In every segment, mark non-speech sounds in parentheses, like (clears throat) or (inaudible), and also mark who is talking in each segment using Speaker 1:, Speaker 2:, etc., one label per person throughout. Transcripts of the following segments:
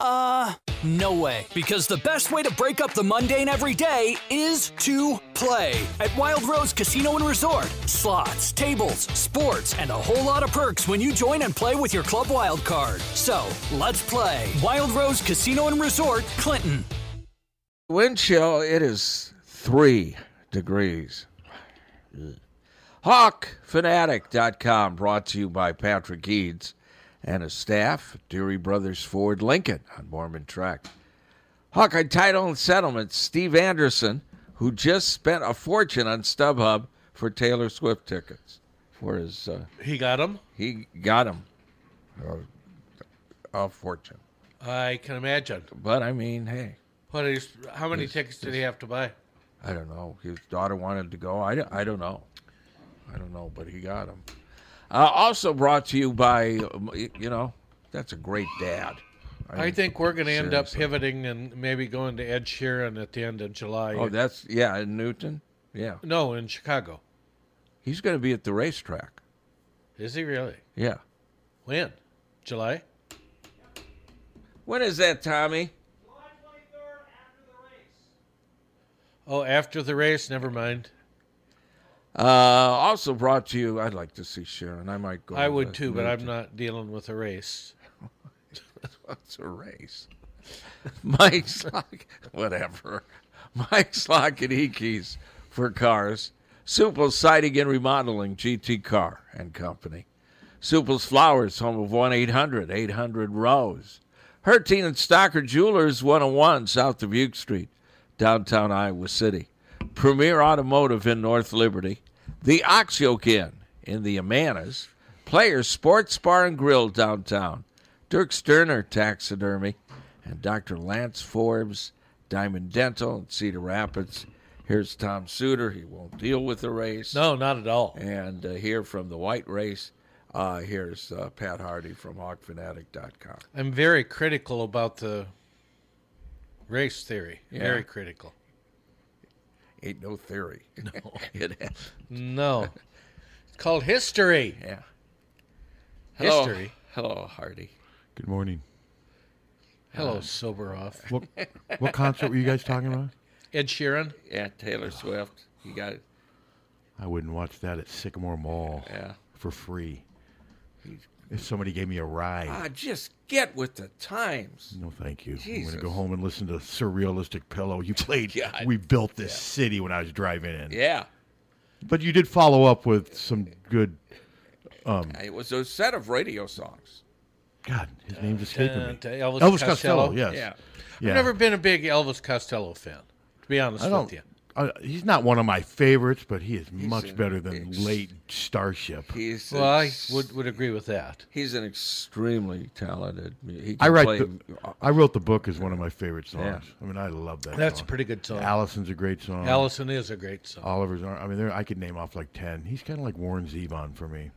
Speaker 1: Uh, no way. Because the best way to break up the mundane every day is to play at Wild Rose Casino and Resort. Slots, tables, sports, and a whole lot of perks when you join and play with your Club Wild card. So, let's play Wild Rose Casino and Resort, Clinton.
Speaker 2: Wind chill, it is (laughs) three degrees. HawkFanatic.com brought to you by Patrick Eads and his staff, Deary Brothers Ford Lincoln on Mormon Track. Hawkeye Title and Settlement, Steve Anderson, who just spent a fortune on StubHub for Taylor Swift tickets. For his, uh,
Speaker 3: He got him.
Speaker 2: he got them a fortune.
Speaker 3: I can imagine.
Speaker 2: But I mean, hey,
Speaker 3: What is? How many tickets did he have to buy?
Speaker 2: I don't know. His daughter wanted to go. I, don't- I don't know. I don't know, but he got him. Uh, also brought to you by, um, y- you know, that's a great dad.
Speaker 3: I think we're going to end up
Speaker 2: seriously.
Speaker 3: pivoting and maybe going to Ed Sheeran at the end of July.
Speaker 2: Oh, that's, yeah, in Newton. Yeah.
Speaker 3: no, in Chicago.
Speaker 2: He's going to be at the racetrack.
Speaker 3: Is he really?
Speaker 2: Yeah.
Speaker 3: When? July?
Speaker 2: When is that, Tommy?
Speaker 3: Oh, after the race. Never mind.
Speaker 2: Uh, also brought to you, I'd like to see Sharon. I might go.
Speaker 3: I
Speaker 2: to
Speaker 3: would
Speaker 2: the
Speaker 3: too, but I'm
Speaker 2: Newton.
Speaker 3: not dealing with a race.
Speaker 2: (laughs) It's a race. (laughs) Mike Slock, (laughs) whatever. Mike Slock and Ekeys for cars. Supel's Siding and Remodeling, GT Car and Company. Supel's Flowers, home of 1 800 800 Rose. Hertine and Stocker Jewelers, 101 South Dubuque Street, downtown Iowa City. Premier Automotive in North Liberty. The Oxyoke Inn in the Amanas. Players Sports Bar and Grill downtown. Dirk Sterner Taxidermy, and Dr. Lance Forbes, Diamond Dental in Cedar Rapids. Here's Tom Suter. He won't deal with the race.
Speaker 3: No, not at all.
Speaker 2: And uh, here from the White Race, uh, here's uh, Pat Hardy from HawkFanatic.com.
Speaker 3: I'm very critical about the race theory. Very critical.
Speaker 2: Ain't no theory. (laughs) No. it is.
Speaker 3: No. it's called history.
Speaker 2: Yeah.
Speaker 3: History.
Speaker 2: Hello, Hello, Hardy.
Speaker 4: Good morning.
Speaker 3: Hello, sober off.
Speaker 4: What
Speaker 2: (laughs)
Speaker 4: what concert were you guys talking about?
Speaker 3: Ed Sheeran.
Speaker 2: Yeah, Taylor Swift. You got it.
Speaker 4: I wouldn't watch that at Sycamore Mall
Speaker 2: Yeah.
Speaker 4: for free. If somebody gave me a ride,
Speaker 2: Ah, just get with the times.
Speaker 4: no, thank you. I'm
Speaker 2: Jesus.
Speaker 4: gonna go home and listen to Surrealistic Pillow. You played.
Speaker 2: (laughs) God.
Speaker 4: We built this city when I was driving in.
Speaker 2: Yeah.
Speaker 4: But you did follow up with some good. um,
Speaker 2: It was a set of radio songs.
Speaker 4: God, his name's escaping me.
Speaker 3: Dun, Elvis Costello.
Speaker 4: Costello. Yes.
Speaker 2: Yeah.
Speaker 4: Yeah.
Speaker 3: I've never been a big Elvis Costello fan, to be honest
Speaker 4: I don't.
Speaker 3: with you.
Speaker 4: I, he's not one of my favorites, but he is much
Speaker 2: a-
Speaker 4: better than
Speaker 2: it's-
Speaker 4: late Starship.
Speaker 2: He's
Speaker 3: Well, I
Speaker 2: ex-
Speaker 3: would, would agree with that.
Speaker 2: He's an extremely talented. mu- He can
Speaker 4: I write.
Speaker 2: play, uh,
Speaker 4: The, I wrote the book as one of my favorite songs.
Speaker 2: Yeah.
Speaker 4: I mean, I love that.
Speaker 3: That's a
Speaker 4: song.
Speaker 3: pretty good song.
Speaker 4: Allison's a great song.
Speaker 3: uh, Allison is a great song.
Speaker 4: Oliver's. Ar- I mean, there. I could name off like ten. He's kind of like Warren Zevon for me,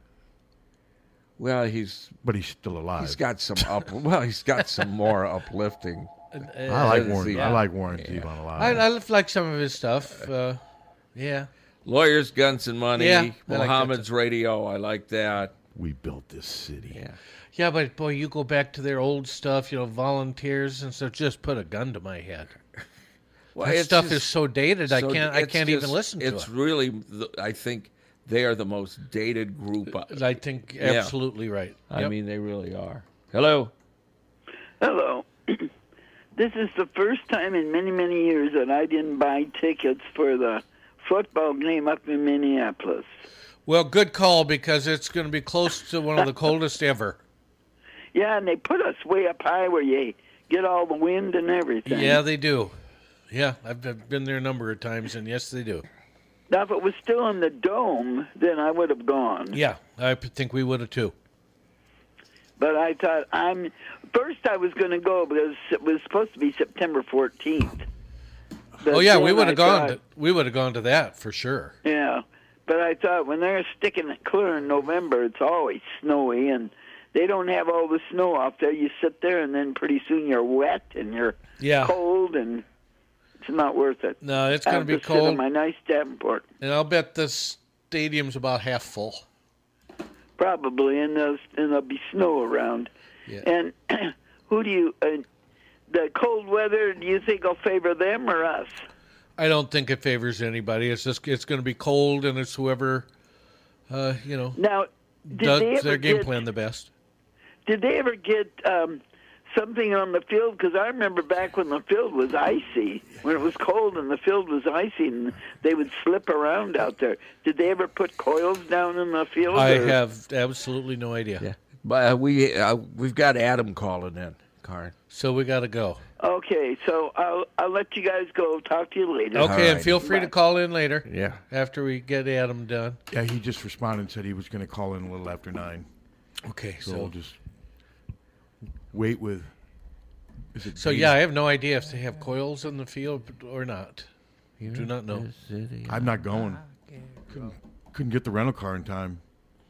Speaker 2: well, he's
Speaker 4: but he's still alive.
Speaker 2: he's got some up. Well, he's got some
Speaker 3: (laughs)
Speaker 2: more uplifting.
Speaker 4: I like
Speaker 2: uh,
Speaker 4: Warren.
Speaker 2: yeah.
Speaker 4: I like Warren Zevon a lot.
Speaker 3: I, I like some of his stuff. Uh, yeah.
Speaker 2: Lawyers, guns, and money.
Speaker 3: Yeah, I like that
Speaker 2: Mohammed's radio. I like that.
Speaker 4: we built this city.
Speaker 2: Yeah.
Speaker 3: Yeah, but boy, you go back to their old stuff, you know, volunteers and stuff. Just put a gun to my head.
Speaker 2: Well,
Speaker 3: That
Speaker 2: it's
Speaker 3: stuff
Speaker 2: just-
Speaker 3: is so dated. I
Speaker 2: so
Speaker 3: can't. I
Speaker 2: it's
Speaker 3: can't even
Speaker 2: just-
Speaker 3: listen to
Speaker 2: It's
Speaker 3: it.
Speaker 2: really. the- I think They are the most dated group. uh,
Speaker 3: I think absolutely right.
Speaker 2: I
Speaker 3: Yep.
Speaker 2: mean, they really are. Hello.
Speaker 5: Hello. (clears throat) this is the first time in many, many years that I didn't buy tickets for the football game up in Minneapolis.
Speaker 3: well, good call because it's going to be close to one of the coldest ever.
Speaker 5: Yeah, and they put us way up high where you get all the wind and everything.
Speaker 3: Yeah, they do. Yeah, I've I've been there a number of times, and yes, they do.
Speaker 5: Now, if it was still in the dome, then I would have gone.
Speaker 3: Yeah, I p- think we would have too.
Speaker 5: But I thought I'm first. I was going to go because it was supposed to be September 14th. But
Speaker 3: Oh yeah, we
Speaker 5: then
Speaker 3: would
Speaker 5: I
Speaker 3: have gone.
Speaker 5: thought-
Speaker 3: To, we would have gone to that for sure.
Speaker 5: Yeah, but I thought when they're sticking it clear in November, it's always snowy, and they don't have all the snow off there. You sit there, and then pretty soon you're wet and you're
Speaker 3: Yeah.
Speaker 5: cold, and it's not worth it.
Speaker 3: No, it's
Speaker 5: I
Speaker 3: going to be
Speaker 5: just sit on
Speaker 3: cold,
Speaker 5: my nice Davenport,
Speaker 3: and I'll bet the stadium's about half full.
Speaker 5: probably, and there's, and there'll be snow around.
Speaker 3: Yeah.
Speaker 5: And (clears throat) who do you? Uh, the cold weather. Do you think will favor them or us?
Speaker 3: I don't think it favors anybody. It's just it's going to be cold, and it's whoever, uh, you know,
Speaker 5: Now, did they
Speaker 3: does
Speaker 5: ever
Speaker 3: their game
Speaker 5: get-
Speaker 3: plan the best.
Speaker 5: Did they ever get um, something on the field? Because I remember back when the field was icy, when it was cold and the field was icy, and they would slip around out there. Did they ever put coils down in the field?
Speaker 3: I
Speaker 5: or-
Speaker 3: have absolutely no idea.
Speaker 2: But uh, we uh, we've got Adam calling in. Karn.
Speaker 3: So we got to go.
Speaker 5: Okay, so I'll I'll let you guys go. Talk to you later.
Speaker 3: Okay, and
Speaker 2: right.
Speaker 3: feel free to call in later.
Speaker 2: Yeah.
Speaker 3: After we get Adam done.
Speaker 4: Yeah, he just responded and said he was going to call in a little after nine.
Speaker 3: Okay,
Speaker 4: So we'll
Speaker 3: so
Speaker 4: just wait with. Is it
Speaker 3: so
Speaker 4: Dave?
Speaker 3: yeah, I have no idea if they have coils in the field or not. Do not know.
Speaker 4: I'm not going. Couldn't, couldn't get the rental car in time.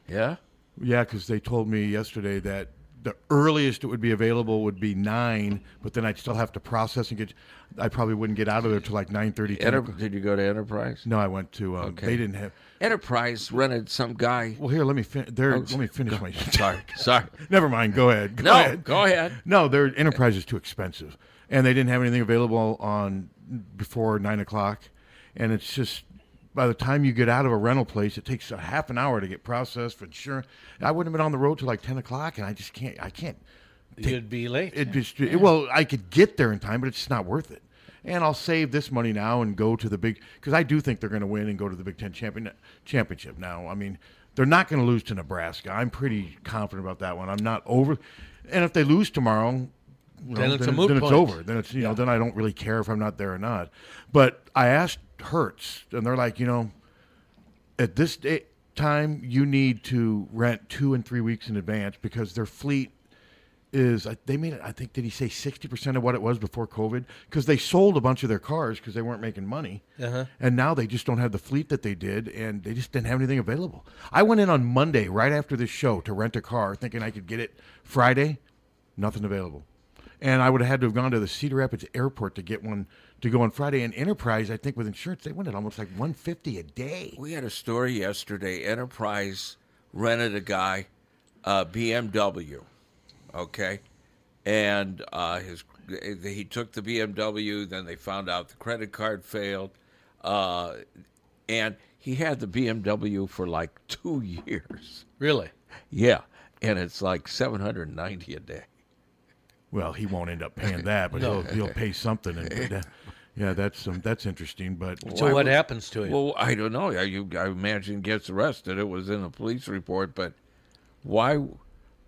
Speaker 2: Yeah.
Speaker 4: Yeah, because they told me yesterday that the earliest it would be available would be nine, but then I'd still have to process and get. I probably wouldn't get out of there till like nine thirty.
Speaker 2: Enter- did you go to Enterprise?
Speaker 4: No, I went to. Um, They didn't have.
Speaker 2: Enterprise rented some guy. Oh,
Speaker 4: Well, here, let me fin- there. let me finish my. (laughs)
Speaker 2: (laughs) Sorry. Sorry.
Speaker 4: Never mind. Go ahead. Go
Speaker 2: No,
Speaker 4: ahead.
Speaker 2: go ahead.
Speaker 4: No, their enterprise is too expensive, and they didn't have anything available on before nine o'clock, and it's just by the time you get out of a rental place, it takes a half an hour to get processed for insurance. I wouldn't have been on the road till like ten o'clock, and I just can't. I can't.
Speaker 3: You'd be late.
Speaker 4: It just it- well, I could get there in time, but it's just not worth it. And I'll save this money now and go to the big because I do think they're going to win and go to the Big Ten champion championship. Now, I mean, they're not going to lose to Nebraska. I'm pretty confident about that one. I'm not over. And if they lose tomorrow, you know,
Speaker 3: Then it's a moot
Speaker 4: then
Speaker 3: point.
Speaker 4: it's over. Then it's you know then I don't really care if I'm not there or not. But I asked Hertz, and they're like, you know, at this day, time you need to rent two and three weeks in advance because their fleet is I- they made it i think did he say 60% of what it was before covid because they sold a bunch of their cars because they weren't making money and now they just don't have the fleet that they did and they just didn't have anything available i went in on monday right after this show to rent a car thinking i could get it friday nothing available and i would have had to have gone to the cedar rapids airport to get one to go on friday and enterprise i think with insurance they went at almost like 150 a day
Speaker 2: We had a story yesterday. Enterprise rented a guy, uh, a BMW, okay, and uh, his he took the BMW. Then they found out the credit card failed, uh, and he had the BMW for like two (laughs) years.
Speaker 3: really?
Speaker 2: Yeah, and it's like seven hundred ninety a day.
Speaker 4: Well, he won't (laughs) end up paying that, but he'll, he'll pay something. And but, (laughs) uh, yeah, that's um, that's interesting. But
Speaker 3: So what happens to it?
Speaker 2: Well, I don't know. I, you, I imagine gets arrested. It was in a police report, but why?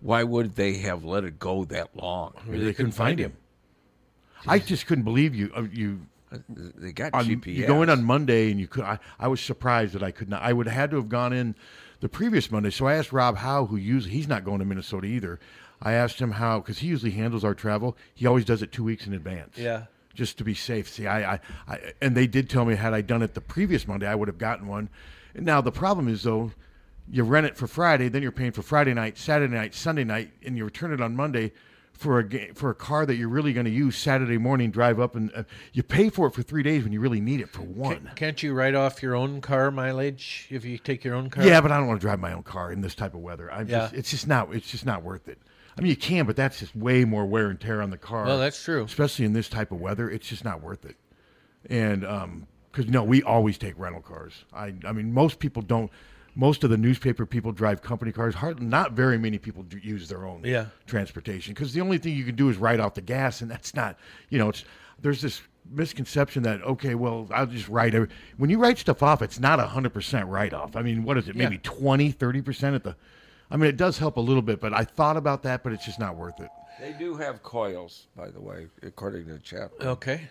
Speaker 2: Why would they have let it go that long?
Speaker 4: maybe they couldn't find him. I just couldn't believe you. uh, You
Speaker 2: They got
Speaker 4: on,
Speaker 2: GPS.
Speaker 4: you go in on Monday and you could. I, I was surprised that I could not. I would have had to have gone in the previous Monday. So I asked Rob Howe, who usually he's not going to Minnesota either. I asked him how because he usually handles our travel. He always does it two weeks in advance.
Speaker 3: Yeah.
Speaker 4: just to be safe. See, I, I, I and they did tell me had I done it the previous Monday, I would have gotten one. And now the problem is though, you rent it for Friday, then you're paying for Friday night, Saturday night, Sunday night, and you return it on Monday for a ga- for a car that you're really going to use Saturday morning, drive up and uh, you pay for it for three days when you really need it for one.
Speaker 3: Can't you write off your own car mileage if you take your own car?
Speaker 4: Yeah, but I don't want to drive my own car in this type of weather. I'm
Speaker 3: Yeah.
Speaker 4: just, it's just not it's just not worth it. I mean, you can, but that's just way more wear and tear on the car.
Speaker 3: Well, that's true.
Speaker 4: Especially in this type of weather, it's just not worth it. And um 'cause because no, we always take rental cars. I I mean, most people don't. most of the newspaper people drive company cars. Hard, not very many people do use their own
Speaker 3: Yeah.
Speaker 4: transportation because the only thing you can do is ride out the gas, and that's not, you know, it's there's this misconception that okay, well, I'll just write. Every, when you write stuff off, it's not hundred percent write off. I mean, what is it? Maybe 20, 30 percent at the. I mean, it does help a little bit, but I thought about that, but it's just not worth it.
Speaker 2: They do have coils, by the way, according to the chat.
Speaker 3: Okay.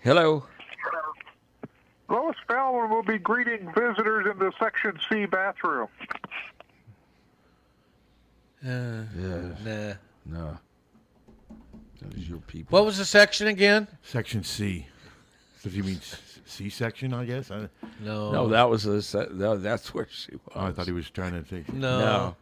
Speaker 2: Hello.
Speaker 6: Lois Fallon will be greeting visitors in the Section C bathroom.
Speaker 3: Uh, Nah.
Speaker 2: No. Those are your people.
Speaker 3: What was the section again?
Speaker 4: Section C. Does he mean C section? I guess. I,
Speaker 3: No.
Speaker 2: No, that was a, se- no, that's where she was.
Speaker 4: oh, I thought he was trying to think.
Speaker 3: No.
Speaker 2: No.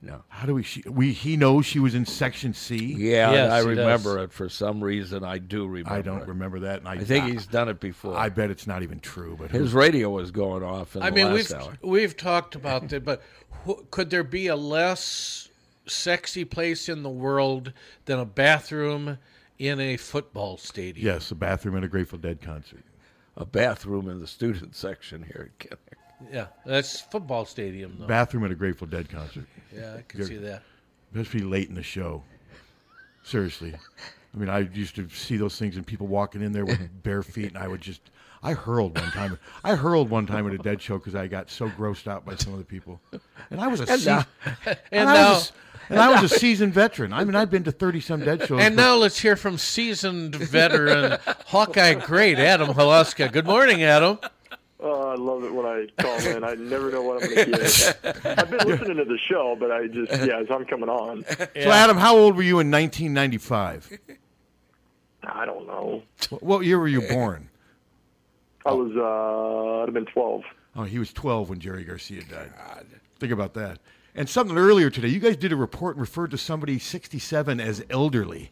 Speaker 2: No.
Speaker 4: How do we? She, we he knows she was in section C.
Speaker 2: Yeah,
Speaker 3: Yes,
Speaker 2: I
Speaker 3: he
Speaker 2: remember
Speaker 3: does.
Speaker 2: it for some reason. I do remember.
Speaker 4: I don't
Speaker 2: it.
Speaker 4: remember that. And I,
Speaker 2: I think he's done it before.
Speaker 4: I bet it's not even true. But who-
Speaker 2: His radio was going off in
Speaker 3: I
Speaker 2: the
Speaker 3: mean,
Speaker 2: last
Speaker 3: we've
Speaker 2: hour.
Speaker 3: we've talked about that, but wh- could there be a less sexy place in the world than a bathroom in a football stadium?
Speaker 4: yes, a bathroom at a Grateful Dead concert.
Speaker 2: A bathroom in the student (laughs) section here at Kinnick.
Speaker 3: Yeah, that's football stadium though.
Speaker 4: Bathroom at a Grateful Dead concert.
Speaker 3: yeah, I can see that.
Speaker 4: Must be late in the show. Seriously, I mean, I used to see those things and people walking in there
Speaker 3: (laughs)
Speaker 4: with bare feet, and I would just. I hurled one time. I hurled one time at a dead show because I got so grossed out by some of the people, and I was a (laughs) sea-
Speaker 3: And
Speaker 4: I
Speaker 3: now,
Speaker 4: was a- and I was a seasoned veteran. I mean, I've been to thirty some dead shows.
Speaker 3: and
Speaker 4: but-
Speaker 3: now let's hear from seasoned veteran (laughs) Hawkeye great Adam Haluska. Good morning, Adam.
Speaker 7: Oh, I love it when I call in. I never know what I'm going to get. I've been listening to the show, but I just, yeah, as I'm coming on,
Speaker 4: So, Adam, how old were you in 1995?
Speaker 7: I don't know.
Speaker 4: Wh- what year were you born?
Speaker 7: I was, uh, I'd have been 12.
Speaker 4: Oh, he was 12 when Jerry Garcia died. Think about that. And something earlier today, you guys did a report and referred to somebody 67 as elderly,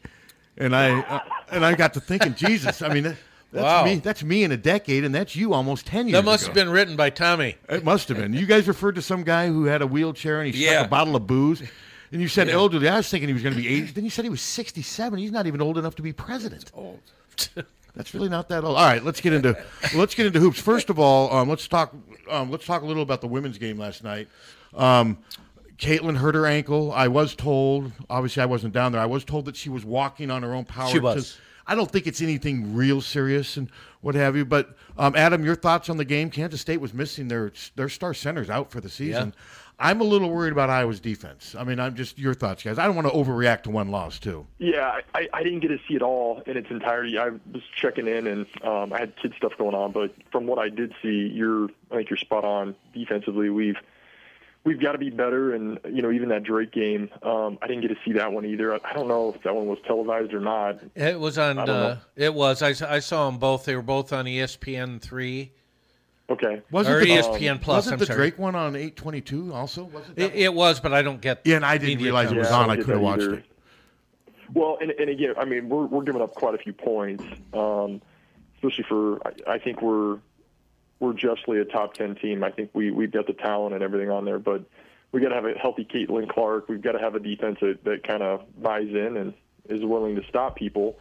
Speaker 4: and I uh, and I got to
Speaker 3: (laughs)
Speaker 4: thinking, Jesus, I mean. that- That's
Speaker 3: Wow.
Speaker 4: me. That's me in a decade, and that's you almost ten years.
Speaker 3: That must
Speaker 4: ago.
Speaker 3: have been written by Tommy.
Speaker 4: It must have been. You guys referred to some guy who had a wheelchair and he
Speaker 2: Yeah.
Speaker 4: stuck a bottle of booze, and you said elderly. I was thinking he was going to be 80. Then you said he was 67. He's not even old enough to be president.
Speaker 8: (laughs)
Speaker 2: Old.
Speaker 4: That's really not that old. All right, let's get into let's get into hoops. First of all, um, let's talk um, let's talk a little about the women's game last night. Um, Caitlin hurt her ankle. I was told, obviously, I wasn't down there. I was told that she was walking on her own power.
Speaker 3: She was.
Speaker 4: To, I don't think it's anything real serious and what have you. But um, Adam, your thoughts on the game? Kansas State was missing their their star centers out for the season. I'm a little worried about Iowa's defense. I mean, I'm just your thoughts, guys. I don't want to overreact to one loss too.
Speaker 7: Yeah, I, I didn't get to see it all in its entirety. I was checking in, and um, I had kid stuff going on. But from what I did see, you're I think you're spot on defensively. We've we've got to be better, and you know even that Drake game, um, I didn't get to see that one either. I, I don't know if that one was televised or not.
Speaker 3: It was on.
Speaker 7: don't
Speaker 3: Uh, it was. I, s- I saw them both. They were both on E ESPN three
Speaker 7: Okay,
Speaker 4: Wasn't
Speaker 3: or E
Speaker 4: the,
Speaker 3: ESPN Plus.
Speaker 4: wasn't
Speaker 3: I'm
Speaker 4: the
Speaker 3: sorry.
Speaker 4: Drake one on 822 also? Wasn't that
Speaker 3: It, it was, but I don't get.
Speaker 4: Yeah, and I didn't
Speaker 3: media
Speaker 4: realize it was
Speaker 3: coverage.
Speaker 7: Yeah, I
Speaker 4: on.
Speaker 7: don't
Speaker 4: I
Speaker 7: get
Speaker 4: could have
Speaker 7: that
Speaker 4: watched
Speaker 7: either.
Speaker 4: it.
Speaker 7: Well, and, and again, I mean, we're, we're giving up quite a few points, um, especially for I, I think we're we're justly a top ten team. I think we we've got the talent and everything on there, but we got to have a healthy Caitlin Clark. We've got to have a defense that, that kind of buys in and is willing to stop people.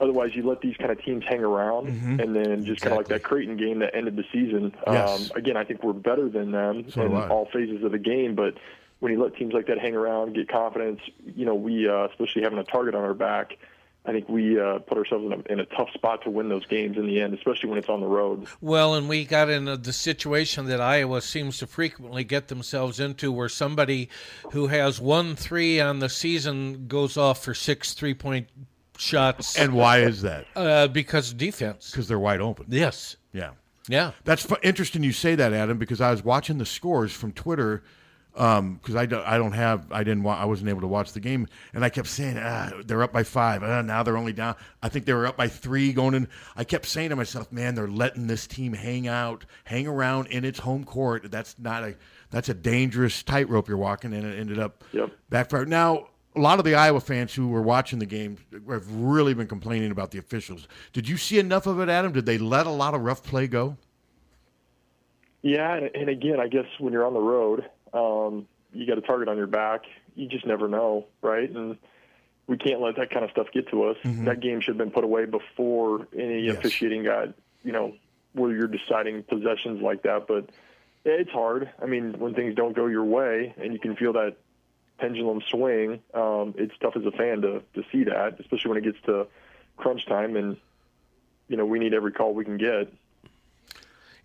Speaker 7: Otherwise, you let these kind of teams hang around, and then just kind of like that Creighton game that ended the season.
Speaker 4: Yes.
Speaker 7: Um, again, I think we're better than them
Speaker 4: So
Speaker 7: in
Speaker 4: do I.
Speaker 7: all phases of the game, but when you let teams like that hang around, get confidence, you know, we uh, especially having a target on our back. I think we uh, put ourselves in a, in a tough spot to win those games in the end, especially when it's on the road.
Speaker 3: Well, and we got into the situation that Iowa seems to frequently get themselves into, where somebody who has one three on the season goes off for six three point shots
Speaker 4: And why is that?
Speaker 3: uh, because of defense.
Speaker 4: Because they're wide open.
Speaker 3: Yes.
Speaker 4: Yeah.
Speaker 3: Yeah.
Speaker 4: That's fu- interesting you say that, Adam, because I was watching the scores from Twitter because I, don't, I don't have, I didn't want, I wasn't able to watch the game. And I kept saying, ah, they're up by five. Ah, now they're only down. I think they were up by three going in. I kept saying to myself, man, they're letting this team hang out, hang around in its home court. That's not a, that's a dangerous tightrope you're walking. And it ended up
Speaker 7: Yep.
Speaker 4: backfired. Now, a lot of the Iowa fans who were watching the game have really been complaining about the officials. Did you see enough of it, Adam? Did they let a lot of rough play go?
Speaker 7: Yeah, and, and again, I guess when you're on the road, um, you got a target on your back. You just never know, right? And we can't let that kind of stuff get to us. That game should have been put away before any officiating got, you know, where you're deciding possessions like that. But Yeah, it's hard. I mean, when things don't go your way and you can feel that pendulum swing, um, it's tough as a fan to, to see that, especially when it gets to crunch time and, you know, we need every call we can get.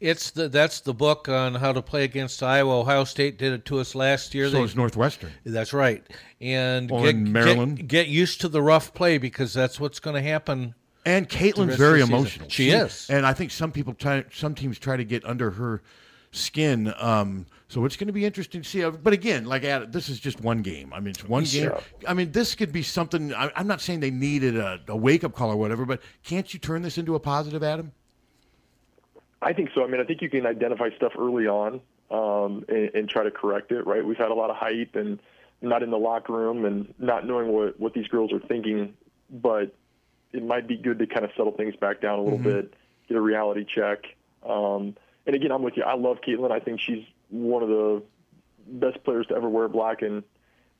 Speaker 3: It's the that's the book on how to play against Iowa. Ohio State did it to us last year.
Speaker 4: So it's Northwestern.
Speaker 3: That's right. And
Speaker 4: Or
Speaker 3: get,
Speaker 4: in
Speaker 3: get-
Speaker 4: Maryland.
Speaker 3: Get, used to the rough play because that's what's going to happen.
Speaker 4: And
Speaker 3: the rest
Speaker 4: Caitlin's
Speaker 3: of
Speaker 4: very
Speaker 3: the season.
Speaker 4: emotional.
Speaker 3: She is.
Speaker 4: and I think some people try, some teams try to get under her skin. Um, so it's going to be interesting to see. how- But again, like Adam, this is just one game. I mean, it's one game.
Speaker 7: Sure.
Speaker 4: I mean, this could be something. I, I'm not saying they needed a, a wake up call or whatever, but can't you turn this into a positive, Adam?
Speaker 7: I think so. I mean, I think you can identify stuff early on um, and, and try to correct it. Right? We've had a lot of hype and not in the locker room and not knowing what what these girls are thinking, but it might be good to kind of settle things back down a little bit, get a reality check. Um, and again, I'm with you. I love Caitlin. I think she's one of the best players to ever wear black and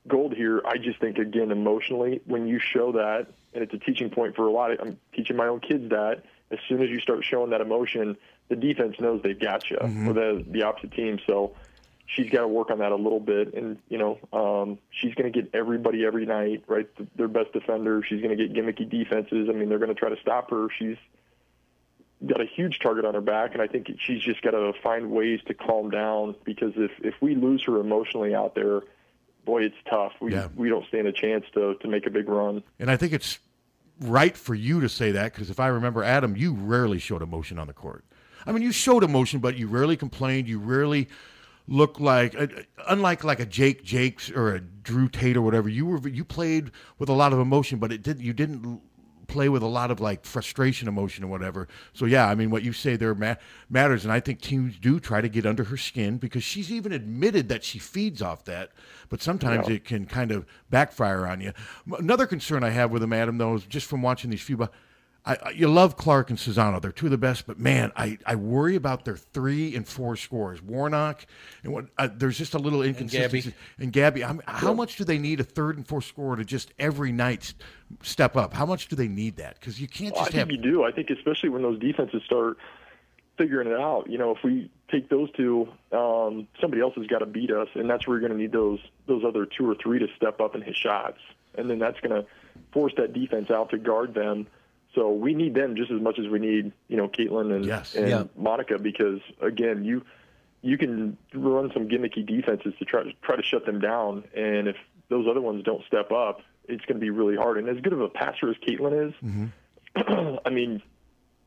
Speaker 7: gold here. I just think again emotionally when you show that, and it's a teaching point for a lot. Of, I'm teaching my own kids that as soon as you start showing that emotion, the defense knows they've got you or the the opposite team. So she's got to work on that a little bit, and you know um, she's going to get everybody every night, right? Th- Their best defender. She's going to get gimmicky defenses. I mean, they're going to try to stop her. She's got a huge target on her back, and I think she's just got to find ways to calm down because if if we lose her emotionally out there, boy, it's tough. We
Speaker 4: Yeah.
Speaker 7: we don't stand a chance to to make a big run.
Speaker 4: And I think it's right for you to say that because if I remember, Adam, you rarely showed emotion on the court. I mean, you showed emotion, but you rarely complained. You rarely looked like, uh, unlike like a Jake Jakes or a Drew Tate or whatever. You were you played with a lot of emotion, but it did you didn't l- play with a lot of like frustration, emotion, or whatever. So yeah, I mean, what you say there ma- matters, and I think teams do try to get under her skin because she's even admitted that she feeds off that, but sometimes it can kind of backfire on you. M- Another concern I have with him, Adam, though, is just from watching these few. bu- I, I, you love Clark and Susano. They're two of the best, but man, I, I worry about their three and four scores. Warnock and what uh, there's just a little inconsistency. And Gabby, I'm, how much do they need a third and fourth scorer to just every night s- step up? How much do they need that? Because you can't
Speaker 7: Well, I
Speaker 4: just have
Speaker 7: think you do. I think especially when those defenses start figuring it out. You know, if we take those two, um, somebody else has got to beat us, and that's where you're going to need those those other two or three to step up and hit shots, and then that's going to force that defense out to guard them. So we need them just as much as we need, you know, Caitlin and,
Speaker 4: Yes.
Speaker 7: and
Speaker 3: Yeah.
Speaker 7: Monica because again, you you can run some gimmicky defenses to try to try to shut them down, and if those other ones don't step up, it's going to be really hard. And as good of a passer as Caitlin is,
Speaker 2: Mm-hmm.
Speaker 7: (clears throat) I mean,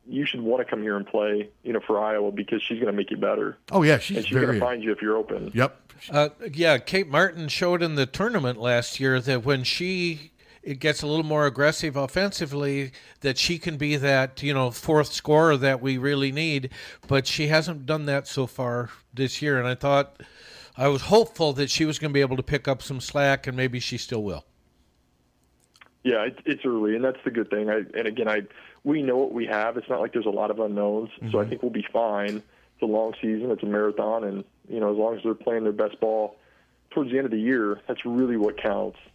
Speaker 7: you should want to come here and play, you know, for Iowa because she's going to make you better,
Speaker 4: Oh yeah, she's
Speaker 7: and she's going
Speaker 4: very
Speaker 7: to find you if you're open.
Speaker 4: yep.
Speaker 3: Uh, yeah, Kate Martin showed in the tournament last year that when she it gets a little more aggressive offensively, that she can be that you know fourth scorer that we really need. But she hasn't done that so far this year, and I thought I was hopeful that she was going to be able to pick up some slack, and maybe she still will.
Speaker 7: Yeah, it, it's early, and that's the good thing. I, and again, I we know what we have. It's not like there's a lot of unknowns, so I
Speaker 4: Mm-hmm.
Speaker 7: think we'll be fine. It's a long season. It's a marathon, and you know, as long as they're playing their best ball towards the end of the year, that's really what counts. (laughs)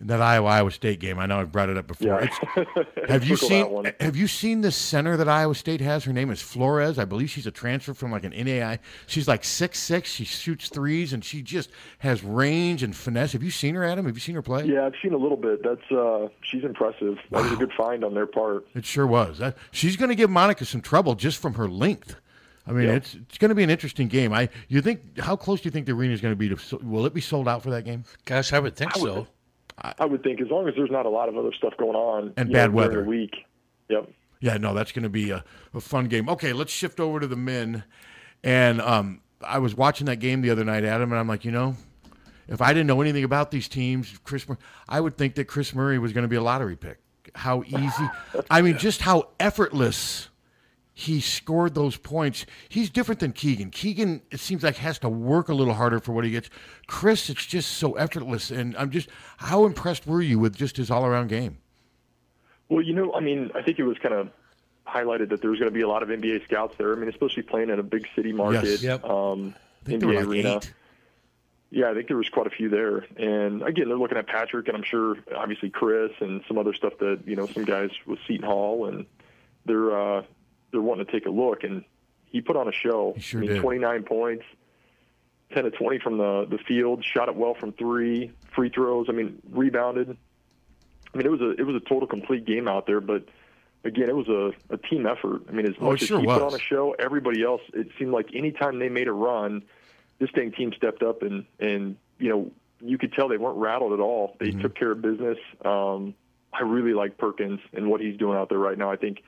Speaker 4: And that Iowa Iowa State game, I know I've brought it up before.
Speaker 7: (laughs) Yeah.
Speaker 4: It's- have you
Speaker 7: Circle that
Speaker 4: seen
Speaker 7: one.
Speaker 4: Have you seen the center that Iowa State has? Her name is Flores. I believe she's a transfer from like an NAI. She's like six six. She shoots threes and she just has range and finesse. Have you seen her, Adam? Have you seen her play?
Speaker 7: Yeah, I've seen a little bit. That's uh, she's impressive. That was a good find on their part.
Speaker 4: It sure was. That, she's going to give Monica some trouble just from her length. I mean, it's it's going to be an interesting game. I you think how close do you think the arena is going to be to so- will it be sold out for that game?
Speaker 3: Gosh, I would think so.
Speaker 7: I would think as long as there's not a lot of other stuff going on
Speaker 4: And
Speaker 7: you
Speaker 4: bad
Speaker 7: know,
Speaker 4: weather.
Speaker 7: during the week. Yep.
Speaker 4: Yeah, no, that's going to be a, a fun game. Okay, let's shift over to the men. And um, I was watching that game the other night, Adam, and I'm like, you know, if I didn't know anything about these teams, Chris, Mur- I would think that Chris Murray was going to be a lottery pick. How easy, I mean, just how effortless he scored those points. He's different than Keegan. Keegan, it seems like, has to work a little harder for what he gets. Chris, it's just so effortless. And I'm just, how impressed were you with just his all around game?
Speaker 7: Well, you know, I mean, I think it was kind of highlighted that there's going to be a lot of NBA scouts there. I mean, especially playing in a big city market,
Speaker 3: Yep.
Speaker 7: um,
Speaker 4: I think
Speaker 7: NBA
Speaker 4: there were like
Speaker 7: arena.
Speaker 4: eight.
Speaker 7: Yeah, I think there was quite a few there. And again, they're looking at Patrick, and I'm sure obviously Chris and some other stuff that you know some guys with Seton Hall, and they're uh, they're wanting to take a look. And he put on a show.
Speaker 4: He sure
Speaker 7: I mean,
Speaker 4: did.
Speaker 7: 29 points, ten to twenty from the the field. Shot it well from three, free throws. I mean, rebounded. I mean, it was a it was a total complete game out there, but again, it was a, a team effort. I mean, as
Speaker 4: Oh, it
Speaker 7: much
Speaker 4: sure
Speaker 7: as he
Speaker 4: was.
Speaker 7: put on a show, everybody else. It seemed like any time they made a run, this dang team stepped up and and you know you could tell they weren't rattled at all. They
Speaker 4: Mm-hmm.
Speaker 7: took care of business. Um, I really like Perkins and what he's doing out there right now. I think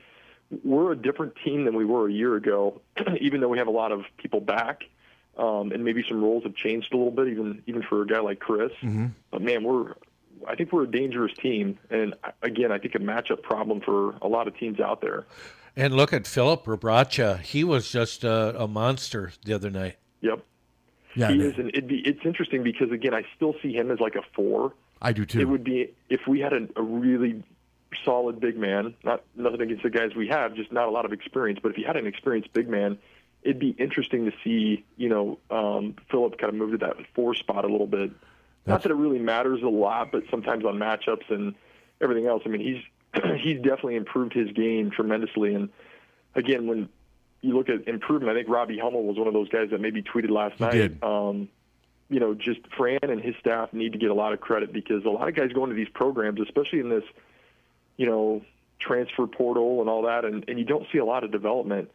Speaker 7: we're a different team than we were a year ago, (clears throat) even though we have a lot of people back. Um, and maybe some roles have changed a little bit, even even for a guy like Chris. But man, we're I think we're a dangerous team, and again, I think a matchup problem for a lot of teams out there.
Speaker 3: And look at Philip Rabracha. He was just a, a monster the other night.
Speaker 7: Yep,
Speaker 4: Yeah, I
Speaker 7: he
Speaker 4: do.
Speaker 7: is, and it'd be it's interesting because again, I still see him as like a four.
Speaker 4: I do
Speaker 7: It
Speaker 4: too.
Speaker 7: would be if we had a, a really solid big man. Not nothing against the guys we have, just not a lot of experience. But if you had an experienced big man, it'd be interesting to see you know um, Philip kind of move to that four spot a little bit. not that it really matters a lot, but sometimes on matchups and everything else. I mean, he's (clears throat) he's definitely improved his game tremendously. And again, when you look at improvement, I think Robbie Hummel was one of those guys that maybe tweeted last night.
Speaker 4: did.
Speaker 7: Um, you know, just Fran and his staff need to get a lot of credit because a lot of guys go into these programs, especially in this, you know, transfer portal and all that, and, and you don't see a lot of development.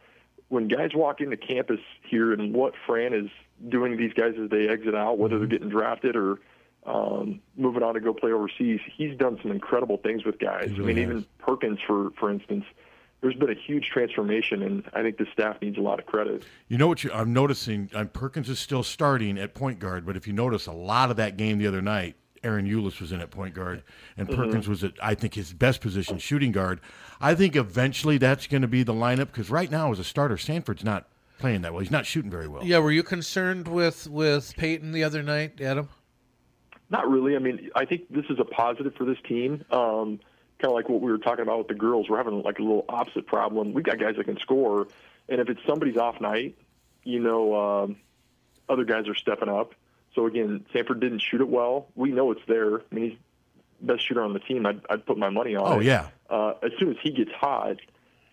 Speaker 7: When guys walk into campus here and what Fran is doing to these guys as they exit out, whether they're getting drafted or um, moving on to go play overseas, he's done some incredible things with guys. I mean, even Perkins, for for instance, there's been a huge transformation, and I think the staff needs a lot of credit.
Speaker 4: You know what you, I'm noticing? Um, Perkins is still starting at point guard, but if you notice, a lot of that game the other night, Aaron Eulis was in at point guard, and Perkins was at, I think, his best position, shooting guard. I think eventually that's going to be the lineup because right now, as a starter, Sanford's not playing that well. He's not shooting very well.
Speaker 3: Yeah, were you concerned with with Peyton the other night, Adam?
Speaker 7: Not really. I mean, I think this is a positive for this team. Um, kind of like what we were talking about with the girls. We're having like a little opposite problem. We've got guys that can score, and if it's somebody's off night, you know, um, other guys are stepping up. So again, Sanford didn't shoot it well. We know it's there. I mean, he's the best shooter on the team. I'd, I'd put my money on.
Speaker 4: Oh,
Speaker 7: it.
Speaker 4: yeah.
Speaker 7: Uh, as soon as he gets hot,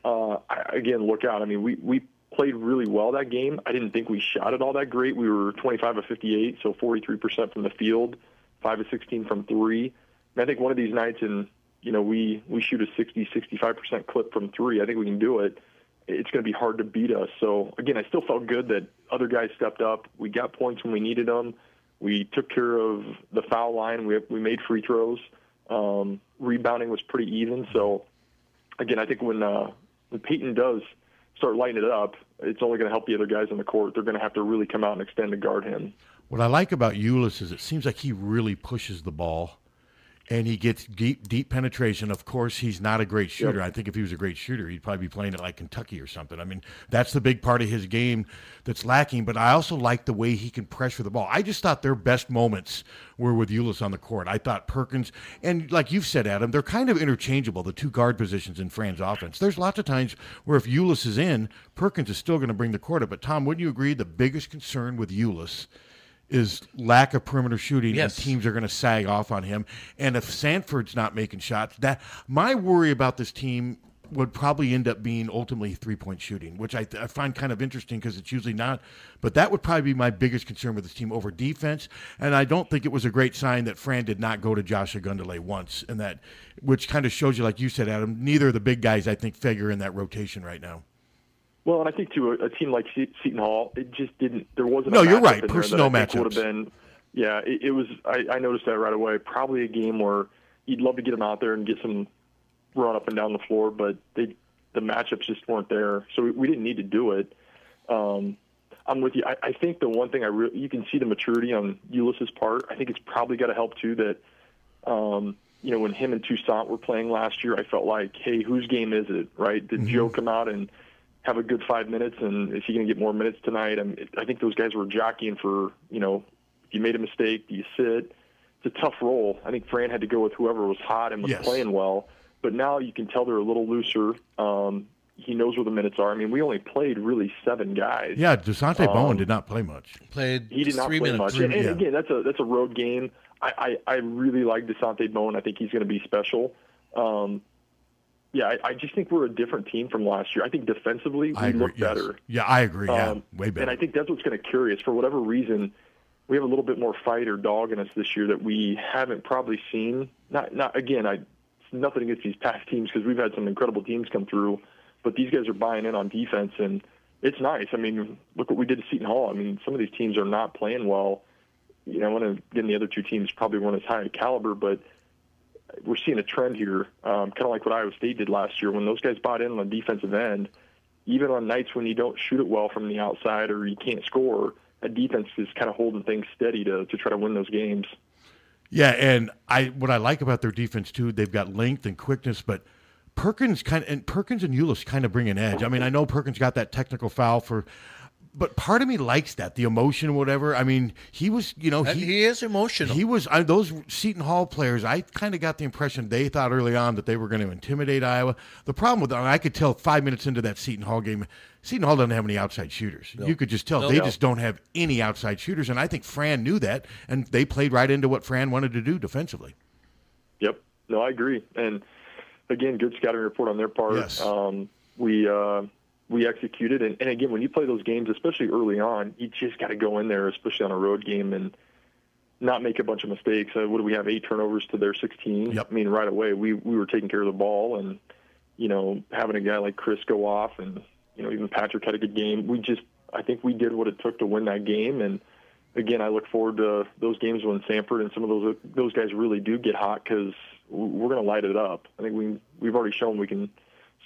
Speaker 7: uh, I, again, look out. I mean, we we played really well that game. I didn't think we shot it all that great. We were 25 of 58, so 43 percent from the field, five of 16 from three. And I think one of these nights, and you know, we we shoot a 60, 65 percent clip from three. I think we can do it. It's going to be hard to beat us. So again, I still felt good that other guys stepped up. We got points when we needed them. We took care of the foul line. We we made free throws. Um, rebounding was pretty even. So again, I think when uh, when Peyton does start lighting it up, it's only going to help the other guys on the court. They're going to have to really come out and extend to guard him.
Speaker 4: What I like about Eulis is it seems like he really pushes the ball and he gets deep deep penetration. Of course, he's not a great shooter. I think if he was a great shooter, he'd probably be playing at like Kentucky or something. I mean, that's the big part of his game that's lacking, but I also like the way he can pressure the ball. I just thought their best moments were with Eulis on the court. I thought Perkins and like you've said Adam, they're kind of interchangeable the two guard positions in Fran's offense. There's lots of times where if Eulis is in, Perkins is still going to bring the court up, but Tom, wouldn't you agree the biggest concern with Eulis is lack of perimeter shooting
Speaker 3: Yes.
Speaker 4: and teams are going to sag off on him and if Sanford's not making shots that my worry about this team would probably end up being ultimately three-point shooting which I, I find kind of interesting because it's usually not but that would probably be my biggest concern with this team over defense and I don't think it was a great sign that Fran did not go to Josh Agundale once and that which kind of shows you like you said Adam neither of the big guys I think figure in that rotation right now
Speaker 7: Well, and I think to a, a team like Se- Seton Hall, it just didn't. There wasn't.
Speaker 4: No,
Speaker 7: a
Speaker 4: you're
Speaker 7: matchup
Speaker 4: right.
Speaker 7: in there that
Speaker 4: Personnel
Speaker 7: I think would
Speaker 4: matchups.
Speaker 7: have been. Yeah, it, it was. I, I noticed that right away. Probably a game where you'd love to get them out there and get some run up and down the floor, but they the matchups just weren't there, so we, we didn't need to do it. Um, I'm with you. I, I think the one thing I re- you can see the maturity on Ulysses' part. I think it's probably got to help too that um, you know, when him and Toussaint were playing last year, I felt like, hey, whose game is it, right? Did Joe come out and have a good five minutes, and is he going to get more minutes tonight? I, mean, I think those guys were jockeying for, you know, if you made a mistake, do you sit? It's a tough role. I think Fran had to go with whoever was hot and was
Speaker 4: Yes.
Speaker 7: playing well, but now you can tell they're a little looser. Um, he knows where the minutes are. I mean, we only played really seven guys Um,
Speaker 4: yeah DeSante Bowen did not play much
Speaker 3: Played
Speaker 7: he did not
Speaker 3: three
Speaker 7: play
Speaker 3: minutes.
Speaker 7: much. And, and
Speaker 4: yeah.
Speaker 7: again, that's a that's a road game. I, I, I really like Desante Bowen. I think he's going to be special. Um, yeah, I, I just think we're a different team from last year. I think defensively we
Speaker 4: I agree
Speaker 7: look
Speaker 4: yes.
Speaker 7: better.
Speaker 4: yeah I agree yeah
Speaker 7: Um,
Speaker 4: way better
Speaker 7: And I think that's what's kind of curious. For whatever reason, we have a little bit more fight or dog in us this year that we haven't probably seen. Not not again. I it's nothing against these past teams because we've had some incredible teams come through, but these guys are buying in on defense and it's nice. I mean, look what we did to Seton Hall. I mean, some of these teams are not playing well. You know, and again, the other two teams probably weren't as high a caliber, but we're seeing a trend here, um, kind of like what Iowa State did last year when those guys bought in on the defensive end. Even on nights when you don't shoot it well from the outside or you can't score, a defense is kind of holding things steady to, to try to win those games.
Speaker 4: Yeah, and I what I like about their defense too, they've got length and quickness, but Perkins kind of, and Perkins and Euless kind of bring an edge. I mean, I know Perkins got that technical foul for, but part of me likes that the emotion, whatever. I mean, he was, you know,
Speaker 3: And
Speaker 4: he,
Speaker 3: he is emotional.
Speaker 4: He was I, those Seton Hall players. I kind of got the impression they thought early on that they were going to intimidate Iowa. The problem with I could tell five minutes into that Seton Hall game, Seton Hall doesn't have any outside shooters. You could just tell
Speaker 3: No.
Speaker 4: they
Speaker 3: No.
Speaker 4: just don't have any outside shooters, and I think Fran knew that, and they played right into what Fran wanted to do defensively.
Speaker 7: Yep. No, I agree. And again, good scouting report on their part.
Speaker 4: Yes.
Speaker 7: Um, we uh, we executed, and, and again, when you play those games, especially early on, you just got to go in there, especially on a road game, and not make a bunch of mistakes. Uh, what do we have? Eight turnovers to their 16.
Speaker 4: Yep.
Speaker 7: I mean, right away, we we were taking care of the ball, and you know, having a guy like Chris go off, and you know, even Patrick had a good game. We just, I think, we did what it took to win that game, and again, I look forward to those games when Sanford and some of those those guys really do get hot because we're going to light it up. I think we we've already shown we can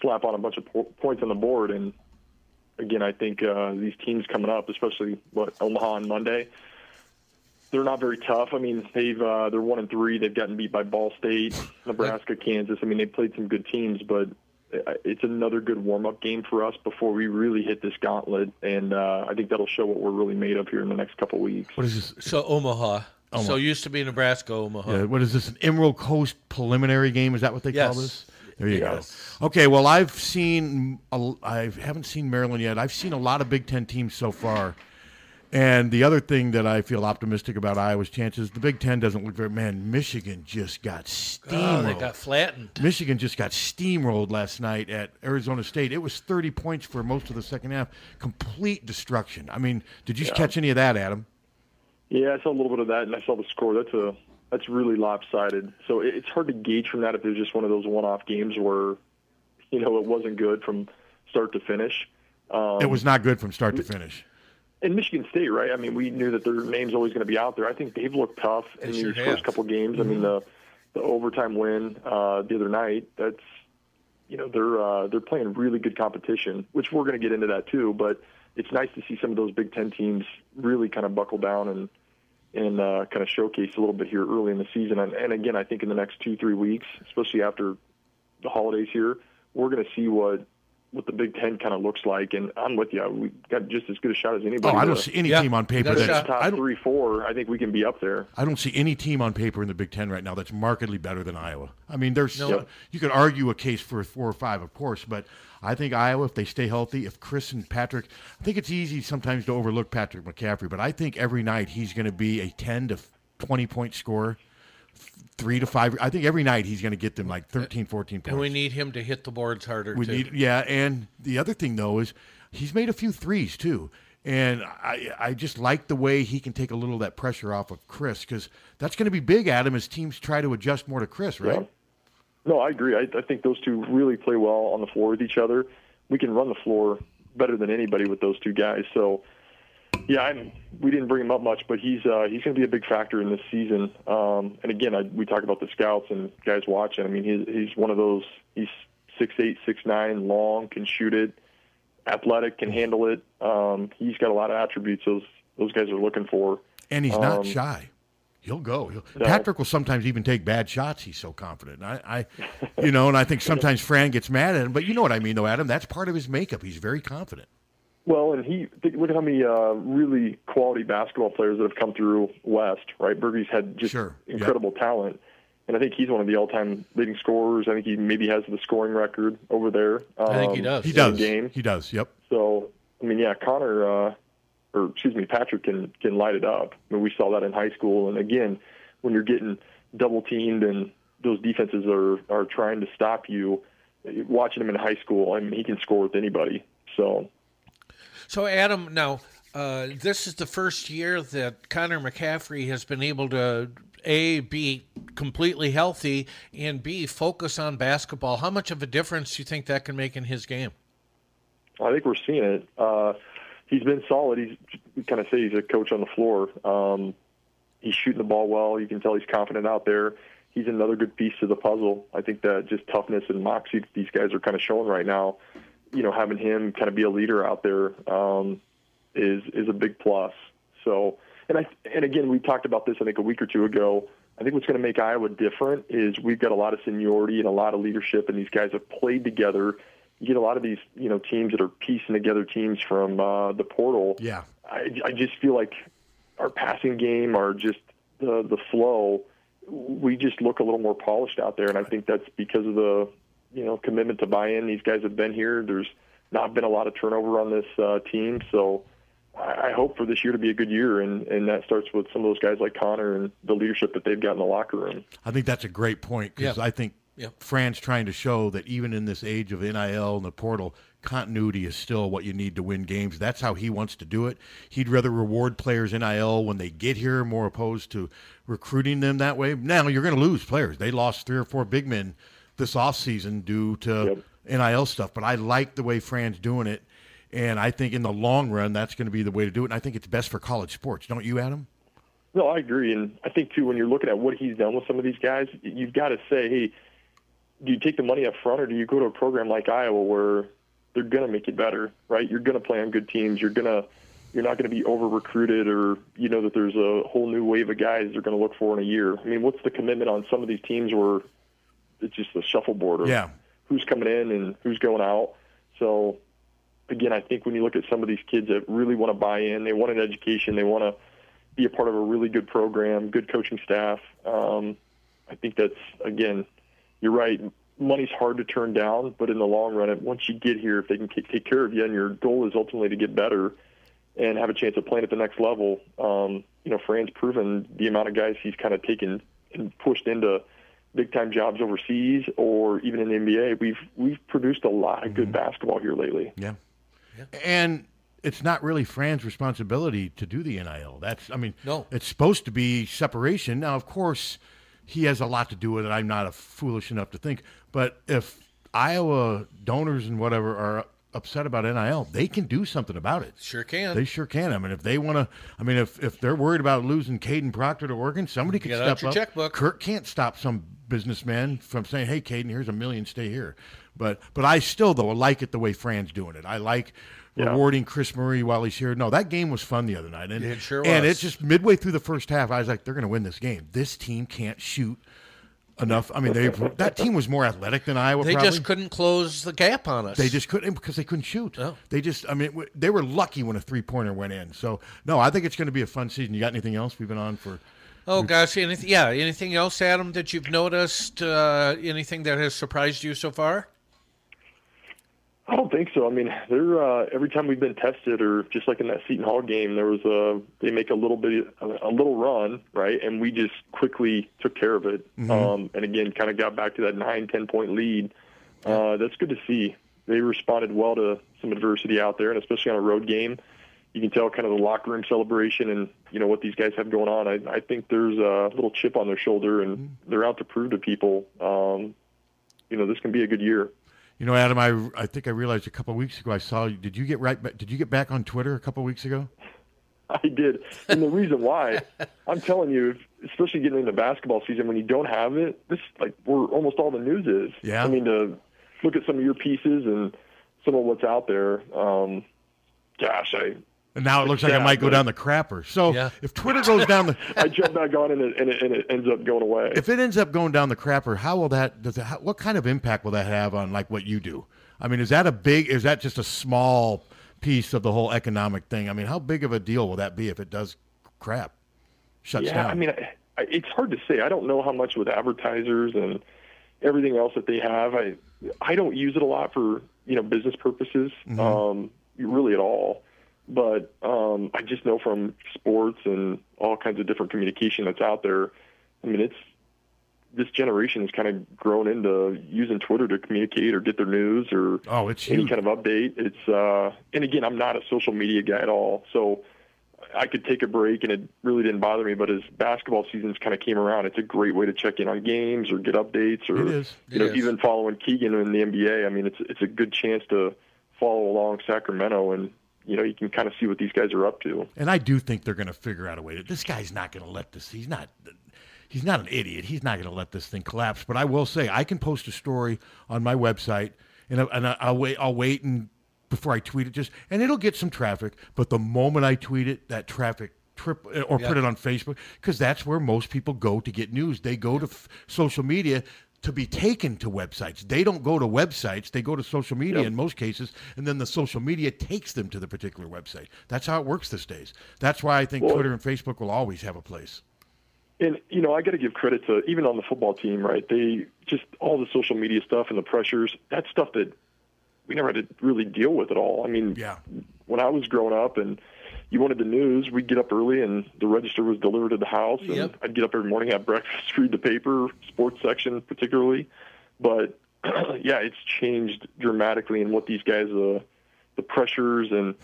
Speaker 7: slap on a bunch of po- points on the board, and again, I think uh, these teams coming up, especially what Omaha on Monday, they're not very tough. I mean, they've uh, they're one and three. They've gotten beat by Ball State, Nebraska, Kansas. I mean, they played some good teams, but uh, it's another good warm up game for us before we really hit this gauntlet, and uh, I think that'll show what we're really made of here in the next couple weeks.
Speaker 4: What is this?
Speaker 3: So Omaha. So used to be Nebraska, Omaha.
Speaker 4: Uh, what is this? An Emerald Coast preliminary game? Is that what they
Speaker 3: Yes.
Speaker 4: call this? There you
Speaker 3: Yes.
Speaker 4: go. Okay. Well, I've seen. a- I haven't seen Maryland yet. I've seen a lot of Big Ten teams so far. And the other thing that I feel optimistic about Iowa's chances, the Big Ten doesn't look very. Man, Michigan just got
Speaker 3: Oh, they
Speaker 4: steamrolled.
Speaker 3: got flattened.
Speaker 4: Michigan just got steamrolled last night at Arizona State. It was 30 points for most of the second half. Complete destruction. I mean, did you catch any of that, Adam?
Speaker 7: Yeah, I saw a little bit of that, and I saw the score. That's a that's really lopsided. So it, it's hard to gauge from that if it was just one of those one-off games where, you know, it wasn't good from start to finish. Um,
Speaker 4: It was not good from start to finish.
Speaker 7: and Michigan State, right? I mean, we knew that their name's always going to be out there. I think they've looked tough in
Speaker 3: sure
Speaker 7: these
Speaker 3: have.
Speaker 7: first couple games. I mean,
Speaker 4: Mm-hmm.
Speaker 7: the the overtime win uh, the other night. That's you know they're uh, they're playing really good competition, which we're going to get into that too. But it's nice to see some of those Big Ten teams really kind of buckle down and and uh, kind of showcase a little bit here early in the season. And, and again, I think in the next two three weeks, especially after the holidays here, we're going to see what. What the Big Ten kind of looks like, and I'm with you. We got just as good a shot as anybody.
Speaker 4: Oh, I
Speaker 7: to-
Speaker 4: don't see any
Speaker 3: Yeah.
Speaker 4: team on paper
Speaker 3: That's
Speaker 4: that's.
Speaker 3: shot.
Speaker 4: I
Speaker 7: top
Speaker 4: don't,
Speaker 7: three, four, I think we can be up there.
Speaker 4: I don't see any team on paper in the Big Ten right now that's markedly better than Iowa. I mean, there's
Speaker 7: Yep.
Speaker 4: you could argue a case for a four or five, of course, but I think Iowa, if they stay healthy, if Chris and Patrick, I think it's easy sometimes to overlook Patrick McCaffrey, but I think every night he's going to be a ten to twenty point scorer, f- three to five. I think every night he's going to get them like 13, 14 points.
Speaker 3: And we need him to hit the boards harder
Speaker 4: We
Speaker 3: too.
Speaker 4: need, yeah, and the other thing though is he's made a few threes too, and I I just like the way he can take a little of that pressure off of Chris because that's going to be big, Adam, as teams try to adjust more to Chris, right?
Speaker 7: Yeah. No, I agree. I, I think those two really play well on the floor with each other. We can run the floor better than anybody with those two guys. So, yeah, I'm, we didn't bring him up much, but he's uh, he's going to be a big factor in this season. Um, and again, I, we talk about the scouts and guys watching. I mean, he's he's one of those. He's six eight, six nine, long, can shoot it, athletic, can handle it. Um, he's got a lot of attributes those those guys are looking for.
Speaker 4: And he's not
Speaker 7: Um,
Speaker 4: shy. He'll go. He'll, Patrick will sometimes even take bad shots. He's so confident. And I, I, you know, and I think sometimes Fran gets mad at him, but you know what I mean, though, Adam. That's part of his makeup. He's very confident.
Speaker 7: Well, and he think, look at how many uh, really quality basketball players that have come through West, right? Burby's had just
Speaker 4: Sure, yeah.
Speaker 7: incredible talent, and I think he's one of the all-time leading scorers. I think he maybe has the scoring record over there. Um,
Speaker 3: I think he does.
Speaker 4: He
Speaker 7: in
Speaker 4: does.
Speaker 7: The game.
Speaker 4: He does. Yep.
Speaker 7: So, I mean, yeah, Connor, uh, or excuse me, Patrick can can light it up. I mean, we saw that in high school, and again, when you're getting double teamed and those defenses are are trying to stop you, watching him in high school, I mean, he can score with anybody. So
Speaker 3: So Adam, now Uh, this is the first year that Connor McCaffrey has been able to a be completely healthy and b focus on basketball. How much of a difference do you think that can make in his game?
Speaker 7: I think we're seeing it. Uh, he's been solid. He's we kind of say he's a coach on the floor. Um, he's shooting the ball well. You can tell he's confident out there. He's another good piece to the puzzle. I think that just toughness and moxie that these guys are kind of showing right now. You know, having him kind of be a leader out there um, is is a big plus. So, and I and again, we talked about this I think a week or two ago. I think what's going to make Iowa different is we've got a lot of seniority and a lot of leadership, and these guys have played together. You get a lot of these, you know, teams that are piecing together teams from uh, the portal.
Speaker 4: Yeah.
Speaker 7: I, I just feel like our passing game, our just the the flow, we just look a little more polished out there, and I think that's because of the you know commitment to buy-in. These guys have been here. There's not been a lot of turnover on this uh, team, so I, I hope for this year to be a good year, and and that starts with some of those guys like Connor and the leadership that they've got in the locker room.
Speaker 4: I think that's a great point because
Speaker 3: Yeah.
Speaker 4: I think
Speaker 3: Yeah.
Speaker 4: Fran's trying to show that even in this age of NIL and the portal, continuity is still what you need to win games. That's how he wants to do it. He'd rather reward players NIL when they get here, more opposed to recruiting them that way. Now you're going to lose players. They lost three or four big men this offseason due to NIL stuff, but I like the way Fran's doing it. And I think in the long run, that's going to be the way to do it. And I think it's best for college sports, don't you, Adam?
Speaker 7: No, I agree, and I think too when you're looking at what he's done with some of these guys, you've got to say, hey, do you take the money up front, or do you go to a program like Iowa where they're going to make you better, right? You're going to play on good teams. You're going to you're not going to be over recruited, or you know that there's a whole new wave of guys they're going to look for in a year. I mean, what's the commitment on some of these teams where it's just a shuffleboard of
Speaker 4: Yeah.
Speaker 7: who's coming in and who's going out? So again, I think when you look at some of these kids that really want to buy in, they want an education, they want to be a part of a really good program, good coaching staff. Um, I think that's again, you're right. Money's hard to turn down, but in the long run, it- once you get here, if they can ca- take care of you, and your goal is ultimately to get better and have a chance of playing at the next level, um, you know, Fran's proven the amount of guys he's kind of taken and pushed into big time jobs overseas or even in the NBA. We've we've produced a lot of good basketball here lately.
Speaker 4: Yeah. And it's not really Fran's responsibility to do the NIL. That's I mean,
Speaker 3: No.
Speaker 4: it's supposed to be separation. Now, of course, he has a lot to do with it. I'm not a foolish enough to think, but if Iowa donors and whatever are upset about NIL, they can do something about it.
Speaker 3: Sure can.
Speaker 4: They sure can. I mean, if they want to, I mean, if, if they're worried about losing Caden Proctor to Oregon, somebody could
Speaker 3: Get
Speaker 4: step
Speaker 3: out your
Speaker 4: up.
Speaker 3: checkbook.
Speaker 4: Kirk can't stop some businessman from saying, "Hey, Caden, here's a million, stay here." But but I still though like it the way Fran's doing it. I like rewarding Chris Murray while he's here. No, that game was fun the other night, and
Speaker 3: It sure
Speaker 4: And
Speaker 3: was.
Speaker 4: it's just midway through the first half, I was like, "They're going to win this game. This team can't shoot." Enough. I mean, they that team was more athletic than Iowa.
Speaker 3: They
Speaker 4: probably.
Speaker 3: just couldn't close the gap on us.
Speaker 4: They just couldn't because they couldn't shoot.
Speaker 3: No.
Speaker 4: They just, I mean, w- they were lucky when a three pointer went in. So, no, I think it's going to be a fun season. You got anything else we've been on for?
Speaker 3: Oh gosh, anything? Yeah, anything else, Adam, that you've noticed? Uh, anything that has surprised you so far?
Speaker 7: I don't think so. I mean, they're uh, every time we've been tested, or just like in that Seton Hall game, there was a they make a little bit a little run, right, and we just quickly took care of it. Um, and again, kind of got back to that nine ten point lead. Uh, that's good to see. They responded well to some adversity out there, and especially on a road game, you can tell kind of the locker room celebration and you know what these guys have going on. I, I think there's a little chip on their shoulder, and they're out to prove to people, um, you know, this can be a good year.
Speaker 4: You know, Adam, I, I think I realized a couple of weeks ago I saw you. Did you get right? Back, did you get back on Twitter a couple of weeks ago?
Speaker 7: (laughs) I did. And the reason why, I'm telling you, if, especially getting into basketball season when you don't have it, this is like where almost all the news is.
Speaker 4: Yeah.
Speaker 7: I mean, to look at some of your pieces and some of what's out there. Um, gosh, I
Speaker 4: And now it looks like I might go
Speaker 7: Exactly.
Speaker 4: down the crapper. So
Speaker 3: Yeah.
Speaker 4: if Twitter goes down the, (laughs)
Speaker 7: I jump back on and it, and it, and it ends up going away.
Speaker 4: if it ends up going down the crapper, how will that? Does it, how, what kind of impact will that have on like what you do? I mean, is that a big? Is that just a small piece of the whole economic thing? I mean, how big of a deal will that be if it does crap? Shuts
Speaker 7: yeah,
Speaker 4: down.
Speaker 7: I mean, I, I, it's hard to say. I don't know how much with advertisers and everything else that they have. I I don't use it a lot for you know business purposes,
Speaker 4: Mm-hmm.
Speaker 7: um, really at all. But um, I just know from sports and all kinds of different communication that's out there. I mean, it's this generation has kind of grown into using Twitter to communicate or get their news or
Speaker 4: Oh, it's
Speaker 7: any
Speaker 4: huge.
Speaker 7: kind of update. It's uh, and again, I'm not a social media guy at all, so I could take a break, and it really didn't bother me. But as basketball seasons kind of came around, it's a great way to check in on games or get updates, or
Speaker 4: It is.
Speaker 7: you know,
Speaker 3: It is.
Speaker 7: even following Keegan in the NBA. I mean, it's it's a good chance to follow along Sacramento, and you know, you can kind of see what these guys are up to.
Speaker 4: And I do think they're going to figure out a way. To, this guy's not going to let this. He's not. He's not an idiot. He's not going to let this thing collapse. But I will say, I can post a story on my website, and I, and I, I'll wait. I'll wait and before I tweet it, just and it'll get some traffic. But the moment I tweet it, that traffic trip eh, or put it on Facebook because that's where most people go to get news. They go to f- social media to be taken to websites. They don't go to websites. They go to social media in most cases, and then the social media takes them to the particular website. That's how it works these days. That's why I think
Speaker 7: Well-
Speaker 4: Twitter and Facebook will always have a place.
Speaker 7: And you know, I got to give credit to even on the football team, right? They just all the social media stuff and the pressures. That's stuff that we never had to really deal with at all. I mean,
Speaker 4: Yeah.
Speaker 7: when I was growing up and you wanted the news, we'd get up early and the register was delivered to the house. And
Speaker 3: Yep.
Speaker 7: I'd get up every morning, have breakfast, (laughs) read the paper, sports section particularly. But (clears throat) yeah, it's changed dramatically in what these guys, uh, the pressures and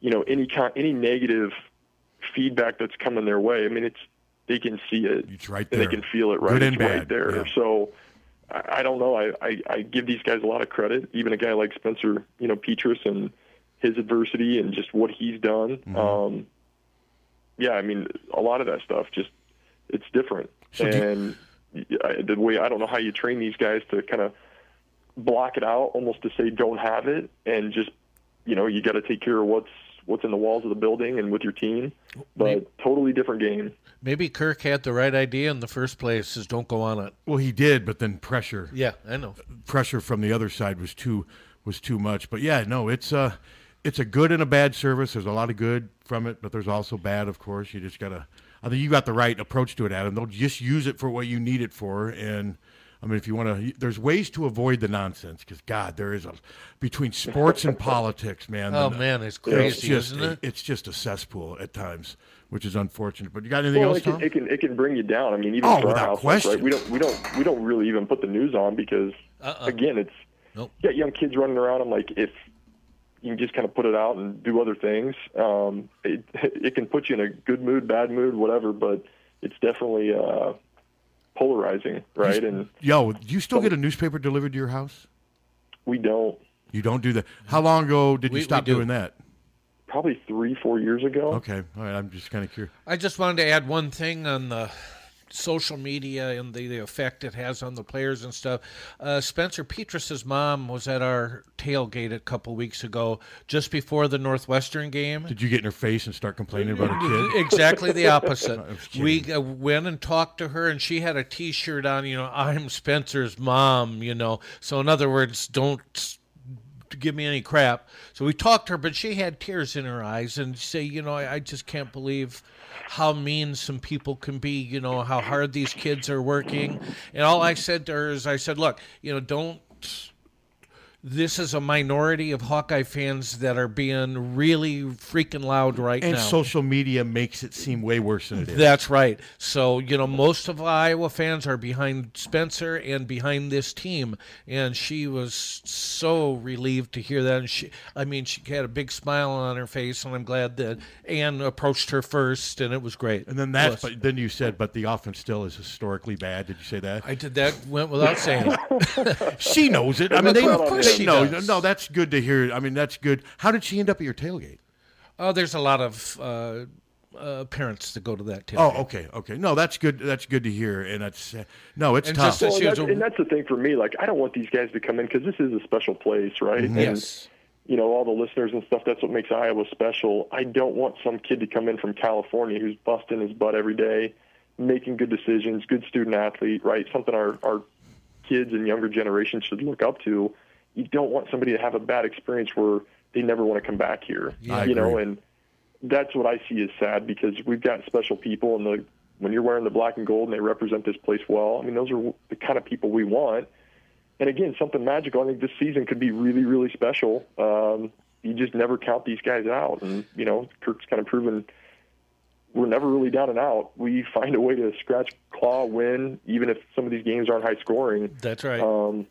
Speaker 7: you know any kind, any negative feedback that's coming their way. I mean, it's they can see it.
Speaker 4: It's right
Speaker 7: And
Speaker 4: there.
Speaker 7: they can feel it right,
Speaker 4: Good and
Speaker 7: it's right
Speaker 4: bad,
Speaker 7: there.
Speaker 4: yeah.
Speaker 7: So I, I don't know. I, I, I give these guys a lot of credit. Even a guy like Spencer, you know, Petrus and his adversity and just what he's done.
Speaker 4: Mm-hmm.
Speaker 7: Um, yeah, I mean, a lot of that stuff just it's different.
Speaker 4: So do you-
Speaker 7: and I, the way I don't know how you train these guys to kind of block it out, almost to say don't have it, and just you know you got to take care of what's what's in the walls of the building and with your team. But totally different game.
Speaker 3: Maybe Kirk had the right idea in the first place. Is don't go on it.
Speaker 4: Well, he did, but then pressure
Speaker 3: Yeah, I know.
Speaker 4: pressure from the other side was too was too much. But yeah, no, it's a it's a good and a bad service. There's a lot of good from it, but there's also bad, of course. You just gotta. I think you got the right approach to it, Adam. They'll just use it for what you need it for, and I mean, if you want to, there's ways to avoid the nonsense because God, there is a between sports and politics, man.
Speaker 3: Oh
Speaker 4: the-
Speaker 3: man, it's
Speaker 4: it's
Speaker 3: crazy,
Speaker 4: just
Speaker 3: isn't it?
Speaker 4: it's just a cesspool at times, which is unfortunate. But you got anything
Speaker 7: well,
Speaker 4: else,
Speaker 7: it can,
Speaker 4: Tom?
Speaker 7: it can it can bring you down. I mean, even
Speaker 4: Oh,
Speaker 7: for our
Speaker 4: without
Speaker 7: house,
Speaker 4: question.
Speaker 7: right? We don't we don't we don't really even put the news on because again, it's
Speaker 3: Nope.
Speaker 7: you got young kids running around. I'm like, if you can just kind of put it out and do other things, um, it it can put you in a good mood, bad mood, whatever. But it's definitely uh, polarizing, right? And
Speaker 4: Yo, do you
Speaker 7: Oh.
Speaker 4: still get a newspaper delivered to your house?
Speaker 7: we don't
Speaker 4: You don't do that. How long ago did
Speaker 3: We-
Speaker 4: you
Speaker 3: we
Speaker 4: stop
Speaker 3: do.
Speaker 4: doing that?
Speaker 7: probably three four years ago.
Speaker 4: Okay, all right. I'm just kind of curious.
Speaker 3: I just wanted to add one thing on the social media and the, the effect it has on the players and stuff. Uh, Spencer Petrus's mom was at our tailgate a couple weeks ago, just before the Northwestern game.
Speaker 4: Did you get in her face and start complaining about her kid? Oh,
Speaker 3: Exactly
Speaker 4: (laughs)
Speaker 3: the opposite. we uh, went and talked to her, and she had a T-shirt on. You know, I'm Spencer's mom. You know, so in other words, don't s- give me any crap. So we talked to her, but she had tears in her eyes, and say, you know, I, I just can't believe how mean some people can be. You know, how hard these kids are working. And all I said to her is, I said, look, you know, don't this is a minority of Hawkeye fans that are being really freaking loud right
Speaker 4: And
Speaker 3: now.
Speaker 4: social media makes it seem way worse than it is.
Speaker 3: That's right. So, you know, most of Iowa fans are behind Spencer and behind this team. And she was so relieved to hear that. And she, I mean, she had a big smile on her face. And I'm glad that Ann approached her first. And it was great.
Speaker 4: and then that's. But then you said, but the offense still is historically bad. Did you say that?
Speaker 3: I did that, went without saying.
Speaker 4: (laughs)
Speaker 3: (laughs)
Speaker 4: she knows it. I mean, they,
Speaker 7: Well, of course
Speaker 4: they
Speaker 3: she
Speaker 4: know.
Speaker 3: does.
Speaker 4: No, that's good to hear. I mean, that's good. How did she end up at your tailgate?
Speaker 3: oh, there's a lot of uh, uh, parents that go to that tailgate.
Speaker 4: Oh, okay, okay. No, that's good. That's good to hear. And that's uh, no, it's
Speaker 3: And
Speaker 4: tough.
Speaker 3: just as-
Speaker 7: Well,
Speaker 3: She
Speaker 7: and,
Speaker 3: was
Speaker 7: that,
Speaker 3: a-
Speaker 7: and that's the thing for me. Like, I don't want these guys to come in because this is a special place, right?
Speaker 4: Mm-hmm.
Speaker 7: And,
Speaker 3: Yes.
Speaker 7: you know, all the listeners and stuff. That's what makes Iowa special. I don't want some kid to come in from California who's busting his butt every day, making good decisions, good student athlete, right? Something our our kids and younger generations should look up to. You don't want somebody to have a bad experience where they never want to come back here.
Speaker 4: I
Speaker 7: you know,
Speaker 4: agree.
Speaker 7: and that's what I see as sad because we've got special people, and the when you're wearing the black and gold and they represent this place well, I mean, those are the kind of people we want. And again, something magical. I think this season could be really, really special. Um, you just never count these guys out, and you know, Kirk's kind of proven we're never really down and out. We find a way to scratch, claw, win, even if some of these games aren't high scoring.
Speaker 3: That's right.
Speaker 7: Um,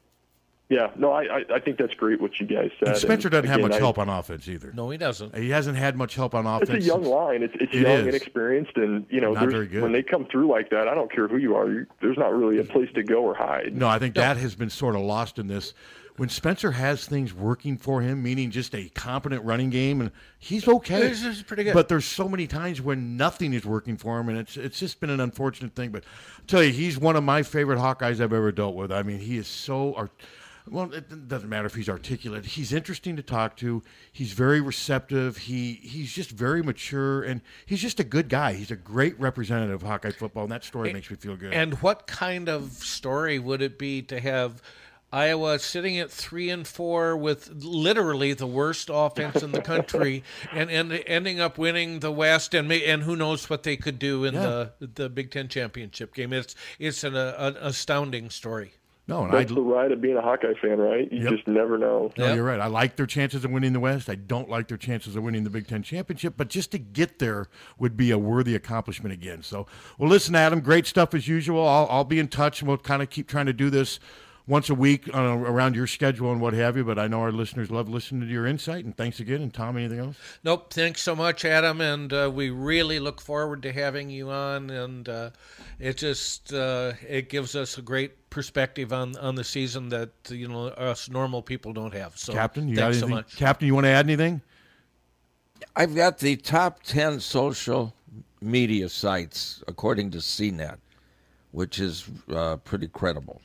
Speaker 7: yeah, no, I, I, I think that's great what you guys said.
Speaker 4: And Spencer doesn't have
Speaker 7: again,
Speaker 4: much
Speaker 7: I-
Speaker 4: help on offense either.
Speaker 3: No, he doesn't.
Speaker 4: He hasn't had much help on
Speaker 7: It's
Speaker 4: offense.
Speaker 7: a young line. It's, it's
Speaker 4: It
Speaker 7: young,
Speaker 4: is.
Speaker 7: inexperienced, and you know,
Speaker 4: Not
Speaker 7: there's-
Speaker 4: very good.
Speaker 7: when they come through like that, I don't care who you are. You, there's not really a place to go or hide.
Speaker 4: No, I think that has been sort of lost in this. When Spencer has things working for him, meaning just a competent running game, and he's okay.
Speaker 3: This is pretty good.
Speaker 4: But there's so many times when nothing is working for him, and it's it's just been an unfortunate thing. But I'll tell you, he's one of my favorite Hawkeyes I've ever dealt with. I mean, he is so art- well. It doesn't matter if he's articulate. He's interesting to talk to. He's very receptive. He he's just very mature, and he's just a good guy. He's a great representative of Hawkeye football, and that story makes me feel good.
Speaker 3: And what kind of story would it be to have Iowa sitting at three and four with literally the worst offense in
Speaker 4: (laughs)
Speaker 3: the country, and, and ending up winning the West, and may- and who knows what they could do in the the Big Ten championship game? It's it's an, uh, an astounding story.
Speaker 4: no, and
Speaker 7: That's
Speaker 4: I
Speaker 7: the ride of being a Hawkeye fan, right? You just never know.
Speaker 4: No,
Speaker 3: Yep.
Speaker 4: you're right. I like their chances of winning the West. I don't like their chances of winning the Big Ten championship, but just to get there would be a worthy accomplishment again. So, well, listen, Adam, great stuff as usual. I'll, I'll be in touch, and we'll kind of keep trying to do this once a week uh, around your schedule and what have you. But I know our listeners love listening to your insight, and thanks again. And Tom, anything else?
Speaker 3: Nope. Thanks so much, Adam, and uh, we really look forward to having you on. And uh, it just uh, it gives us a great perspective on on the season that you know us normal people don't have. So,
Speaker 4: Captain, you got
Speaker 3: thanks so
Speaker 4: anything?
Speaker 3: much.
Speaker 4: Captain, you want to add anything?
Speaker 2: I've got the top 10 social media sites according to CNET, which is uh, pretty credible.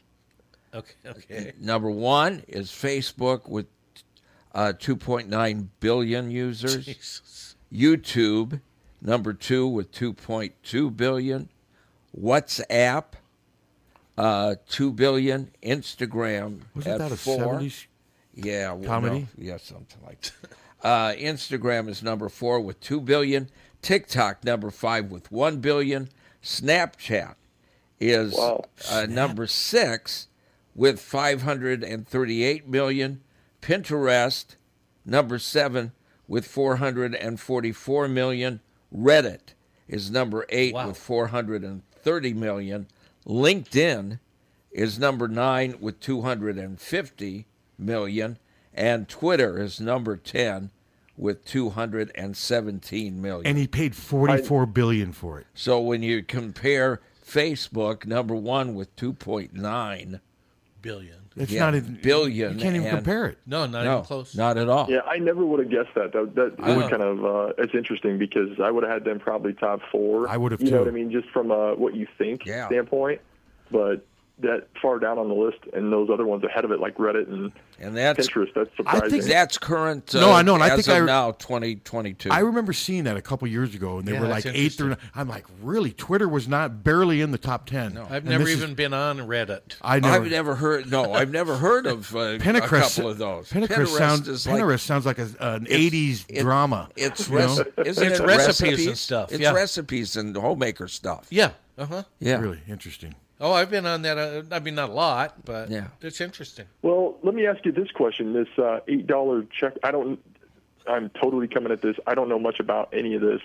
Speaker 3: Okay. Okay.
Speaker 2: Number one is Facebook with uh, 2.9 billion users. YouTube, number two with 2.2 billion. WhatsApp, uh, 2 billion. Instagram
Speaker 4: Wasn't
Speaker 2: at
Speaker 4: that a
Speaker 2: four.
Speaker 4: 70s
Speaker 2: Yeah, well,
Speaker 4: Comedy?
Speaker 2: no, yeah, something like that. Uh, Instagram is number four with two billion. TikTok number five with one billion. Snapchat is
Speaker 7: Wow.
Speaker 2: uh, number six with five hundred and thirty-eight million. Pinterest number seven with four hundred and forty-four million. Reddit is number eight
Speaker 3: Wow.
Speaker 2: with four hundred and thirty million. LinkedIn is number nine with 250 million, and Twitter is number 10 with 217 million.
Speaker 4: And he paid forty-four billion for it.
Speaker 2: so when you compare Facebook, number one with 2.9,
Speaker 3: Billion.
Speaker 4: It's
Speaker 2: Yeah,
Speaker 4: not even
Speaker 2: billion
Speaker 4: You can't even
Speaker 2: and-
Speaker 4: compare it.
Speaker 3: No, not
Speaker 2: no,
Speaker 3: even close.
Speaker 2: not at all.
Speaker 7: Yeah, I never would have guessed that. That, that it was
Speaker 2: know.
Speaker 7: kind of uh, it's interesting because I would have had them probably top four.
Speaker 4: I would have
Speaker 7: you know
Speaker 4: too.
Speaker 7: what I mean, just from uh, what you think
Speaker 2: Yeah.
Speaker 7: standpoint. But that far down on the list, and those other ones ahead of it, like Reddit and
Speaker 2: And that's
Speaker 7: Pinterest, that's surprising.
Speaker 2: that's current. Uh,
Speaker 4: No, I know, and I
Speaker 2: as
Speaker 4: think
Speaker 2: of
Speaker 4: I-
Speaker 2: now 2022.
Speaker 4: I remember seeing that a couple years ago, and they
Speaker 3: Yeah,
Speaker 4: were
Speaker 3: that's
Speaker 4: like eighth or. Nine. I'm like, really? Twitter was not barely in the top ten.
Speaker 3: I've
Speaker 4: Oh. And
Speaker 3: never
Speaker 4: this is-
Speaker 3: even been on Reddit.
Speaker 4: I never.
Speaker 2: I've never heard. No, I've never heard of uh, a
Speaker 4: Pinterest-
Speaker 2: couple of those.
Speaker 4: Pinterest, sounds.
Speaker 2: like-
Speaker 4: Pinterest sounds like a, an '80s drama.
Speaker 2: It's,
Speaker 4: you know?
Speaker 2: rec- isn't
Speaker 3: It's
Speaker 2: it
Speaker 3: recipes and stuff,
Speaker 2: It's
Speaker 3: yeah.
Speaker 2: recipes and homemaker stuff.
Speaker 3: Yeah. Uh huh.
Speaker 2: yeah.
Speaker 4: really interesting.
Speaker 3: Oh, I've been on that. Uh, I mean, not a lot, but
Speaker 2: Yeah.
Speaker 3: it's interesting.
Speaker 7: Well, let me ask you this question: This uh, eight dollar check. I don't. I'm totally coming at this. I don't know much about any of this.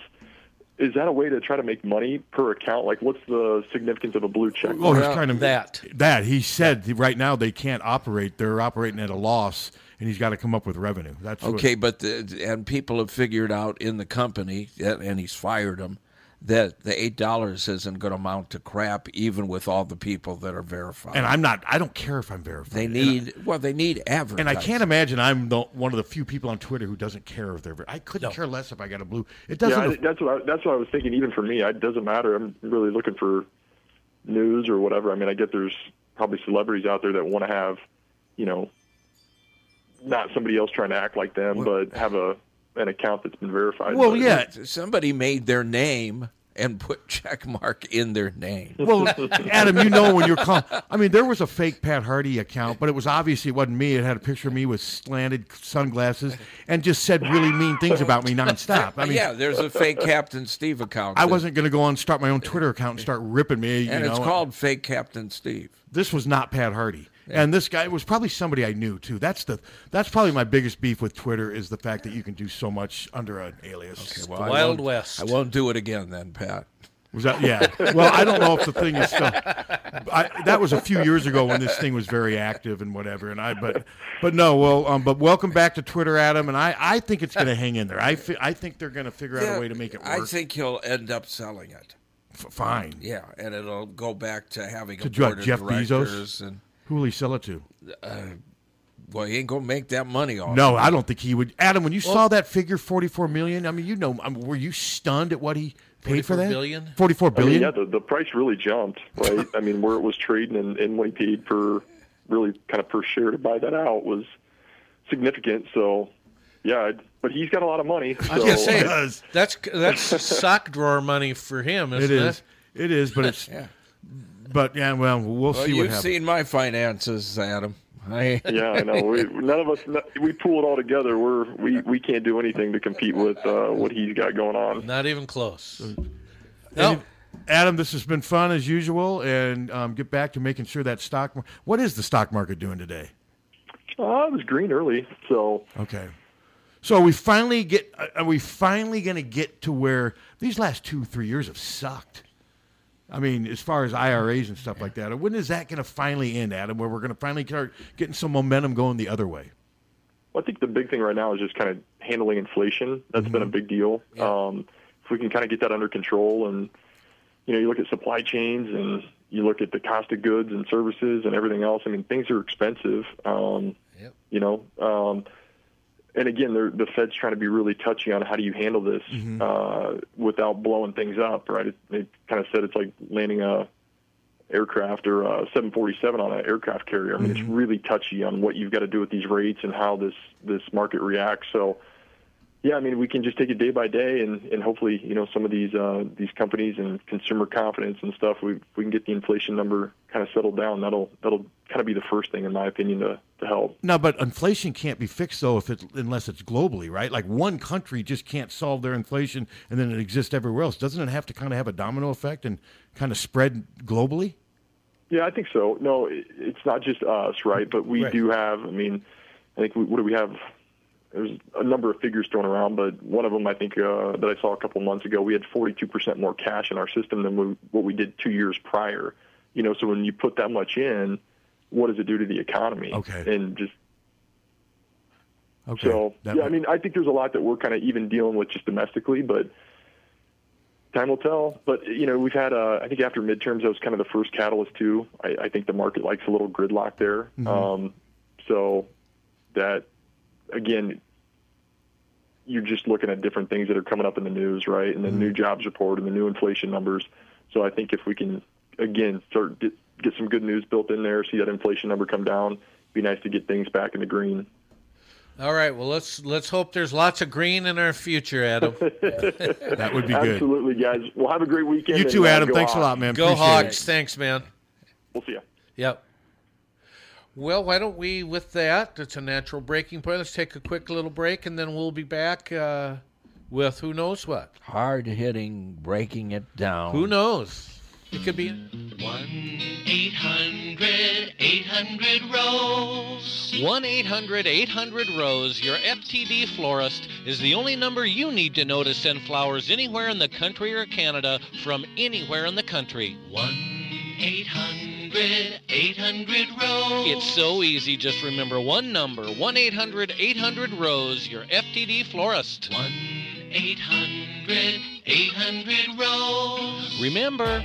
Speaker 7: Is that a way to try to make money per account? Like, what's the significance of a blue check?
Speaker 4: Well,
Speaker 2: Well,
Speaker 4: he's trying to
Speaker 3: that.
Speaker 4: That he said that right now they can't operate. They're operating at a loss, and he's got to come up with revenue. That's what-
Speaker 2: Okay, but the, and people have figured out in the company, and and he's fired them, that the eight dollars isn't going to amount to crap, even with all the people that are verified.
Speaker 4: and I'm not. I don't care if I'm verified.
Speaker 2: they
Speaker 4: And
Speaker 2: need well, they need average.
Speaker 4: And I can't imagine I'm the, one of the few people on Twitter who doesn't care if they're. ver- I couldn't care less if I got a blue. It doesn't.
Speaker 7: yeah, I,
Speaker 4: aff-
Speaker 7: that's what I, that's what I was thinking. Even for me, it doesn't matter. I'm really looking for news or whatever. I mean, I get there's probably celebrities out there that want to have, you know, not somebody else trying to act like them, but have a an account that's been verified.
Speaker 4: well,
Speaker 7: But-
Speaker 4: yeah.
Speaker 2: Somebody made their name and put check mark in their name.
Speaker 4: Well, Adam, you know when you're calling. I mean, there was a fake Pat Hardy account, but it was obviously it wasn't me. It had a picture of me with slanted sunglasses and just said really mean things about me nonstop.
Speaker 2: (laughs)
Speaker 4: I mean,
Speaker 2: yeah, there's a fake Captain Steve account.
Speaker 4: I
Speaker 2: that-
Speaker 4: wasn't going to go on and start my own Twitter account and start ripping me. You
Speaker 2: and it's
Speaker 4: know.
Speaker 2: called fake Captain Steve.
Speaker 4: This was not Pat Hardy. And this guy was probably somebody I knew too. That's the that's probably my biggest beef with Twitter is the fact that you can do so much under an alias.
Speaker 2: Okay, well, I won't- I won't do it again then, Pat.
Speaker 4: Was that yeah? Well, I don't know if the thing is still. I, that was a few years ago when this thing was very active and whatever. And I but but no well um, but welcome back to Twitter, Adam. And I I think it's going to hang in there. I fe- I think they're going to figure out
Speaker 2: Yeah,
Speaker 4: a way to make it work.
Speaker 2: I think he'll end up selling it.
Speaker 4: fine.
Speaker 2: Yeah, and it'll go back to having
Speaker 4: to
Speaker 2: a
Speaker 4: Jeff,
Speaker 2: board of
Speaker 4: Jeff
Speaker 2: directors
Speaker 4: Bezos.
Speaker 2: and
Speaker 4: Who will he sell it to?
Speaker 2: uh, well, he ain't gonna make that money off.
Speaker 4: No,
Speaker 2: it.
Speaker 4: I don't think he would. Adam, when you
Speaker 2: Well-
Speaker 4: saw that figure, forty-four million. I mean, you know, I mean, were you stunned at what he paid for
Speaker 7: 44
Speaker 4: that?
Speaker 7: billion?
Speaker 4: Forty-four
Speaker 7: I mean,
Speaker 2: Oh,
Speaker 4: billion.
Speaker 7: yeah, the, the price really jumped,
Speaker 4: (laughs)
Speaker 7: right? I mean, where it was trading and, and what he paid per really kind of per share to buy that out was significant. So, yeah, I'd- but he's got a lot of money. So
Speaker 3: I was gonna say
Speaker 4: uh,
Speaker 3: that's that's
Speaker 4: (laughs)
Speaker 3: sock drawer money for him,
Speaker 4: It
Speaker 3: isn't it?
Speaker 4: is. It is, but it's. But yeah, well, we'll,
Speaker 2: Well,
Speaker 4: see what
Speaker 2: you've
Speaker 4: happens.
Speaker 2: seen my finances, Adam. (laughs) I
Speaker 7: yeah, I know. We, none of us we pull it all together. We're we, we can't do anything to compete with uh, what he's got going on.
Speaker 3: Not even close.
Speaker 4: No. Adam, this has been fun as usual, and um, get back to making sure that stock. mar- What is the stock market doing today?
Speaker 7: Uh, it was green early, so
Speaker 4: Okay, so we finally get. uh, Are we finally going to get to where these last two, three years have sucked? I mean, as far as IRAs and stuff like that, when is that going to finally end, Adam? Where we're going to finally start getting some momentum going the other way?
Speaker 7: Well, I think the big thing right now is just kind of handling inflation. That's been a big deal. Um, if we can kind of get that under control, and you know, you look at supply chains and you look at the cost of goods and services and everything else. I mean, things are expensive. Um, You know, um, and again, they're- the Fed's trying to be really touchy on how do you handle this
Speaker 9: Mhm.
Speaker 7: uh, without blowing things up, right? It, they kind of said it's like landing a aircraft or a 747 on an aircraft carrier. I mean, it's really touchy on what you've got to do with these rates and how this this market reacts. So, yeah, I mean, we can just take it day by day, and and hopefully, you know, some of these uh, these companies and consumer confidence and stuff, we we can get the inflation number kind of settled down. That'll that'll kind of be the first thing, in my opinion, to to help.
Speaker 4: No, but inflation can't be fixed though if it unless it's globally, right? Like one country just can't solve their inflation and then it exists everywhere else. Doesn't it have to kind of have a domino effect and kind of spread globally?
Speaker 7: Yeah, I think so. No, it- it's not just us, right? But we
Speaker 4: Right.
Speaker 7: do have. I mean, I think we, what do we have? There's a number of figures thrown around, but one of them I think uh, that I saw a couple months ago, we had 42% more cash in our system than we, what we did two years prior. You know, so when you put that much in, what does it do to the economy? Okay. And just
Speaker 4: Okay.
Speaker 7: so,
Speaker 4: That
Speaker 7: yeah,
Speaker 4: might-
Speaker 7: I mean, I think there's a lot that we're kind of even dealing with just domestically, but time will tell. But you know, we've had, uh, I think after midterms, that was kind of the first catalyst too. I, I think the market likes a little gridlock there.
Speaker 3: Mm-hmm.
Speaker 8: Mhm.
Speaker 7: Um, so that again, you're just looking at different things that are coming up in the news, right?
Speaker 3: Mm-hmm.
Speaker 7: And the new jobs report and the new inflation numbers. So I think if we can again start get, get some good news built in there, see that inflation number come down, be nice to get things back in the green.
Speaker 3: All right. Well, let's let's hope there's lots of green in our future, (laughs) Adam.
Speaker 4: that
Speaker 3: would be good.
Speaker 7: Absolutely, guys. Well, have a great weekend.
Speaker 3: You
Speaker 7: and,
Speaker 3: too,
Speaker 7: uh,
Speaker 3: Adam.
Speaker 7: go
Speaker 3: Thanks a
Speaker 7: Hawks.
Speaker 3: lot, man. Go Appreciate Hawks. it. Thanks, man.
Speaker 7: We'll see you.
Speaker 3: Yep. Well, why don't we, with that, it's a natural breaking point. Let's take a quick little break, and then we'll be back uh, with who knows what.
Speaker 2: hard hitting, breaking it down.
Speaker 3: Who knows? It could be.
Speaker 10: 800 800 Rose. 1 800 800 Rose, your FTD florist, is the only number you need to know to send flowers anywhere in the country or Canada from anywhere in the country. 1 800 800 Rose. It's so easy. Just remember one number 1 800 800 Rose, your FTD florist. 1 800 800 Rose. Remember.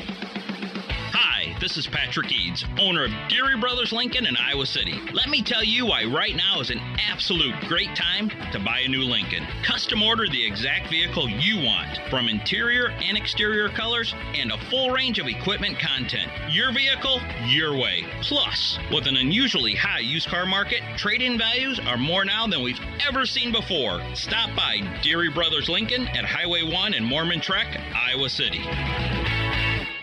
Speaker 9: Hi, this is Patrick Eads, owner of Geary Brothers Lincoln in Iowa City. Let me tell you why right now is an absolute great time to buy a new Lincoln. Custom order the exact vehicle you want, from interior and exterior colors and a full range of equipment content. Your vehicle, your way. Plus, with an unusually high used car market, trade in values are more now than we've ever seen before. Stop by Geary Brothers Lincoln at Highway 1 in Mormon Trek, Iowa City.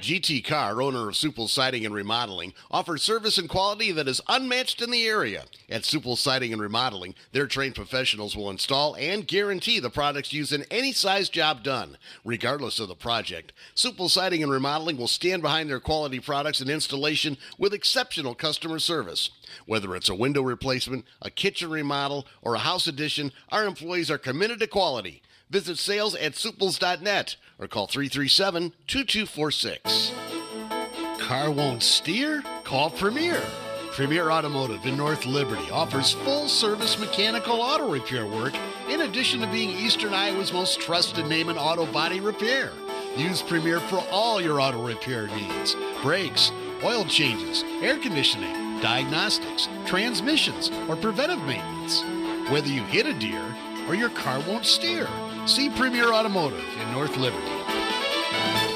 Speaker 8: GT Car, owner of Supple Siding and Remodeling, offers service and quality that is unmatched in the area. At Supple Siding and Remodeling, their trained professionals will install and guarantee the products used in any size job done, regardless of the project. Supple Siding and Remodeling will stand behind their quality products and installation with exceptional customer service. Whether it's a window replacement, a kitchen remodel, or a house addition, our employees are committed to quality. Visit sales at suples.net or call 337 2246. Car won't steer? Call Premier. Premier Automotive in North Liberty offers full service mechanical auto repair work in addition to being Eastern Iowa's most trusted name in auto body repair. Use Premier for all your auto repair needs brakes, oil changes, air conditioning, diagnostics, transmissions, or preventive maintenance. Whether you hit a deer or your car won't steer, see Premier Automotive in North Liberty.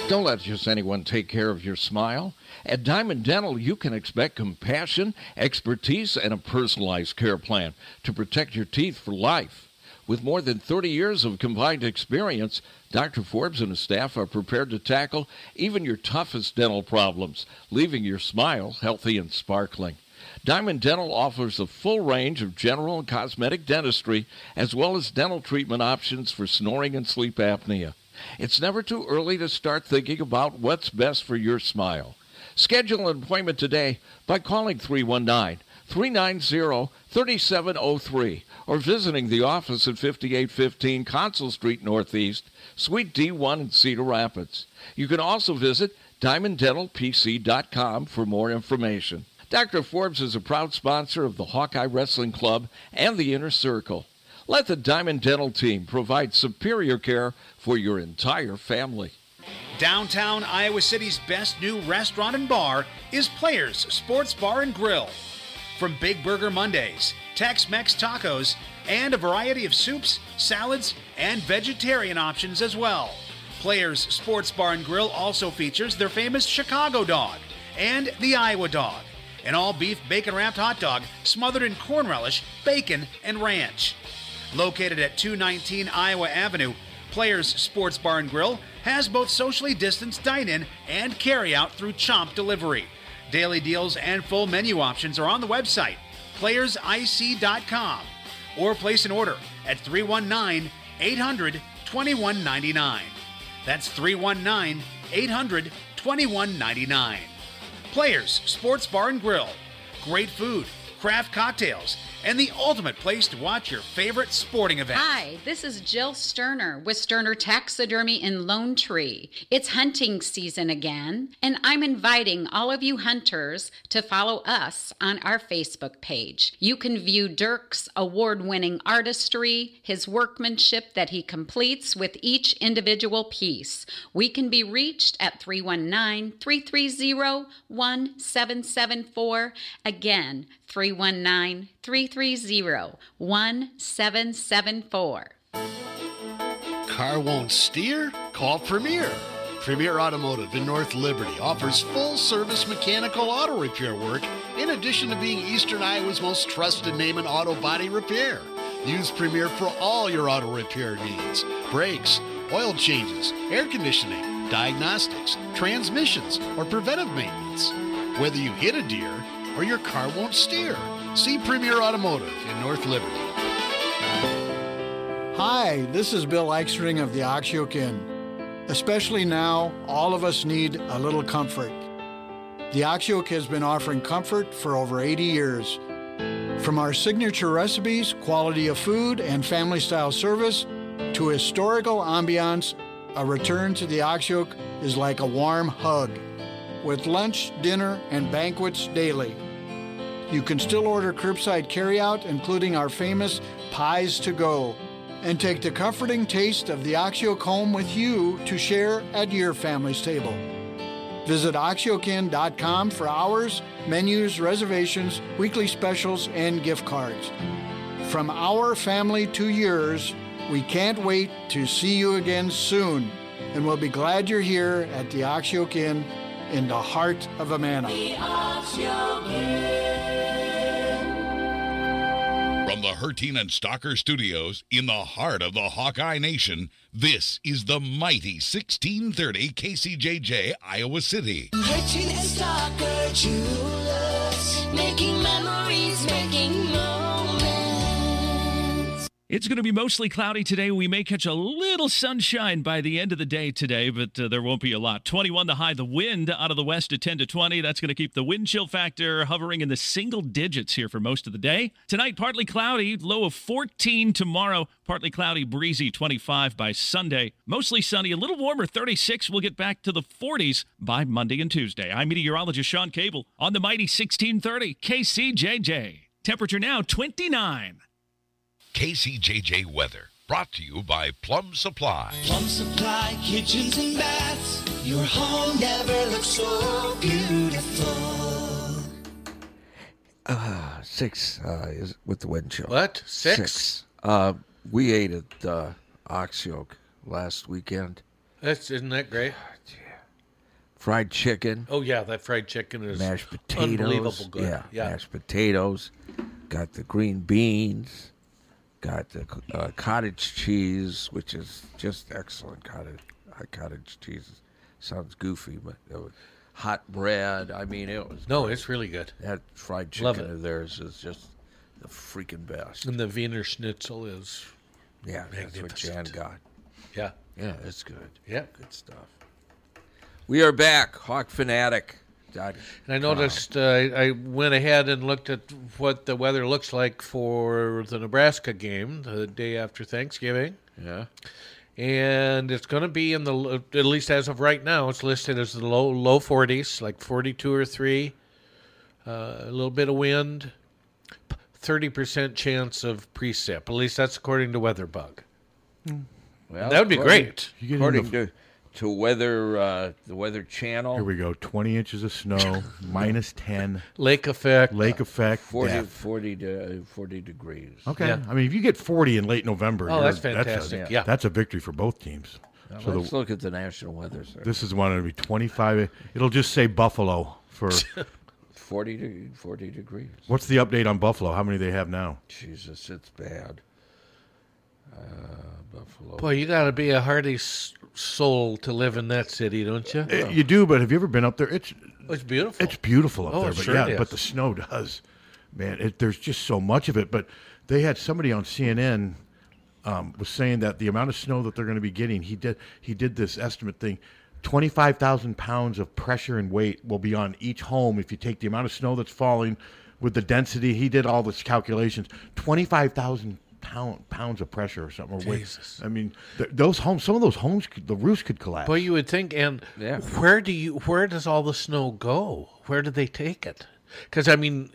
Speaker 2: Don't let just anyone take care of your smile. At Diamond Dental, you can expect compassion, expertise, and a personalized care plan to protect your teeth for life. With more than 30 years of combined experience, Dr. Forbes and his staff are prepared to tackle even your toughest dental problems, leaving your smile healthy and sparkling. Diamond Dental offers a full range of general and cosmetic dentistry, as well as dental treatment options for snoring and sleep apnea. It's never too early to start thinking about what's best for your smile. Schedule an appointment today by calling 319 390 3703 or visiting the office at 5815 Consul Street Northeast, Suite D1 in Cedar Rapids. You can also visit diamonddentalpc.com for more information. Dr. Forbes is a proud sponsor of the Hawkeye Wrestling Club and the Inner Circle. Let the Diamond Dental team provide superior care for your entire family.
Speaker 11: Downtown Iowa City's best new restaurant and bar is Players Sports Bar and Grill. From Big Burger Mondays, Tex Mex tacos, and a variety of soups, salads, and vegetarian options as well. Players Sports Bar and Grill also features their famous Chicago dog and the Iowa dog, an all beef bacon wrapped hot dog smothered in corn relish, bacon, and ranch. Located at 219 Iowa Avenue, Players Sports Bar and Grill has both socially distanced dine in and carry out through Chomp delivery. Daily deals and full menu options are on the website, playersic.com, or place an order at 319 800 2199. That's 319 800 2199. Players Sports Bar and Grill. Great food, craft cocktails, and the ultimate place to watch your favorite sporting event.
Speaker 4: (laughs)
Speaker 12: Hi, this is Jill Sterner with Sterner Taxidermy in Lone Tree. It's hunting season again, and I'm inviting all of you hunters to follow us on our Facebook page. You can view Dirk's award winning artistry, his workmanship that he completes with each individual piece. We can be reached at 319 330 1774. Again, 319 330 1774.
Speaker 8: Car won't steer? Call Premier. Premier Automotive in North Liberty offers full service mechanical auto repair work in addition to being Eastern Iowa's most trusted name in auto body repair. Use Premier for all your auto repair needs brakes, oil changes, air conditioning, diagnostics, transmissions, or preventive maintenance. Whether you hit a deer or your car won't steer, see Premier Automotive in North Liberty.
Speaker 13: Hi, this is Bill Eichstring of the Oxyokin. Especially now, all of us need a little comfort. The Oxyoke has been offering comfort for over 80 years. From our signature recipes, quality of food, and family style service to historical ambiance, a return to the Oxyoke is like a warm hug. With lunch, dinner, and banquets daily, you can still order curbside carryout, including our famous pies to go, and take the comforting taste of the Oxyoke home with you to share at your family's table. Visit oxyokin.com for hours, menus, reservations, weekly specials, and gift cards. From our family to yours, we can't wait to see you again soon, and we'll be glad you're here at the Oxyoke Inn in the heart of Amana.
Speaker 14: From the Hertine and Stocker Studios in the heart of the Hawkeye Nation, this is the mighty 1630 KCJJ, Iowa City.
Speaker 15: Hertune and Stalker Jewelers, making memories, making moments.
Speaker 16: It's going to be mostly cloudy today. We may catch a little sunshine by the end of the day today, but uh, there won't be a lot. 21 the high, the wind out of the west at 10 to 20. That's going to keep the wind chill factor hovering in the single digits here for most of the day. Tonight, partly cloudy, low of 14. Tomorrow, partly cloudy, breezy, 25 by Sunday. Mostly sunny, a little warmer, 36. We'll get back to the 40s by Monday and Tuesday. I'm meteorologist Sean Cable on the mighty 1630 KCJJ. Temperature now 29.
Speaker 14: KCJJ Weather, brought to you by Plum Supply.
Speaker 15: Plum Supply Kitchens and Baths, your home never looks so beautiful.
Speaker 2: Uh, six uh, is with the wind chill.
Speaker 3: What? Six?
Speaker 2: Uh, we ate at uh, Ox Yoke last weekend.
Speaker 3: That's isn't that great?
Speaker 2: Fried chicken,
Speaker 3: Oh yeah, that fried chicken is
Speaker 2: mashed potatoes.
Speaker 3: unbelievable good.
Speaker 2: Yeah, mashed potatoes. Got the green beans. Got the uh, cottage cheese, which is just excellent. Cottage uh, cottage cheese sounds goofy, but it was hot bread. I mean, it was
Speaker 3: No, it's really good.
Speaker 2: That fried chicken
Speaker 3: Love it.
Speaker 2: of theirs is just the freaking best.
Speaker 3: And the Wiener Schnitzel is
Speaker 2: Yeah, that's what Jan
Speaker 3: magnificent.
Speaker 2: got.
Speaker 3: Yeah.
Speaker 2: Yeah, it's good.
Speaker 3: Yeah.
Speaker 2: Good stuff. We are back, Hawk Fanatic.
Speaker 3: And I noticed uh, I I went ahead and looked at what the weather looks like for the Nebraska game the day after Thanksgiving.
Speaker 2: Yeah.
Speaker 3: And it's going to be in the l- at least as of right now, it's listed as the low low 40s, like 42 or 3. Uh, a little bit of wind, 30% chance of precip. At least that's according to Weatherbug. that would be
Speaker 2: according-
Speaker 3: great.
Speaker 2: According to, to weather, uh, the Weather Channel.
Speaker 4: Here we go. 20 inches of (laughs) snow, minus 10.
Speaker 3: Lake effect.
Speaker 4: Lake effect.
Speaker 2: 40,
Speaker 4: death.
Speaker 2: 40, de- 40 degrees.
Speaker 4: Okay. I mean, if you get 40 in late November,
Speaker 2: Oh,
Speaker 4: you're-
Speaker 2: that's
Speaker 4: a-
Speaker 2: fantastic. Yeah.
Speaker 4: That's a victory for both teams.
Speaker 2: Now,
Speaker 4: So
Speaker 2: let's
Speaker 4: the,
Speaker 2: look at the National Weather Service.
Speaker 4: this is one to be 25. It'll just say Buffalo
Speaker 2: (laughs)
Speaker 4: for
Speaker 2: 40, de- 40 degrees.
Speaker 4: what's the update on Buffalo? How many they have now?
Speaker 2: Jesus, it's bad. Uh, Buffalo.
Speaker 3: Boy, you got to be a hardy s- soul to live in that city, don't you?
Speaker 4: Eh, You do, but have you ever been up there? It's
Speaker 3: Oh, It's beautiful.
Speaker 4: It's beautiful up
Speaker 3: Oh,
Speaker 4: there,
Speaker 3: it
Speaker 4: but
Speaker 3: sure
Speaker 4: yeah,
Speaker 3: is.
Speaker 4: but the snow does, man. It, there's just so much of it. But they had somebody on CNN um, was saying that the amount of snow that they're going to be getting, he did he did this estimate thing. 25,000 pounds of pressure and weight will be on each home if you take the amount of snow that's falling with the density. He did all these calculations. 25,000 pound, pounds of pressure or something. Or weight.
Speaker 3: Jesus.
Speaker 4: I mean, th- those homes, some of those homes, could, the roofs could collapse.
Speaker 3: Well, you would think, and
Speaker 4: Yeah.
Speaker 3: where do you? Where does all the snow go? Where do they take it? Because I mean,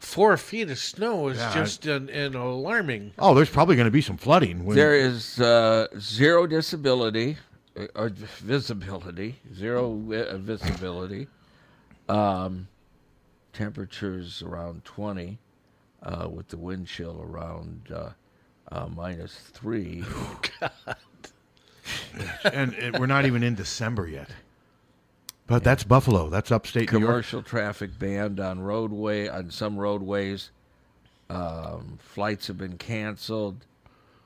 Speaker 3: four feet of snow is
Speaker 4: Yeah, I-
Speaker 3: just an, an alarming.
Speaker 4: oh, there's probably going to be some flooding. When,
Speaker 2: There is uh, zero disability uh, or visibility, zero wi- uh, visibility. Um, temperatures around 20, uh, with the wind chill around uh, uh,
Speaker 4: (laughs)
Speaker 2: minus three.
Speaker 4: Oh, and it, we're not even in December yet. But that's Buffalo. That's upstate New York.
Speaker 2: Commercial traffic banned on roadway on some roadways. Um, flights have been canceled.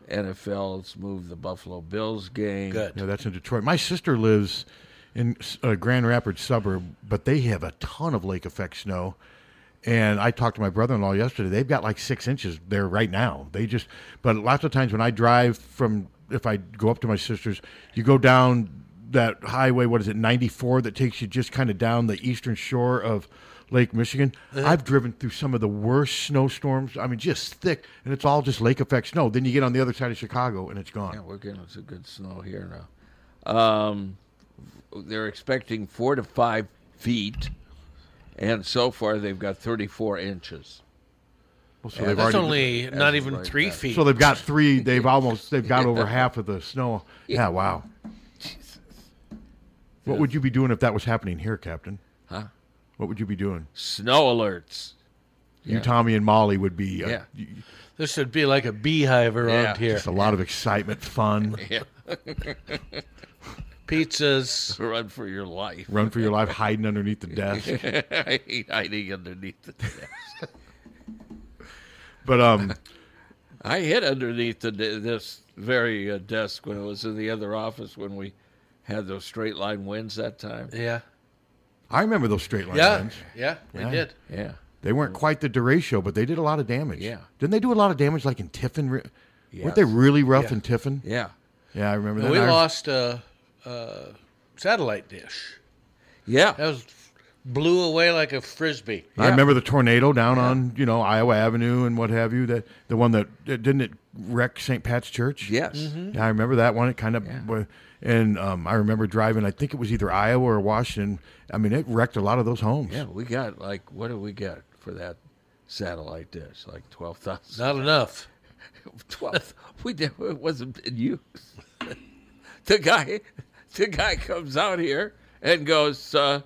Speaker 2: NFL's moved the Buffalo Bills game.
Speaker 4: Yeah, that's in Detroit. My sister lives in a Grand Rapids suburb, but they have a ton of lake effect snow. And I talked to my brother-in-law yesterday. They've got like six inches there right now. They just, but lots of times when I drive from, if I go up to my sister's, you go down that highway, what is it, 94, that takes you just kind of down the eastern shore of Lake Michigan.
Speaker 3: Uh-huh.
Speaker 4: I've driven through some of the worst snowstorms. I mean, just thick, and it's all just lake effect snow. Then you get on the other side of Chicago, and it's gone.
Speaker 2: Yeah, we're getting some good snow here now. Um, they're expecting four to five feet, and so far they've got 34 inches.
Speaker 4: Well,
Speaker 3: Yeah, that's only not even three feet.
Speaker 4: So they've got
Speaker 3: (laughs)
Speaker 4: three. They've almost they've got over
Speaker 3: Yeah.
Speaker 4: half of the snow.
Speaker 3: Yeah.
Speaker 4: Yeah, wow. What would you be doing if that was happening here, Captain?
Speaker 2: Huh?
Speaker 4: What would you be doing?
Speaker 2: Snow alerts.
Speaker 4: You,
Speaker 2: (laughs)
Speaker 4: Tommy, and Molly would be. Uh,
Speaker 2: Yeah.
Speaker 3: This would be like a beehive around
Speaker 4: yeah,
Speaker 3: here.
Speaker 4: Just a lot of excitement,
Speaker 3: (laughs)
Speaker 4: fun.
Speaker 2: Yeah.
Speaker 3: Pizzas.
Speaker 2: (laughs) Run for your life.
Speaker 4: Run for your life, hiding underneath the
Speaker 2: (laughs)
Speaker 4: desk.
Speaker 2: I hate hiding underneath the desk.
Speaker 4: But um,
Speaker 2: I hid underneath the, de- this very uh, desk when it was in the other office when we had those straight line wins that time.
Speaker 3: (laughs) Yeah.
Speaker 4: I remember those straight line
Speaker 3: Yeah,
Speaker 4: runs.
Speaker 3: yeah, they did. Mm.
Speaker 2: Yeah.
Speaker 4: They weren't quite the Duratio, but they did a lot of damage.
Speaker 2: Yeah.
Speaker 4: Didn't they do a lot of damage like in Tiffin? Re-
Speaker 3: Yes.
Speaker 4: Weren't they really rough
Speaker 3: Yeah.
Speaker 4: in Tiffin?
Speaker 2: Yeah.
Speaker 4: Yeah, I remember
Speaker 3: And
Speaker 4: that.
Speaker 3: we
Speaker 4: I rem-
Speaker 3: lost a, a satellite dish.
Speaker 2: Yeah.
Speaker 3: That was blew away like a frisbee.
Speaker 4: I remember the tornado down on you know Iowa Avenue and what have you. That the one that that- didn't it wreck St. Pat's Church.
Speaker 2: Yes. Mhm.
Speaker 4: yeah, I remember that one. It kind of and um, I remember driving. I think it was either Iowa or Washington. I mean, it wrecked a lot of those homes.
Speaker 2: Yeah, we got like what did we get for that satellite dish? Like twelve thousand.
Speaker 3: Not enough.
Speaker 2: (laughs) twelve. We did. It wasn't in use. (laughs) the guy, the guy comes out here and goes, uh,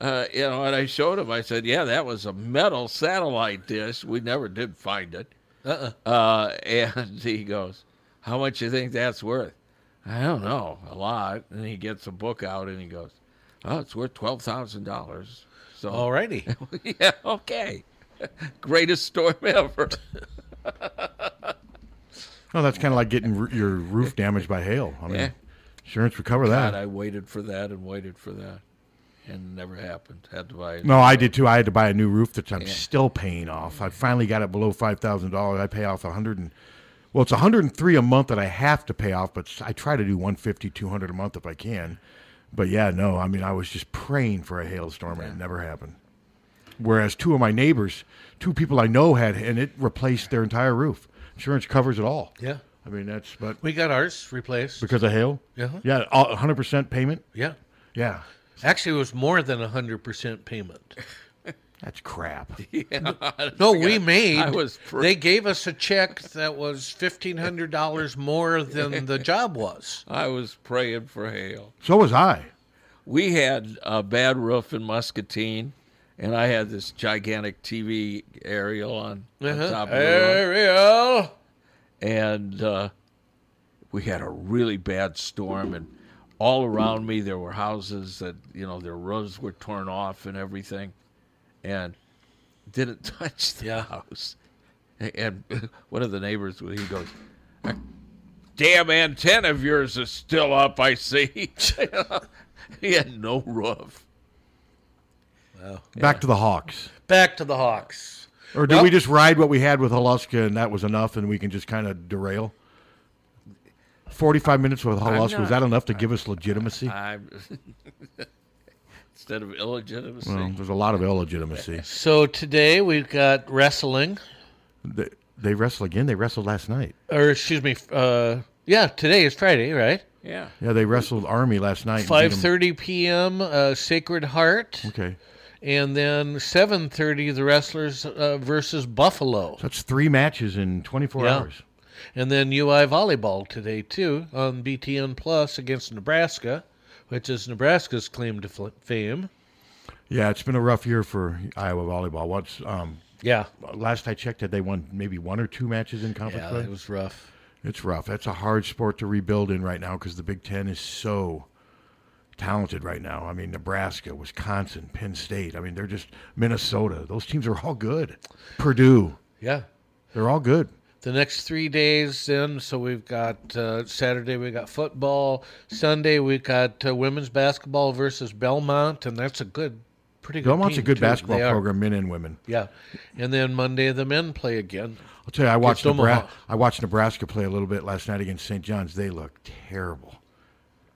Speaker 2: uh, you know, and I showed him. I said, yeah, that was a metal satellite dish. We never did find it.
Speaker 3: Uh-uh.
Speaker 2: Uh, and (laughs) he goes, how much you think that's worth? I don't know, a lot. And he gets a book out and he goes, oh, it's worth twelve thousand dollars. So
Speaker 3: Alrighty.
Speaker 2: (laughs) yeah, okay. (laughs) Greatest storm ever.
Speaker 4: No, Oh, that's kind of like getting r- your roof damaged by hail. I mean,
Speaker 2: Yeah.
Speaker 4: insurance recover that.
Speaker 2: God, I waited for that and waited for that, and it never happened. Had to buy.
Speaker 4: No, I did too. I had to buy a new roof that I'm
Speaker 2: Yeah.
Speaker 4: still paying off. I finally got it below five thousand dollars. I pay off a hundred and well, it's hundred and three a month that I have to pay off, but I try to do 150, 200 a month if I can. But yeah, no, I mean I was just praying for a hailstorm and it never happened. Whereas two of my neighbors, two people I know had, and it replaced their entire roof. Insurance covers it all.
Speaker 3: Yeah.
Speaker 4: I mean that's but
Speaker 3: we got ours replaced Uh-huh.
Speaker 4: because of hail.
Speaker 3: Yeah.
Speaker 4: yeah, hundred percent payment.
Speaker 3: Yeah.
Speaker 4: Yeah.
Speaker 3: Actually, it was more than a hundred percent payment. (laughs)
Speaker 4: That's crap.
Speaker 3: No, we made.
Speaker 2: I was pr-
Speaker 3: they gave us a check that was fifteen hundred dollars more than (laughs) the job was.
Speaker 2: I was praying for hail.
Speaker 4: So was I.
Speaker 2: We had a bad roof in Muscatine, and I had this gigantic TV aerial on,
Speaker 3: Uh-huh.
Speaker 2: on top of
Speaker 3: Aerial.
Speaker 2: the roof, and uh, we had a really bad storm, and all around me there were houses that you know their roofs were torn off and everything, and didn't (laughs) touch the house. And (laughs) one of the neighbors, he goes, damn antenna of yours is still up, I see. (laughs) he had no roof.
Speaker 4: Back to the Hawks.
Speaker 3: Back to the Hawks.
Speaker 4: Or do
Speaker 3: Well-
Speaker 4: we just ride what we had with Haluska and that was enough and we can just kind of derail? 45 minutes with
Speaker 2: I'm
Speaker 4: Haluska, was
Speaker 2: not-
Speaker 4: that enough to give us legitimacy?
Speaker 2: I'm, (laughs) instead of illegitimacy.
Speaker 4: Well, there's a lot of illegitimacy.
Speaker 3: So today we've got wrestling,
Speaker 4: they, they wrestle again. They wrestled last night.
Speaker 3: or excuse me, uh, yeah, today is Friday, right?
Speaker 2: Yeah.
Speaker 4: Yeah, they wrestled Army last night. and beat 'em.
Speaker 3: Five thirty p.m. Uh, Sacred Heart,
Speaker 4: Okay.
Speaker 3: and then seven thirty the wrestlers uh, versus Buffalo.
Speaker 4: That's three matches in 24
Speaker 3: Yeah.
Speaker 4: hours.
Speaker 3: And then UI volleyball today too on BTN Plus against Nebraska, which is Nebraska's claim to fl- fame.
Speaker 4: Yeah, it's been a rough year for Iowa volleyball. What's um
Speaker 3: Yeah.
Speaker 4: Last I checked, had they won maybe one or two matches in conference
Speaker 3: Yeah,
Speaker 4: play?
Speaker 3: it was rough.
Speaker 4: It's rough. That's a hard sport to rebuild in right now because the Big Ten is so talented right now. I mean, Nebraska, Wisconsin, Penn State. I mean, they're just Minnesota. Those teams are all good. Purdue.
Speaker 3: Yeah.
Speaker 4: They're all good.
Speaker 3: The next three days, then, so we've got uh, Saturday, we got football. Sunday, we've got uh, women's basketball versus Belmont, and that's a good, pretty good.
Speaker 4: Belmont's a
Speaker 3: team,
Speaker 4: good
Speaker 3: too.
Speaker 4: basketball
Speaker 3: They are.
Speaker 4: program, men and women.
Speaker 3: Yeah, and then Monday the men play again.
Speaker 4: I'll tell you, I watched
Speaker 3: Against Omaha.
Speaker 4: Nebraska. I watched Nebraska play a little bit last night against St. John's. They look terrible.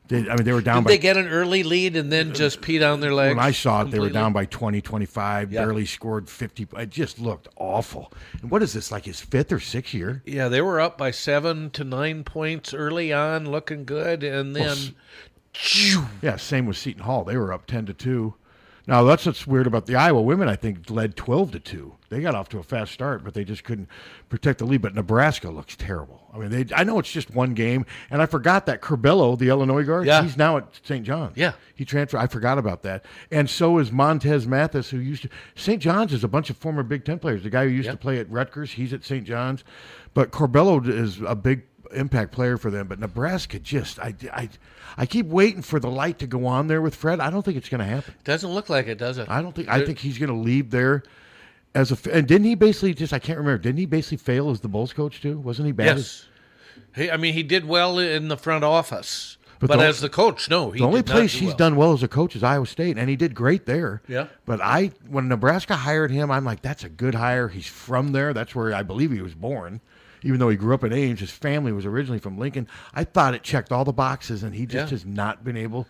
Speaker 4: They, I mean, they were down
Speaker 3: Did
Speaker 4: by
Speaker 3: they get an early lead and then just pee down their legs?
Speaker 4: When I saw it, they were
Speaker 3: completely?
Speaker 4: down by 20, 25,
Speaker 3: Yeah.
Speaker 4: barely scored 50. It just looked awful. And what is this, like his fifth or sixth year?
Speaker 3: Yeah, they were up by seven to nine points early on, looking good, and
Speaker 4: Well,
Speaker 3: then
Speaker 4: s- Yeah, same with Seton Hall. They were up 10 to 2. Now, that's what's weird about the Iowa women, I think, led 12 to 2. They got off to a fast start, but they just couldn't protect the lead. But Nebraska looks terrible. I mean, they, I know it's just one game, and I forgot that Curbelo, the Illinois guard,
Speaker 3: Yeah.
Speaker 4: he's now at St. John's. Yeah. He transferred. I forgot about that. And so is Montez Mathis, who used to. St. John's is a bunch of former Big Ten players. The guy who used to play at Rutgers, he's at St. John's. But Corbello is a big impact player for them. But Nebraska just, I, I, I keep waiting for the light to go on there with Fred. I don't think it's going to happen.
Speaker 3: doesn't look like it, does it?
Speaker 4: I don't think. I think he's going to leave there as a. f- And didn't he basically just? I can't remember. Didn't he basically fail as the Bulls coach too? Wasn't he bad?
Speaker 3: Yes.
Speaker 4: as-
Speaker 3: He, I mean, he did well in the front office,
Speaker 4: But
Speaker 3: but,
Speaker 4: the-
Speaker 3: as the coach, no, he
Speaker 4: the only
Speaker 3: did
Speaker 4: place
Speaker 3: not do
Speaker 4: he's
Speaker 3: well.
Speaker 4: done well as a coach is Iowa State, and he did great there.
Speaker 3: Yeah.
Speaker 4: But I, when Nebraska hired him, I'm like, that's a good hire. He's from there. That's where I believe he was born, even though he grew up in Ames. His family was originally from Lincoln. I thought it checked all the boxes, and he just
Speaker 3: Yeah.
Speaker 4: has not been able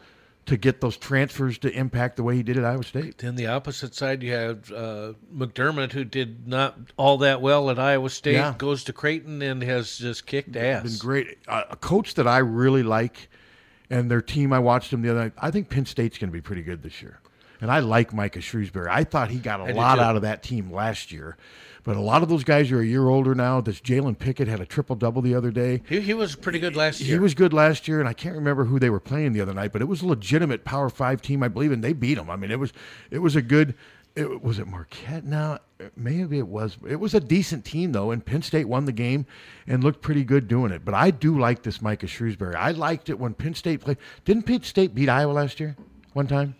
Speaker 4: to get those transfers to impact the way he did at Iowa State.
Speaker 3: Then the opposite side, you have uh, McDermott, who did not all that well at Iowa State,
Speaker 4: Yeah.
Speaker 3: goes to Creighton and has just kicked
Speaker 4: Been
Speaker 3: ass.
Speaker 4: great. Uh, a coach that I really like, and their team. I watched them the other night. I think Penn State's going to be pretty good this year, and I like Micah Shrewsbury. I thought he got
Speaker 3: I
Speaker 4: a
Speaker 3: do
Speaker 4: lot
Speaker 3: too.
Speaker 4: out of that team last year, but a lot of those guys are a year older now. This Jalen Pickett had a triple double the other day.
Speaker 3: He, he was pretty good last
Speaker 4: He
Speaker 3: year.
Speaker 4: was good last year, and I can't remember who they were playing the other night, but it was a legitimate Power Five team, I believe, and they beat them. I mean, it was it was a good. It, was it Marquette? Now maybe it was. It was a decent team though, and Penn State won the game and looked pretty good doing it. But I do like this Micah Shrewsbury. I liked it when Penn State played. Didn't Penn State beat Iowa last year one time,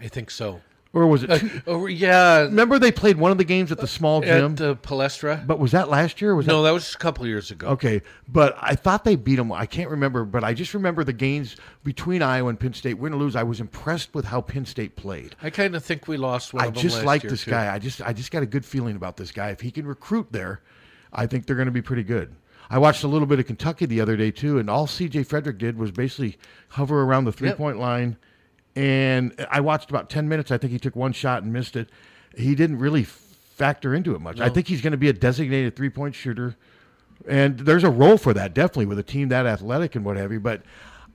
Speaker 3: I think so.
Speaker 4: or was it?
Speaker 3: Uh,
Speaker 4: two-
Speaker 3: oh, yeah.
Speaker 4: Remember they played one of the games at the small gym.
Speaker 3: At uh, Palestra?
Speaker 4: but was that last year? Or was
Speaker 3: no,
Speaker 4: that
Speaker 3: that was a couple years ago.
Speaker 4: Okay, but I thought they beat them. I can't remember, but I just remember the games between Iowa and Penn State. Win or lose, I was impressed with how Penn State played.
Speaker 3: I kind of think we lost one
Speaker 4: I
Speaker 3: of them
Speaker 4: just
Speaker 3: last
Speaker 4: like
Speaker 3: year,
Speaker 4: this
Speaker 3: too.
Speaker 4: guy. I just I just got a good feeling about this guy. If he can recruit there, I think they're going to be pretty good. I watched a little bit of Kentucky the other day too, and all C.J. Frederick did was basically hover around the three point line, and I watched about ten minutes. I think he took one shot and missed it. He didn't really factor into it much. I
Speaker 3: No.
Speaker 4: think he's going to be a designated three point shooter, and there's a role for that definitely with a team that athletic and what have you. But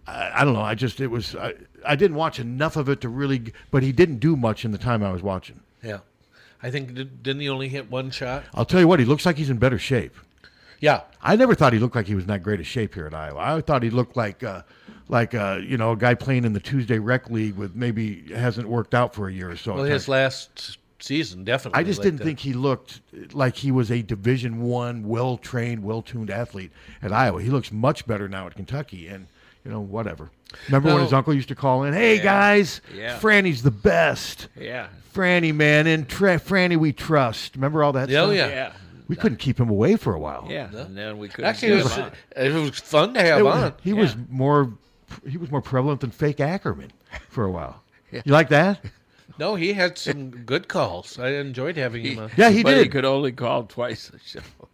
Speaker 4: I, I don't know. I just it was I, I didn't watch enough of it to really, g- but he didn't do much in the time I was watching.
Speaker 3: Yeah. I think, did- didn't he only hit one shot?
Speaker 4: I'll tell you what, he looks like he's in better shape.
Speaker 3: Yeah.
Speaker 4: I never thought he looked like he was in that great a shape here at Iowa. I thought he looked like, uh, like uh, you know, a guy playing in the Tuesday rec league with maybe hasn't worked out for a year or so.
Speaker 3: Well,
Speaker 4: at
Speaker 3: his
Speaker 4: times.
Speaker 3: last season, definitely.
Speaker 4: I just
Speaker 3: like
Speaker 4: didn't
Speaker 3: that.
Speaker 4: think he looked uh, like he was a Division One, well trained, well tuned athlete at Iowa. He looks much better now at Kentucky, and you know, whatever. Remember when
Speaker 3: No.
Speaker 4: his uncle used to call in, "Hey
Speaker 3: Yeah.
Speaker 4: guys,
Speaker 3: Yeah.
Speaker 4: Franny's the best."
Speaker 3: Yeah.
Speaker 4: Franny man, and tra- Franny we trust. Remember all that?
Speaker 3: Oh,
Speaker 4: stuff?
Speaker 3: yeah. Yeah.
Speaker 4: We couldn't keep him away for a while.
Speaker 2: Yeah, and then we could
Speaker 3: Actually, it was, (laughs) it was fun to have
Speaker 4: It was-
Speaker 3: on.
Speaker 4: He was more he was more prevalent than fake Ackerman for a
Speaker 3: (laughs)
Speaker 4: while. You like that?
Speaker 3: No, he had some good calls. I enjoyed having him on.
Speaker 4: Yeah, he
Speaker 2: but He
Speaker 4: did.
Speaker 2: could only call twice a (laughs)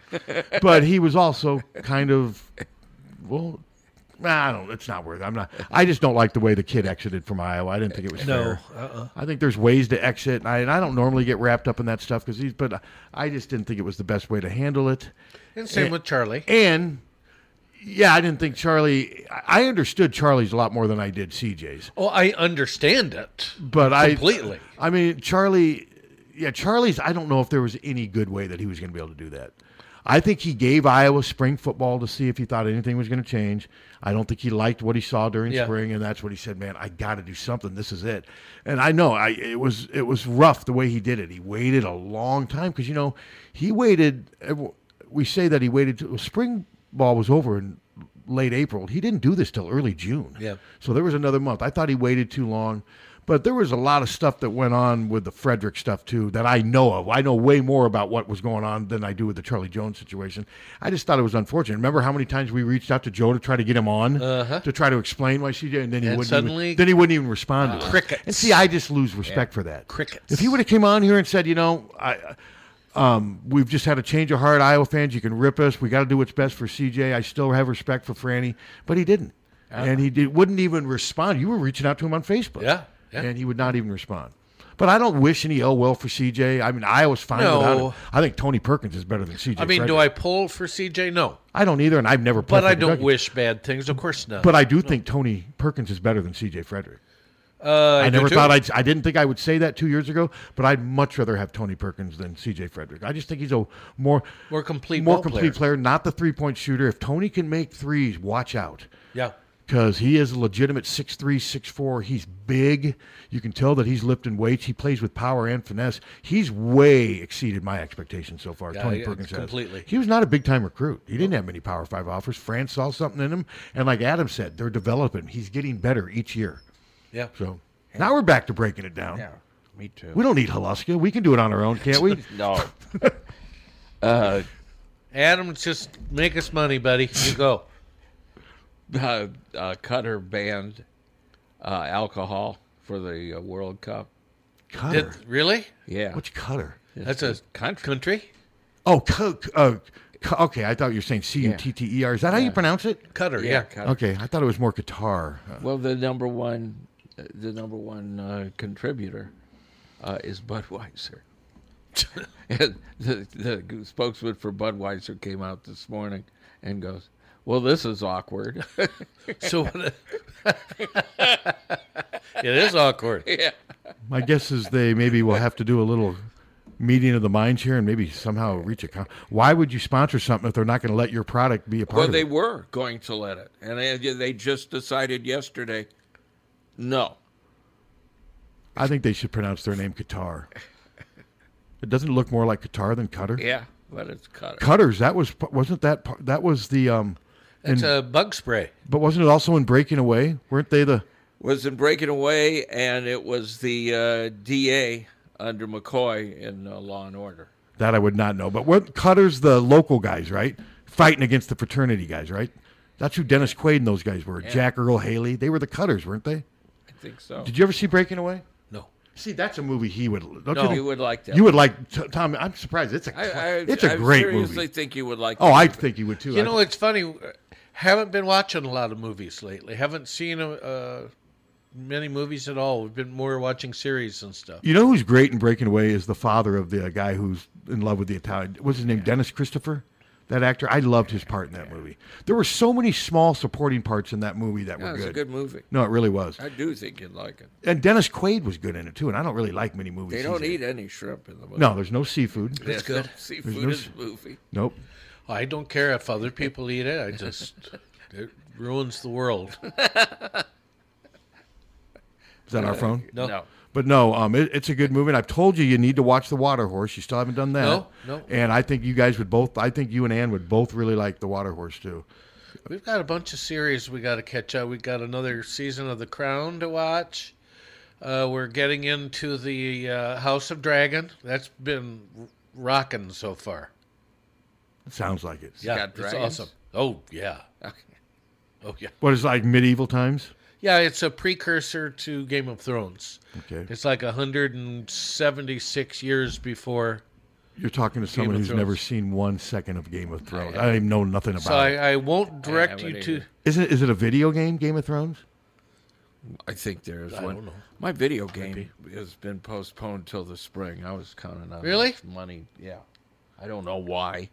Speaker 3: (laughs)
Speaker 2: show.
Speaker 4: But he was also kind of well nah, I don't it's not worth it. I'm not (laughs) I just don't like the way the kid exited from Iowa. I didn't think it was
Speaker 3: No,
Speaker 4: fair.
Speaker 3: uh-uh.
Speaker 4: I think there's ways to exit and I, and I don't normally get wrapped up in that stuff cuz he's but I just didn't think it was the best way to handle it.
Speaker 3: And same
Speaker 4: And-
Speaker 3: with Charlie.
Speaker 4: And yeah, I didn't think Charlie I I understood Charlie's a lot more than I did CJ's.
Speaker 3: Oh, I understand it.
Speaker 4: but I
Speaker 3: completely.
Speaker 4: I mean, Charlie. Yeah, Charlie's. I don't know if there was any good way that he was going to be able to do that. I think he gave Iowa spring football to see if he thought anything was going to change. I don't think he liked what he saw during
Speaker 3: Yeah.
Speaker 4: spring, and that's what he said. Man, I got to do something. This is it. And I know I it was it was rough the way he did it. He waited a long time because you know he waited. eh, We say that he waited till spring ball was over in late April. He didn't do this till early June.
Speaker 3: Yeah.
Speaker 4: So there was another month. I thought he waited too long, but there was a lot of stuff that went on with the Frederick stuff too that I know of. I know way more about what was going on than I do with the Charlie Jones situation. I just thought it was unfortunate. Remember how many times we reached out to Joe to try to get him on
Speaker 3: Uh-huh.
Speaker 4: to try to explain why she did, and then he
Speaker 3: And
Speaker 4: wouldn't
Speaker 3: suddenly-
Speaker 4: even, then he wouldn't even respond. to
Speaker 3: Uh,
Speaker 4: us.
Speaker 3: crickets.
Speaker 4: And see, I just lose respect
Speaker 3: Yeah.
Speaker 4: for that.
Speaker 3: Crickets.
Speaker 4: If he would have came on here and said, you know, I. Um, we've just had a change of heart. Iowa fans, you can rip us. We got to do what's best for CJ. I still have respect for Franny, but he didn't. And he did, wouldn't even respond. You were reaching out to him on Facebook.
Speaker 3: Yeah, yeah.
Speaker 4: And he would not even respond. But I don't wish any ill will for CJ. I mean, Iowa's fine
Speaker 3: No.
Speaker 4: without him. I think Tony Perkins is better than CJ.
Speaker 3: I mean, do
Speaker 4: Frederick.
Speaker 3: I pull for CJ? No.
Speaker 4: I don't either, and I've never played
Speaker 3: But I
Speaker 4: for
Speaker 3: don't
Speaker 4: Kentucky.
Speaker 3: wish bad things. Of course not.
Speaker 4: But I do
Speaker 3: No.
Speaker 4: think Tony Perkins is better than CJ Frederick.
Speaker 3: Uh, I
Speaker 4: I
Speaker 3: do
Speaker 4: never
Speaker 3: too.
Speaker 4: thought I'd, I didn't think I would say that two years ago, but I'd much rather have Tony Perkins than CJ Frederick. I just think he's a more
Speaker 3: More complete
Speaker 4: more
Speaker 3: ball
Speaker 4: complete player. not the three point shooter. If Tony can make threes, watch out.
Speaker 3: Yeah.
Speaker 4: Because he is a legitimate 6'3, 6'4. He's big. You can tell that he's lifting weights. He plays with power and finesse. He's way exceeded my expectations so far.
Speaker 3: Yeah,
Speaker 4: Tony
Speaker 3: yeah,
Speaker 4: Perkins has.
Speaker 3: completely.
Speaker 4: He was not a big time recruit. He didn't have many Power Five offers. France saw something in him. And like Adam said, they're developing. He's getting better each year.
Speaker 3: Yeah.
Speaker 4: So now we're back to breaking it down.
Speaker 2: Yeah, me too.
Speaker 4: We don't need Haluska. We can do it on our own, can't we?
Speaker 2: no. (laughs) uh,
Speaker 3: Adam, just make us money, buddy. You go.
Speaker 2: (laughs) uh, uh, Cutter banned uh, alcohol for the uh, World Cup.
Speaker 4: Cutter?
Speaker 3: really?
Speaker 2: Yeah.
Speaker 4: Which Cutter?
Speaker 3: That's a country.
Speaker 2: (laughs)
Speaker 3: country?
Speaker 4: Oh, cu- uh, cu- okay. I thought you were saying C U T T E R. Is that how you pronounce it?
Speaker 3: Cutter,
Speaker 2: Yeah, yeah. Cutter.
Speaker 4: Okay. I thought it was more guitar. Uh,
Speaker 2: Well, the number one, the number one uh, contributor uh, is Budweiser. (laughs) and the, the spokesman for Budweiser came out this morning and goes, "Well, this is awkward." (laughs)
Speaker 3: So what- (laughs) It is awkward.
Speaker 2: Yeah.
Speaker 4: My guess is they maybe will have to do a little meeting of the minds here and maybe somehow reach a. Com- Why would you sponsor something if they're not going to let your product be a part
Speaker 2: Well,
Speaker 4: of
Speaker 2: they
Speaker 4: it?
Speaker 2: were going to let it, and they, they just decided yesterday, no.
Speaker 4: I think they should pronounce their name Qatar. It doesn't look more like Qatar than Cutter.
Speaker 2: Yeah, but it's Cutter.
Speaker 4: Cutters. That was wasn't that par- that was the um.
Speaker 3: That's
Speaker 4: in-
Speaker 3: a bug spray.
Speaker 4: But wasn't it also in Breaking Away? Weren't they the?
Speaker 2: was in Breaking Away, and it was the uh, DA under McCoy in uh, Law and Order.
Speaker 4: That I would not know. But what Cutter's the local guys, right? Fighting against the fraternity guys, right? That's who Dennis Quaid and those guys were.
Speaker 2: Yeah.
Speaker 4: Jack Earl Haley. They were the Cutters, weren't they?
Speaker 2: I think so.
Speaker 4: Did you ever see Breaking Away?
Speaker 3: No.
Speaker 4: See, that's a movie he would. Don't
Speaker 2: No.
Speaker 4: you, think-
Speaker 2: You would like that.
Speaker 4: You would like T- Tom. I'm surprised. It's a.
Speaker 2: I- I-
Speaker 4: it's a
Speaker 2: I
Speaker 4: great movie.
Speaker 2: seriously think you would like
Speaker 4: Oh,
Speaker 2: that
Speaker 4: I
Speaker 2: movie.
Speaker 4: think you would too.
Speaker 3: You
Speaker 4: I
Speaker 3: know, it's funny. Haven't been watching a lot of movies lately. Haven't seen uh, many movies at all. We've been more watching series and stuff.
Speaker 4: You know who's great in Breaking Away is the father of the uh, guy who's in love with the Italian. What's his name? Dennis Christopher, that actor. I loved his part in that movie. There were so many small supporting parts in that movie that
Speaker 2: Yeah,
Speaker 4: were
Speaker 2: it's
Speaker 4: good.
Speaker 2: a good movie. Uh,
Speaker 4: No, it really was.
Speaker 2: I do think you'd like it.
Speaker 4: And Dennis Quaid was good in it too. And I don't really like many movies.
Speaker 2: They
Speaker 4: he's
Speaker 2: don't
Speaker 4: in.
Speaker 2: eat any shrimp in the movie.
Speaker 4: No, there's no seafood.
Speaker 2: That's There's good. no seafood in
Speaker 4: se-
Speaker 2: the movie.
Speaker 4: Nope.
Speaker 3: I don't care if other people eat it. I just (laughs) it ruins the
Speaker 2: (laughs)
Speaker 3: world.
Speaker 4: Is that our phone?
Speaker 3: No. No.
Speaker 4: But no, um, it, it's a good movie. And I've told you you need to watch The Water Horse. You still haven't done that.
Speaker 3: No, no.
Speaker 4: And I think you guys would both. I think you and Ann would both really like The Water Horse too.
Speaker 3: We've got a bunch of series we got to catch up. We got another season of The Crown to watch. Uh, we're getting into the uh, House of Dragon. That's been r- rocking so far.
Speaker 4: It sounds like it.
Speaker 3: yeah, it's awesome. Oh yeah. Oh yeah.
Speaker 4: What is it, like medieval times?
Speaker 3: Yeah, it's a precursor to Game of Thrones.
Speaker 4: Okay.
Speaker 3: It's like 176 years before.
Speaker 4: You're talking to
Speaker 3: Game
Speaker 4: someone
Speaker 3: of
Speaker 4: who's
Speaker 3: Thrones.
Speaker 4: never seen one second of Game of Thrones. I, even know nothing about
Speaker 3: So
Speaker 4: it.
Speaker 3: I, I won't direct
Speaker 2: haven't
Speaker 3: you to.
Speaker 2: either.
Speaker 4: Is it is it a video game, Game of Thrones?
Speaker 2: I think there is
Speaker 3: I
Speaker 2: one.
Speaker 3: don't know.
Speaker 2: My video game has been postponed till the spring. I was counting on
Speaker 3: Really?
Speaker 2: this money. Yeah, I don't know why,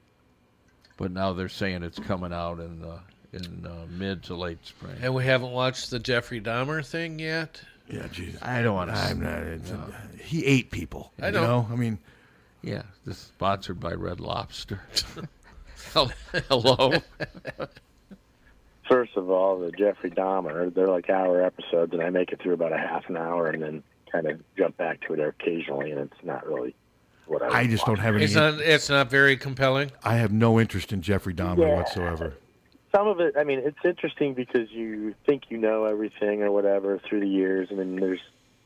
Speaker 2: but now they're saying it's coming out in uh, in uh, mid to late spring.
Speaker 3: And we haven't watched the Jeffrey Dahmer thing yet.
Speaker 4: Yeah, Jesus.
Speaker 2: I don't wanna
Speaker 4: I'm
Speaker 2: s-
Speaker 4: not. It's,
Speaker 2: no.
Speaker 4: He ate people.
Speaker 3: I
Speaker 4: you
Speaker 3: know.
Speaker 4: I mean,
Speaker 2: Yeah, this is sponsored by Red Lobster. (laughs) Hel- Hello.
Speaker 17: First of all, the Jeffrey Dahmer, they're like hour episodes, and I make it through about a half an hour and then kind of jump back to it occasionally, and it's not really what I.
Speaker 4: I just don't have any.
Speaker 3: It's not. It's not very compelling.
Speaker 4: I have no interest in Jeffrey Dahmer
Speaker 17: Yeah.
Speaker 4: whatsoever.
Speaker 17: Some of it, I mean, it's interesting because you think you know everything or whatever through the years, and then there's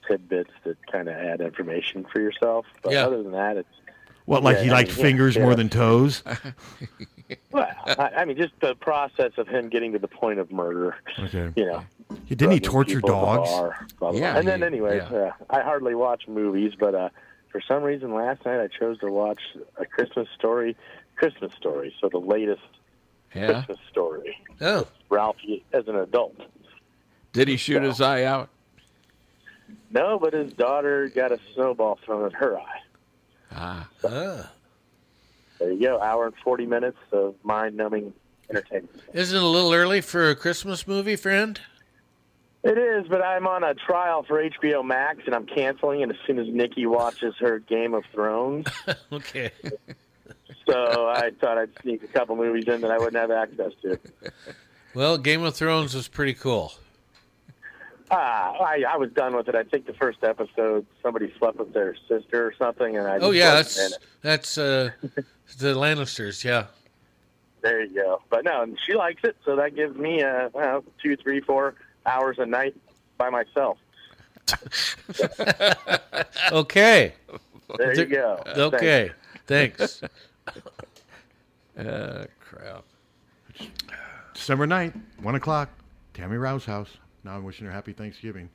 Speaker 17: tidbits that kind of add information for yourself. But other than that, it's
Speaker 4: What, like
Speaker 17: Yeah,
Speaker 4: he
Speaker 17: I
Speaker 4: liked
Speaker 17: mean, yeah,
Speaker 4: fingers
Speaker 17: yeah.
Speaker 4: more than toes?
Speaker 17: well, I, I mean, just the process of him getting to the point of murder.
Speaker 4: Okay.
Speaker 17: You know.
Speaker 4: Yeah, didn't he
Speaker 17: drugging
Speaker 4: torture
Speaker 17: people at the
Speaker 4: dogs?
Speaker 17: bar, blah, blah, blah.
Speaker 4: Yeah,
Speaker 17: And then,
Speaker 4: he-
Speaker 17: anyway,
Speaker 4: yeah.
Speaker 17: uh, I hardly watch movies, but uh, for some reason last night I chose to watch a Christmas story, Christmas story. So the latest
Speaker 2: Yeah.
Speaker 17: Christmas story.
Speaker 3: Oh.
Speaker 17: Ralphie as an adult.
Speaker 2: Did he shoot his eye out?
Speaker 17: No, but his daughter got a snowball thrown at her eye.
Speaker 2: Ah.
Speaker 17: There you go. Hour and 40 minutes of mind numbing entertainment.
Speaker 3: Isn't it a little early for a Christmas movie, friend?
Speaker 17: It is, but I'm on a trial for HBO Max and I'm canceling it as soon as Nikki watches her Game of Thrones.
Speaker 3: (laughs)
Speaker 17: (laughs)
Speaker 3: Okay. (laughs)
Speaker 17: so I thought I'd sneak a couple movies in that I wouldn't have access to.
Speaker 3: Well, Game of Thrones is pretty cool.
Speaker 17: Ah, I, I was done with it. I think the first episode, somebody slept with their sister or something, and I.
Speaker 3: Oh
Speaker 17: just
Speaker 3: yeah,
Speaker 17: wasn't in
Speaker 3: that's that's
Speaker 17: it.
Speaker 3: uh, the Lannisters. Yeah. (laughs)
Speaker 17: There you go. But no, and she likes it, so that gives me uh, well, two, three, four hours a night
Speaker 18: (laughs)
Speaker 17: by myself.
Speaker 3: Okay.
Speaker 17: There you go.
Speaker 3: Okay. Thanks.
Speaker 2: Uh, crap.
Speaker 4: December 9th, 1 o'clock, Tammy Rouse House. Now I'm wishing her happy Thanksgiving.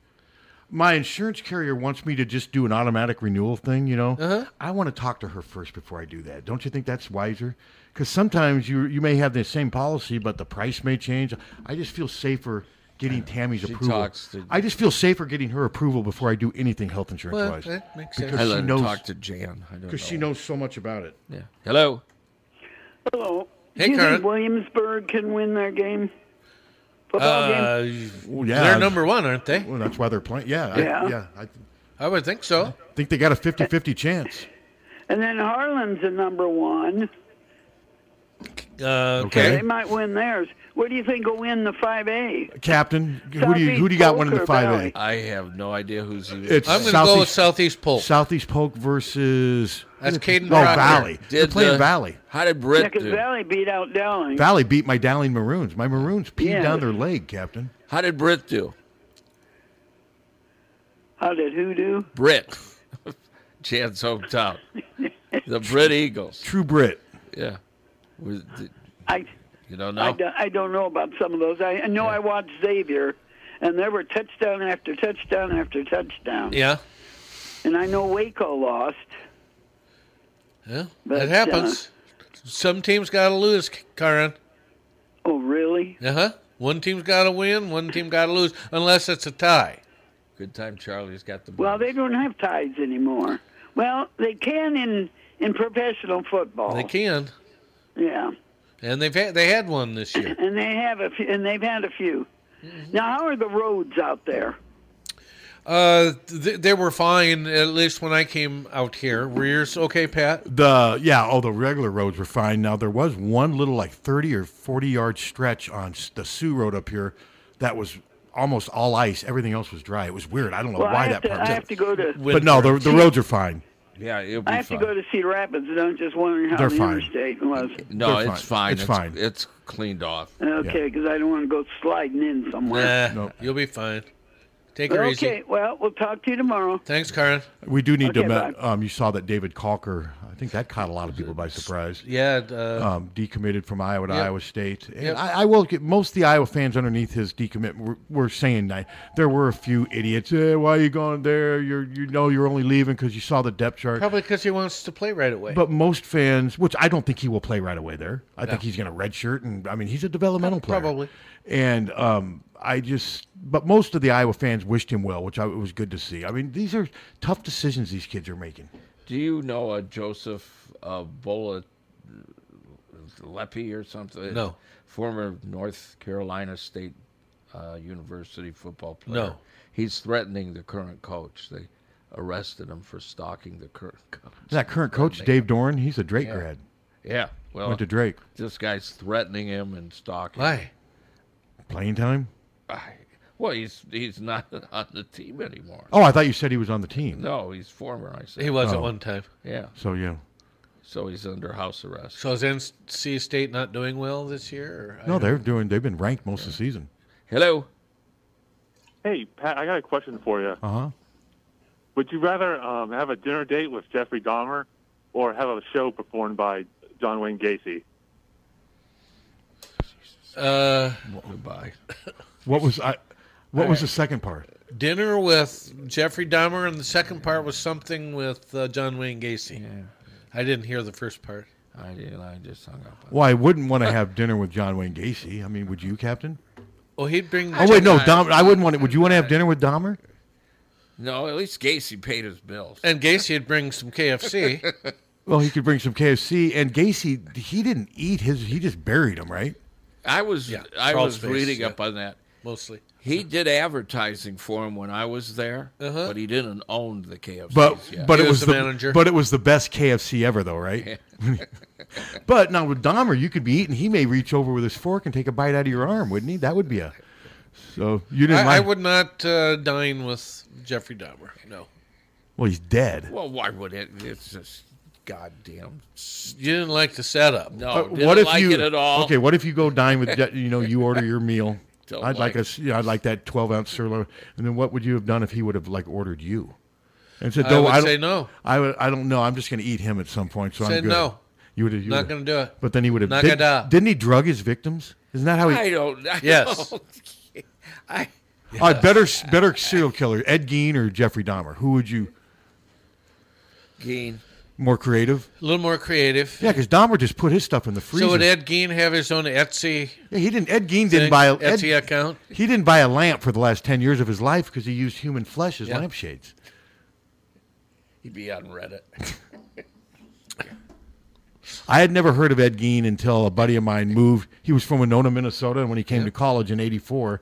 Speaker 4: My insurance carrier wants me to just do an automatic renewal thing, you know?
Speaker 2: Uh-huh.
Speaker 4: I want to talk to her first before I do that. Don't you think that's wiser? Because sometimes you, you may have the same policy, but the price may change. I just feel safer getting Tammy's
Speaker 2: She
Speaker 4: approval.
Speaker 2: talks to-
Speaker 4: I just feel safer getting her approval before I do anything health insurance
Speaker 3: Well,
Speaker 4: wise.
Speaker 3: that makes sense.
Speaker 4: because
Speaker 2: I
Speaker 4: she
Speaker 2: let him
Speaker 4: knows,
Speaker 2: talk to Jan. I don't know.
Speaker 4: Because she knows so much about it.
Speaker 2: Yeah. Hello.
Speaker 5: Hello.
Speaker 4: Hey,
Speaker 5: Do you
Speaker 4: Karen.
Speaker 5: think Williamsburg can win their game? Football game?
Speaker 3: Uh,
Speaker 4: Well, yeah.
Speaker 3: They're number one, aren't they?
Speaker 4: Well, that's why they're playing. Yeah. I-
Speaker 5: Yeah.
Speaker 4: yeah. I
Speaker 3: I would think so.
Speaker 4: think they got a 50 50 chance.
Speaker 5: And then Harlan's the number one.
Speaker 3: Uh,
Speaker 5: So
Speaker 4: Okay.
Speaker 5: they might win theirs. What do you think will win the 5A?
Speaker 4: Captain, who do you who do you got winning the
Speaker 5: Southeast
Speaker 4: five A?
Speaker 2: I have no idea who's.
Speaker 4: It's
Speaker 3: I'm gonna
Speaker 4: Southeast,
Speaker 3: go with Southeast Polk.
Speaker 4: Southeast Polk versus
Speaker 3: That's Caden
Speaker 4: Oh,
Speaker 3: Proctor.
Speaker 4: Valley. They're
Speaker 3: Did,
Speaker 4: playing
Speaker 3: uh,
Speaker 4: Valley.
Speaker 2: How did
Speaker 5: Yeah, because Valley beat out Dowling.
Speaker 4: Valley beat my Dowling Maroons. My Maroons peed
Speaker 5: Yeah.
Speaker 4: down their leg, Captain.
Speaker 2: How did Britt do?
Speaker 5: How did who do?
Speaker 2: (laughs) Britt. Jan's hometown. the Brit Eagles.
Speaker 4: True Brit.
Speaker 2: Yeah. Was, did,
Speaker 5: I,
Speaker 2: you don't
Speaker 5: I,
Speaker 2: know?
Speaker 5: do- I don't know about some of those. I, I know I watched Xavier, and there were touchdown after touchdown after touchdown.
Speaker 3: Yeah.
Speaker 5: And I know Waco lost.
Speaker 3: Yeah.
Speaker 5: But, uh,
Speaker 3: that happens. Some teams got to lose, Karen.
Speaker 5: Oh, really?
Speaker 3: Uh huh. One team's got to win. One team got to lose, unless it's a tie.
Speaker 2: Good time, Charlie's got the.
Speaker 5: Well, they don't have ties anymore. Well, they can in in professional football.
Speaker 3: They can,
Speaker 5: Yeah,
Speaker 3: and they've had, they had one this year.
Speaker 5: and they have a few, and they've had a few.
Speaker 3: Mm-hmm.
Speaker 5: Now, how are the roads out there?
Speaker 3: Uh, th- they were fine at least when I came out here. Were yours okay, Pat?
Speaker 4: The yeah, oh the regular roads were fine. Now there was one little like thirty or forty yard stretch on s- the Sioux Road up here that was almost all ice. Everything else was dry. It was weird. I don't know
Speaker 5: Well,
Speaker 4: why
Speaker 5: I have
Speaker 4: that
Speaker 5: to,
Speaker 4: part.
Speaker 5: I have to go to.
Speaker 4: but no, the the roads are fine.
Speaker 2: Yeah, it'll be
Speaker 5: I have
Speaker 2: fine.
Speaker 5: to go to Cedar Rapids, and I'm just wondering how
Speaker 4: They're
Speaker 5: the
Speaker 4: fine.
Speaker 5: interstate was.
Speaker 2: no,
Speaker 4: They're
Speaker 2: it's fine.
Speaker 4: It's fine.
Speaker 2: It's cleaned off.
Speaker 5: Okay, because I don't want to go sliding in somewhere.
Speaker 3: Nah, you'll be fine. Take her
Speaker 5: okay,
Speaker 3: easy.
Speaker 5: well, we'll talk to you tomorrow.
Speaker 3: Thanks, Karen.
Speaker 4: We do need
Speaker 5: Okay,
Speaker 4: to. ma- Um, you saw that David Calker. I think that caught a lot of people by surprise.
Speaker 3: Yeah. Uh,
Speaker 4: um, decommitted from Iowa to
Speaker 3: Yep.
Speaker 4: Iowa State. And
Speaker 3: Yep.
Speaker 4: I, I will get most of the Iowa fans underneath his decommitment were, were saying that there were a few idiots. Eh, why are you going there? You're, you know you're only leaving because you saw the depth chart.
Speaker 3: Probably because he wants to play right away.
Speaker 4: But most fans, which I don't think he will play right away there. I
Speaker 3: No.
Speaker 4: think he's going to redshirt, and I mean he's a developmental player.
Speaker 3: Probably.
Speaker 4: And um, I just, but most of the Iowa fans wished him well, which I, it was good to see. I mean, these are tough decisions these kids are making.
Speaker 2: Do you know a Joseph uh, Bola Lepi or something?
Speaker 3: No.
Speaker 2: Former North Carolina State uh, University football player.
Speaker 3: No.
Speaker 2: He's threatening the current coach. They arrested him for stalking the current coach.
Speaker 4: That current coach, Dave Dorn, he's a Drake
Speaker 2: Yeah.
Speaker 4: grad.
Speaker 2: Yeah. Well,
Speaker 4: Went to Drake.
Speaker 2: This guy's threatening him and stalking.
Speaker 3: Why?
Speaker 4: Playing time?
Speaker 2: Well, he's he's not (laughs) on the team anymore.
Speaker 4: Oh, I thought you said he was on the team.
Speaker 2: No, he's former. I said
Speaker 3: He was at
Speaker 4: Oh.
Speaker 3: one time.
Speaker 2: Yeah.
Speaker 4: So yeah.
Speaker 2: So he's under house arrest.
Speaker 3: So is NC State not doing well this year? Or I
Speaker 4: No,
Speaker 3: don't-
Speaker 4: they're doing. They've been ranked most of the season.
Speaker 2: Hello.
Speaker 18: Hey, Pat, I got a question for you.
Speaker 4: Uh huh.
Speaker 18: Would you rather um, have a dinner date with Jeffrey Dahmer or have a show performed by John Wayne Gacy?
Speaker 3: Uh,
Speaker 2: Goodbye.
Speaker 4: What was I? What was the second part?
Speaker 3: (laughs) Dinner with Jeffrey Dahmer, and the second part was something with uh, John Wayne Gacy. I didn't hear the first part.
Speaker 2: I did. I just hung up.
Speaker 4: Well, I wouldn't want to have dinner with John Wayne Gacy. I mean, would you, Captain?
Speaker 3: Well, he'd bring.
Speaker 4: Oh wait, no, Dahmer. I wouldn't want it. Would you want to have dinner with Dahmer?
Speaker 2: No, at least Gacy paid his bills.
Speaker 3: And Gacy'd bring some
Speaker 2: (laughs)
Speaker 3: KFC.
Speaker 4: Well, he could bring some KFC. And Gacy, he didn't eat his. He just buried him, right?
Speaker 2: I was I
Speaker 3: crawl
Speaker 2: was
Speaker 3: space,
Speaker 2: reading
Speaker 3: yeah.
Speaker 2: up on that.
Speaker 3: Mostly.
Speaker 2: He did advertising for him when I was there,
Speaker 3: Uh-huh.
Speaker 2: but he didn't own the KFC.
Speaker 4: But but it was, the
Speaker 3: manager.
Speaker 4: But it was the best KFC ever, though, right? (laughs) but now with Dahmer, you could be eating. He may reach over with his fork and take a bite out of your arm, wouldn't he? That would be a. So you didn't
Speaker 3: I, I
Speaker 4: like.
Speaker 3: would not uh, dine with Jeffrey Dahmer. No,
Speaker 4: well, he's dead.
Speaker 2: Well, why would it? It's just goddamn. (laughs)
Speaker 3: you didn't like the setup.
Speaker 2: No,
Speaker 4: Uh,
Speaker 2: didn't like
Speaker 4: you?
Speaker 2: it at all.
Speaker 4: Okay, what if you go dine
Speaker 3: (laughs)
Speaker 4: with? Je- You know, you order your meal.
Speaker 2: Don't
Speaker 4: I'd like,
Speaker 2: like
Speaker 4: a s- yeah, I'd like that twelve ounce sirloin. And then what would you have done if he would have like ordered you? And said,
Speaker 3: I
Speaker 4: "No,
Speaker 3: would
Speaker 4: I don't,
Speaker 3: say no.
Speaker 4: I would. I don't know. I'm just going to eat him at some point. So
Speaker 3: Say
Speaker 4: I'm good.
Speaker 3: no.
Speaker 4: You would have.
Speaker 3: Not gonna do it.
Speaker 4: But then he would have.
Speaker 3: Not
Speaker 4: Did,
Speaker 3: gonna do.
Speaker 4: didn't he drug his victims? Isn't that how he?
Speaker 2: I don't. I
Speaker 3: (laughs) Yes.
Speaker 2: don't- (laughs) I.
Speaker 4: All right, better s- better serial killer, Ed Gein or Jeffrey Dahmer? Who would you
Speaker 2: Gein.
Speaker 4: more creative?
Speaker 3: A little more creative.
Speaker 4: Yeah, because Dahmer just put his stuff in the freezer.
Speaker 3: So would Ed Gein have his own Etsy?
Speaker 4: Yeah, he didn't. Ed Gein didn't buy a, Ed,
Speaker 3: Etsy account.
Speaker 4: He didn't buy a lamp for the last ten years of his life because he used human flesh as
Speaker 3: Yeah. uh,
Speaker 4: lampshades.
Speaker 2: He'd be on Reddit.
Speaker 4: I had never heard of Ed Gein until a buddy of mine moved. He was from Winona, Minnesota, and when he came to college in '84,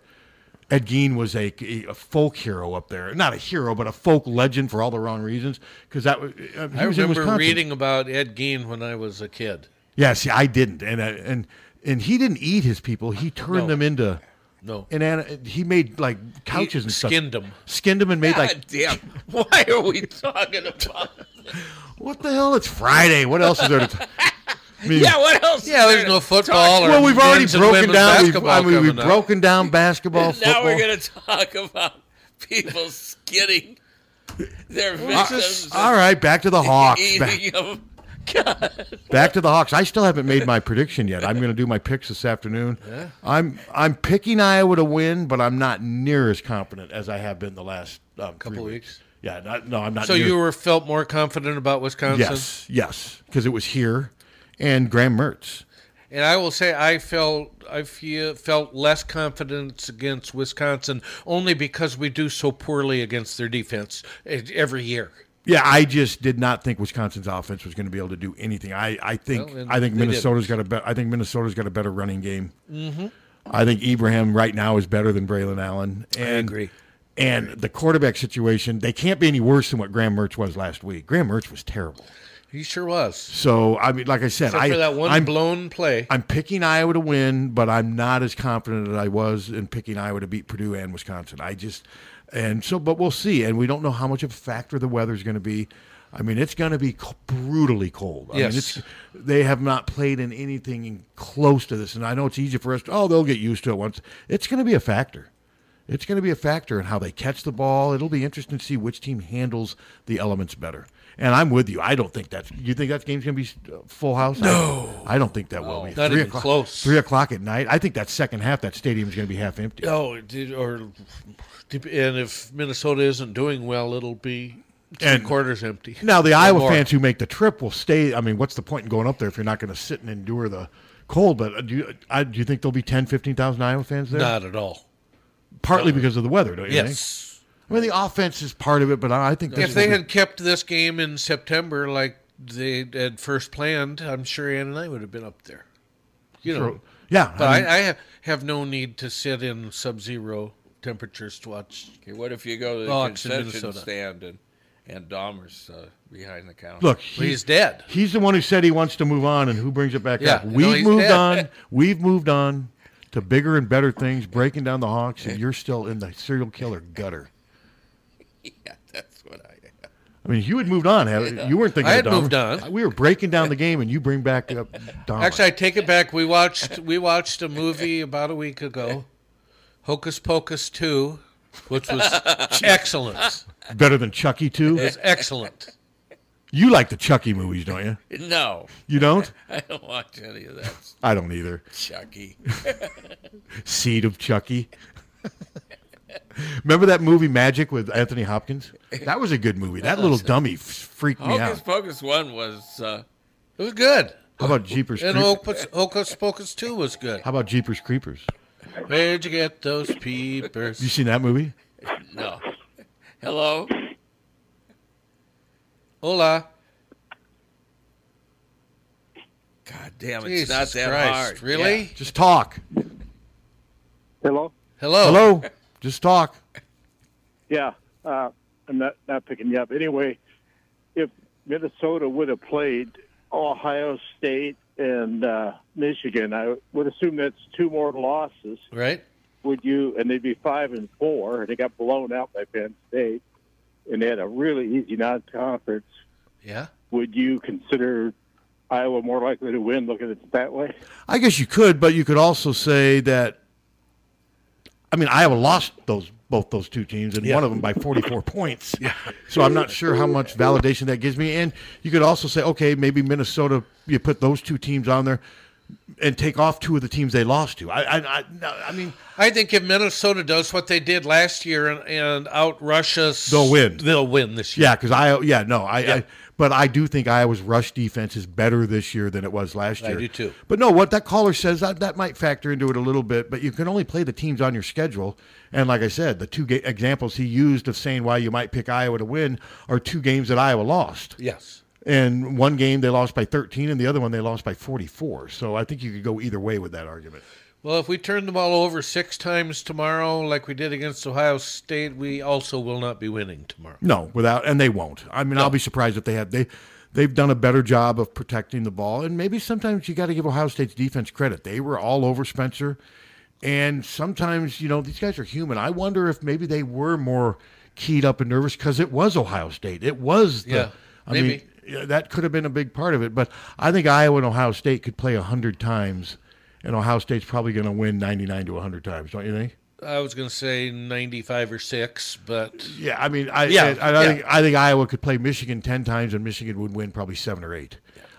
Speaker 4: Ed Gein was a, a folk hero up there. Not a hero, but a folk legend for all the wrong reasons. Because that was, uh, he
Speaker 3: I
Speaker 4: was in
Speaker 3: remember
Speaker 4: Wisconsin.
Speaker 3: reading about Ed Gein when I was a kid.
Speaker 4: Yeah, see, I didn't, and I, and and he didn't eat his people. He turned
Speaker 3: No.
Speaker 4: them into
Speaker 3: No.
Speaker 4: and he made like couches and stuff.
Speaker 3: skinned 'em.
Speaker 4: skinned them, and made (laughs) like
Speaker 2: God damn. Why are we talking about?
Speaker 4: What the hell? It's Friday. What else is there to
Speaker 3: (laughs)
Speaker 4: t- I mean-
Speaker 2: yeah. What else?
Speaker 3: Yeah, there's no football. Or
Speaker 4: well, we've already
Speaker 3: men's and
Speaker 4: broken
Speaker 3: women's
Speaker 4: down. We've,
Speaker 3: basketball
Speaker 4: I mean, we've
Speaker 3: coming up.
Speaker 4: broken
Speaker 3: (laughs)
Speaker 4: down basketball,
Speaker 2: And now
Speaker 4: football.
Speaker 2: we're going to talk about people skinning their
Speaker 4: Well,
Speaker 2: victims.
Speaker 4: all right, back
Speaker 3: (laughs)
Speaker 4: to the Hawks. Back,
Speaker 2: (laughs) Eating them. God.
Speaker 4: back to the Hawks. I still haven't made my prediction yet. I'm going to do my picks this afternoon.
Speaker 2: Yeah.
Speaker 4: I'm I'm picking Iowa to win, but I'm not near as confident as I have been the last um, couple weeks. Yeah, not, no, I'm not.
Speaker 3: So
Speaker 4: near-
Speaker 3: you were felt more confident about Wisconsin.
Speaker 4: Yes, yes, because it was here, and Graham Mertz.
Speaker 3: And I will say I felt I feel, felt less confidence against Wisconsin only because we do so poorly against their defense eh, every year.
Speaker 4: Yeah, I just did not think Wisconsin's offense was going to be able to do anything. I, I think
Speaker 3: Well, and
Speaker 4: I think
Speaker 3: they
Speaker 4: Minnesota's got a bet I think Minnesota's got a better running game.
Speaker 3: Mhm.
Speaker 4: I think Ibrahim right now is better than Braylon Allen. And, agree. And the quarterback situation, they can't be any worse than what Graham Mertz was last week. Graham Mertz was terrible.
Speaker 3: He sure was.
Speaker 4: So I mean, like I said,
Speaker 3: Except
Speaker 4: I
Speaker 3: for that one
Speaker 4: I'm,
Speaker 3: blown play.
Speaker 4: I'm picking Iowa to win, but I'm not as confident as I was in picking Iowa to beat Purdue and Wisconsin. I just and so, but we'll see. And we don't know how much of a factor the weather's going to be. I mean, it's going to be c- brutally cold. I mean,
Speaker 3: Yes.
Speaker 4: it's, they have not played in anything close to this, and I know it's easy for us. To, oh, they'll get used to it once. It's going to be a factor. It's going to be a factor in how they catch the ball. It'll be interesting to see which team handles the elements better. And I'm with you. I don't think that's. You think that game's going to be uh, full house? No, I don't think that will be.
Speaker 3: Not even
Speaker 4: o'clock,
Speaker 3: close.
Speaker 4: Three o'clock at night. I think that second half, that stadium's going to be half empty.
Speaker 3: Oh, did, or and if Minnesota isn't doing well, it'll be three
Speaker 4: And-
Speaker 3: quarters empty.
Speaker 4: Now the
Speaker 3: Or
Speaker 4: Iowa
Speaker 3: more.
Speaker 4: fans who make the trip will stay. I mean, what's the point in going up there if you're not going to sit and endure the cold? But uh, do you, I, do you think there'll be 10, 15,000 Iowa fans there?
Speaker 3: Not at all.
Speaker 4: Partly because of the weather, don't you
Speaker 3: Yes.
Speaker 4: think? I mean, the offense is part of it, but I I think this
Speaker 3: If they
Speaker 4: will be-
Speaker 3: had kept this game in September like they had first planned, I'm sure Ann and I would have been up there. You know,
Speaker 4: Sure. Yeah,
Speaker 3: But I,
Speaker 4: I mean-
Speaker 3: I, have, have no need to sit in sub-zero temperatures to watch.
Speaker 2: Okay, what if you go to the
Speaker 3: Hawks in
Speaker 2: concession
Speaker 3: Minnesota.
Speaker 2: stand and, and Dahmer's uh, behind the counter?
Speaker 4: Look, he- He's the one who said he wants to move on, and who brings it back
Speaker 2: Yeah,
Speaker 4: up?
Speaker 2: no,
Speaker 4: We've
Speaker 2: he's
Speaker 4: moved
Speaker 2: dead.
Speaker 4: on. We've moved on to bigger and better things, breaking down the Hawks, and you're still in the serial killer gutter.
Speaker 2: (laughs) Yeah, that's what I
Speaker 4: I mean, you had moved on. had
Speaker 3: Yeah.
Speaker 4: You weren't thinking
Speaker 3: I
Speaker 4: of
Speaker 3: had
Speaker 4: Dahmer.
Speaker 3: moved on.
Speaker 4: We were breaking down the game, and you bring back
Speaker 2: (laughs)
Speaker 4: up Dahmer.
Speaker 3: Actually, I take it back. We watched we watched a movie about a week ago, Hocus Pocus Two, which was
Speaker 4: (laughs)
Speaker 3: excellent.
Speaker 4: better than Chucky too.
Speaker 3: It was excellent.
Speaker 4: You like the Chucky movies, don't you?
Speaker 2: No.
Speaker 4: You don't?
Speaker 2: (laughs) I don't watch
Speaker 4: (laughs)
Speaker 2: any of that.
Speaker 4: I don't either.
Speaker 2: Chucky.
Speaker 4: Seed of Chucky. Remember that movie Magic with Anthony Hopkins? That was a good movie. That little dummy f- freaked me
Speaker 2: Hocus
Speaker 4: out.
Speaker 2: Pocus one was uh,
Speaker 3: It was good.
Speaker 4: How about Jeepers
Speaker 3: And
Speaker 4: Creepers?
Speaker 3: Hocus, Hocus Pocus 2 was good.
Speaker 4: How about Jeepers Creepers?
Speaker 3: Where'd you get those peepers?
Speaker 4: You seen that movie?
Speaker 2: no. Hello.
Speaker 3: Hola.
Speaker 2: God damn, it's
Speaker 3: Jesus
Speaker 2: not that
Speaker 3: Christ,
Speaker 2: hard.
Speaker 3: Really?
Speaker 2: Yeah.
Speaker 4: Just talk.
Speaker 19: Hello.
Speaker 3: Hello.
Speaker 4: Hello. Just talk.
Speaker 19: Yeah, uh, I'm not not picking you up. Anyway, if Minnesota would have played Ohio State and uh, Michigan, I would assume that's two more losses.
Speaker 3: Right.
Speaker 19: Would you? And they'd be five and four. And they got blown out by Penn State, and they had a really easy non-conference.
Speaker 3: Yeah.
Speaker 19: Would you consider Iowa more likely to win? Look at it that way.
Speaker 4: I guess you could, but you could also say that. I mean, Iowa lost those both those two teams, and one of them by forty-four (laughs) points. Yeah. So I'm not sure how much validation that gives me. And you could also say, okay, maybe Minnesota, you put those two teams on there, and take off two of the teams they lost to. I, I, I, no, I mean,
Speaker 3: I think if Minnesota does what they did last year and, and out Russia's,
Speaker 4: they'll win.
Speaker 3: They'll win this year.
Speaker 4: Yeah, because I, yeah, no, I,
Speaker 3: Yeah.
Speaker 4: I, but I do think Iowa's rush defense is better this year than it was last
Speaker 3: I
Speaker 4: year.
Speaker 3: do too.
Speaker 4: But no, what that caller says that that might factor into it a little bit. But you can only play the teams on your schedule, and like I said, the two ga- examples he used of saying why you might pick Iowa to win are two games that Iowa lost.
Speaker 3: Yes.
Speaker 4: And one game they lost by 13, and the other one they lost by 44. So I think you could go either way with that argument.
Speaker 3: Well, if we turn the ball over six times tomorrow, like we did against Ohio State, we also will not be winning tomorrow.
Speaker 4: No, without, and they won't. I mean, I'll be surprised if they have. They, they've done a better job of protecting the ball, and maybe sometimes you got to give Ohio State's defense credit. They were all over Spencer, and sometimes you know these guys are human. I wonder if maybe they were more keyed up and nervous because it was Ohio State. It was the,
Speaker 3: Yeah,
Speaker 4: I mean,
Speaker 3: maybe.
Speaker 4: yeah, that could have been a big part of it. But I think Iowa and Ohio State could play hundred times, and Ohio State's probably going to win ninety nine to hundred times. Don't you think?
Speaker 3: I was going to say 95 or 6, but.
Speaker 4: Yeah, I mean, I,
Speaker 3: yeah,
Speaker 4: I, I
Speaker 3: yeah.
Speaker 4: think I think Iowa could play Michigan ten times, and Michigan would win probably seven or eight.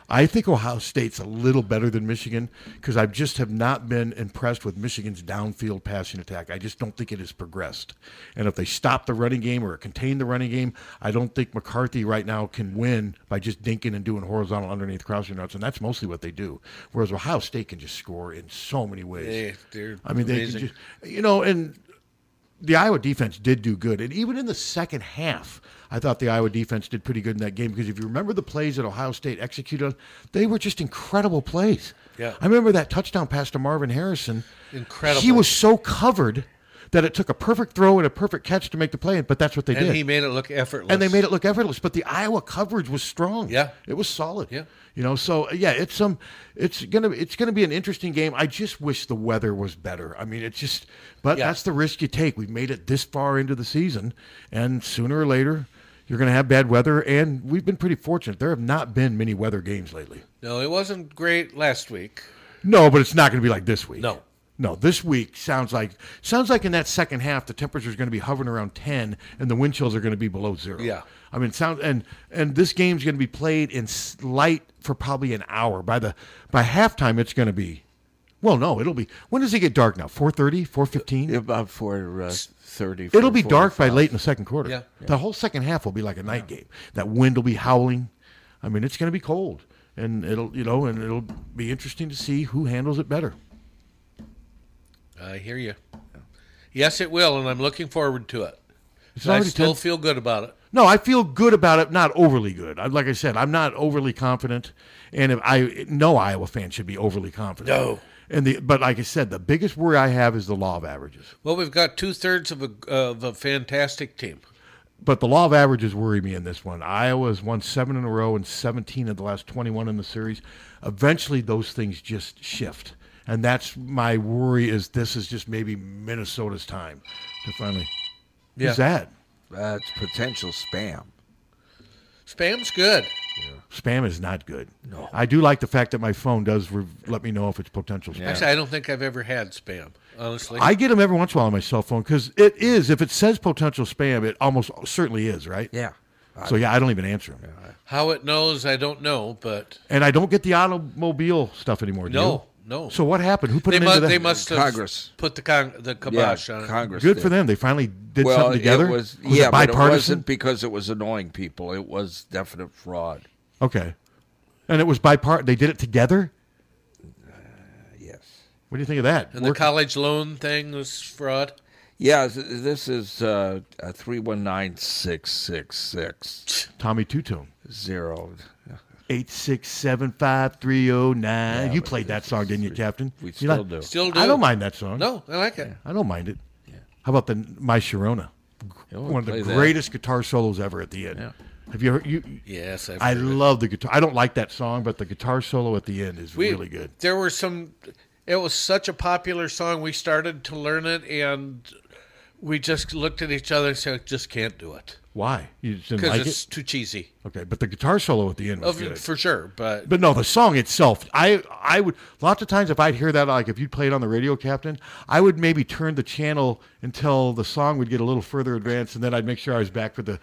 Speaker 4: I think Ohio State's a little better than Michigan because I just have not been impressed with Michigan's downfield passing attack. I just don't think it has progressed. And if they stop the running game or contain the running game, I don't think McCarthy right now can win by just dinking and doing horizontal underneath crossing routes, and that's mostly what they do. Whereas Ohio State can just score in so many ways.
Speaker 3: They- they're
Speaker 4: I mean, they
Speaker 3: amazing.
Speaker 4: can just, you know, and the Iowa defense did do good. And even in the second half, I thought the Iowa defense did pretty good in that game because if you remember the plays that Ohio State executed, they were just incredible plays.
Speaker 3: Yeah.
Speaker 4: I remember that touchdown pass to Marvin Harrison.
Speaker 3: Incredible.
Speaker 4: He was so covered that it took a perfect throw and a perfect catch to make the play, but that's what they
Speaker 3: and
Speaker 4: did.
Speaker 3: he made it look effortless.
Speaker 4: And they made it look effortless, but the Iowa coverage was strong. Yeah, it was solid. Yeah, you know. So yeah, it's some. It's gonna. It's gonna be an interesting game. I just wish the weather was better. I mean, it's just. But that's the risk you take. We've made it this far into the season, and sooner or later, you're gonna have bad weather. And we've been pretty fortunate. There have not been many weather games lately.
Speaker 3: No, it wasn't great last week.
Speaker 4: No, but it's not going to be like this week. No. No, this week sounds like sounds like in that second half the temperature's going to be hovering around 10 and the wind chills are going to be below 0.
Speaker 3: Yeah.
Speaker 4: I mean, sound and and this game's going to be played in s- light for probably an hour. By the by halftime it's going to be well, no, it'll be when does it get dark now? 4:30, 4:15?
Speaker 2: About four uh, thirty.
Speaker 4: It'll be
Speaker 2: 4:45.
Speaker 4: dark by late in the second quarter.
Speaker 2: Yeah.
Speaker 4: The whole second half will be like a night game. That wind will be howling. I mean, it's going to be cold and it'll, you know, and it'll be interesting to see who handles it better.
Speaker 3: I hear you. Yes, it will, and I'm looking forward to it.
Speaker 4: It's
Speaker 3: And I
Speaker 4: already
Speaker 3: still
Speaker 4: 10
Speaker 3: feel good about it.
Speaker 4: No, I feel good about it. Not overly good. I, like I said, I'm not overly confident, and if I no Iowa fan should be overly confident.
Speaker 3: No.
Speaker 4: And the but like I said, the biggest worry I have is the law of averages.
Speaker 3: Well, we've got two thirds of a of a fantastic team.
Speaker 4: But the law of averages worry me in this one. Iowa has won seven in a row and 17 of the last 21 in the series. Eventually, those things just shift, and that's my worry. Is this is just maybe Minnesota's time to finally?
Speaker 3: Yeah.
Speaker 4: Who's that?
Speaker 2: That's potential spam.
Speaker 3: Spam's good.
Speaker 4: Spam is not good. No. I do like the fact that my phone does re- let me know if it's potential spam.
Speaker 3: Actually, I don't think I've ever had spam. Honestly,
Speaker 4: I get them every once in a while on my cell phone because it is. If it says potential spam, it almost certainly is, right?
Speaker 3: Yeah.
Speaker 4: So yeah, I don't even answer them,
Speaker 3: How it knows, I don't know, but
Speaker 4: and I don't get the automobile stuff anymore. do
Speaker 3: no,
Speaker 4: you?
Speaker 3: no.
Speaker 4: So what happened? Who put
Speaker 3: they
Speaker 4: them
Speaker 3: mu-
Speaker 4: into that?
Speaker 3: They must have put the con- the kibosh on it.
Speaker 4: Good for them. They finally did
Speaker 2: well,
Speaker 4: something together.
Speaker 2: It was,
Speaker 4: it
Speaker 2: yeah, but it
Speaker 4: bipartisan?
Speaker 2: wasn't because it was annoying people. It was definite fraud.
Speaker 4: Okay, and it was bipart. They did it together.
Speaker 2: yes.
Speaker 4: What do you think of that?
Speaker 3: And the college loan thing was fraud.
Speaker 2: Yeah, th- this is uh, uh, 319666.
Speaker 4: Tommy Two Tone.
Speaker 2: Zero.
Speaker 4: Eight six seven five three zero nine. you played that song, didn't you, Captain? We
Speaker 2: still do. Still do.
Speaker 4: I don't mind that song.
Speaker 3: No, I like it.
Speaker 4: I don't mind it. How about the My Sharona?
Speaker 3: Yeah,
Speaker 4: One of
Speaker 3: play
Speaker 4: the
Speaker 3: that.
Speaker 4: greatest guitar solos ever at the end. Have you heard you?
Speaker 3: Yes, I've
Speaker 4: I
Speaker 3: heard it.
Speaker 4: love the guitar. I don't like that song, but the guitar solo at the end is
Speaker 3: We-
Speaker 4: really good.
Speaker 3: There were some. It was such a popular song. We started to learn it, and we just looked at each other and said, "Just can't do it
Speaker 4: Why? You just didn't
Speaker 3: because
Speaker 4: like
Speaker 3: it's
Speaker 4: it?
Speaker 3: too cheesy."
Speaker 4: Okay, but the guitar solo at the end was
Speaker 3: Of-
Speaker 4: good.
Speaker 3: for sure, but
Speaker 4: But no, the song itself, I I would lots of times if I'd hear that, like if you'd play it on the radio, Captain, I would maybe turn the channel until the song would get a little further advanced, and then I'd make sure I was back for the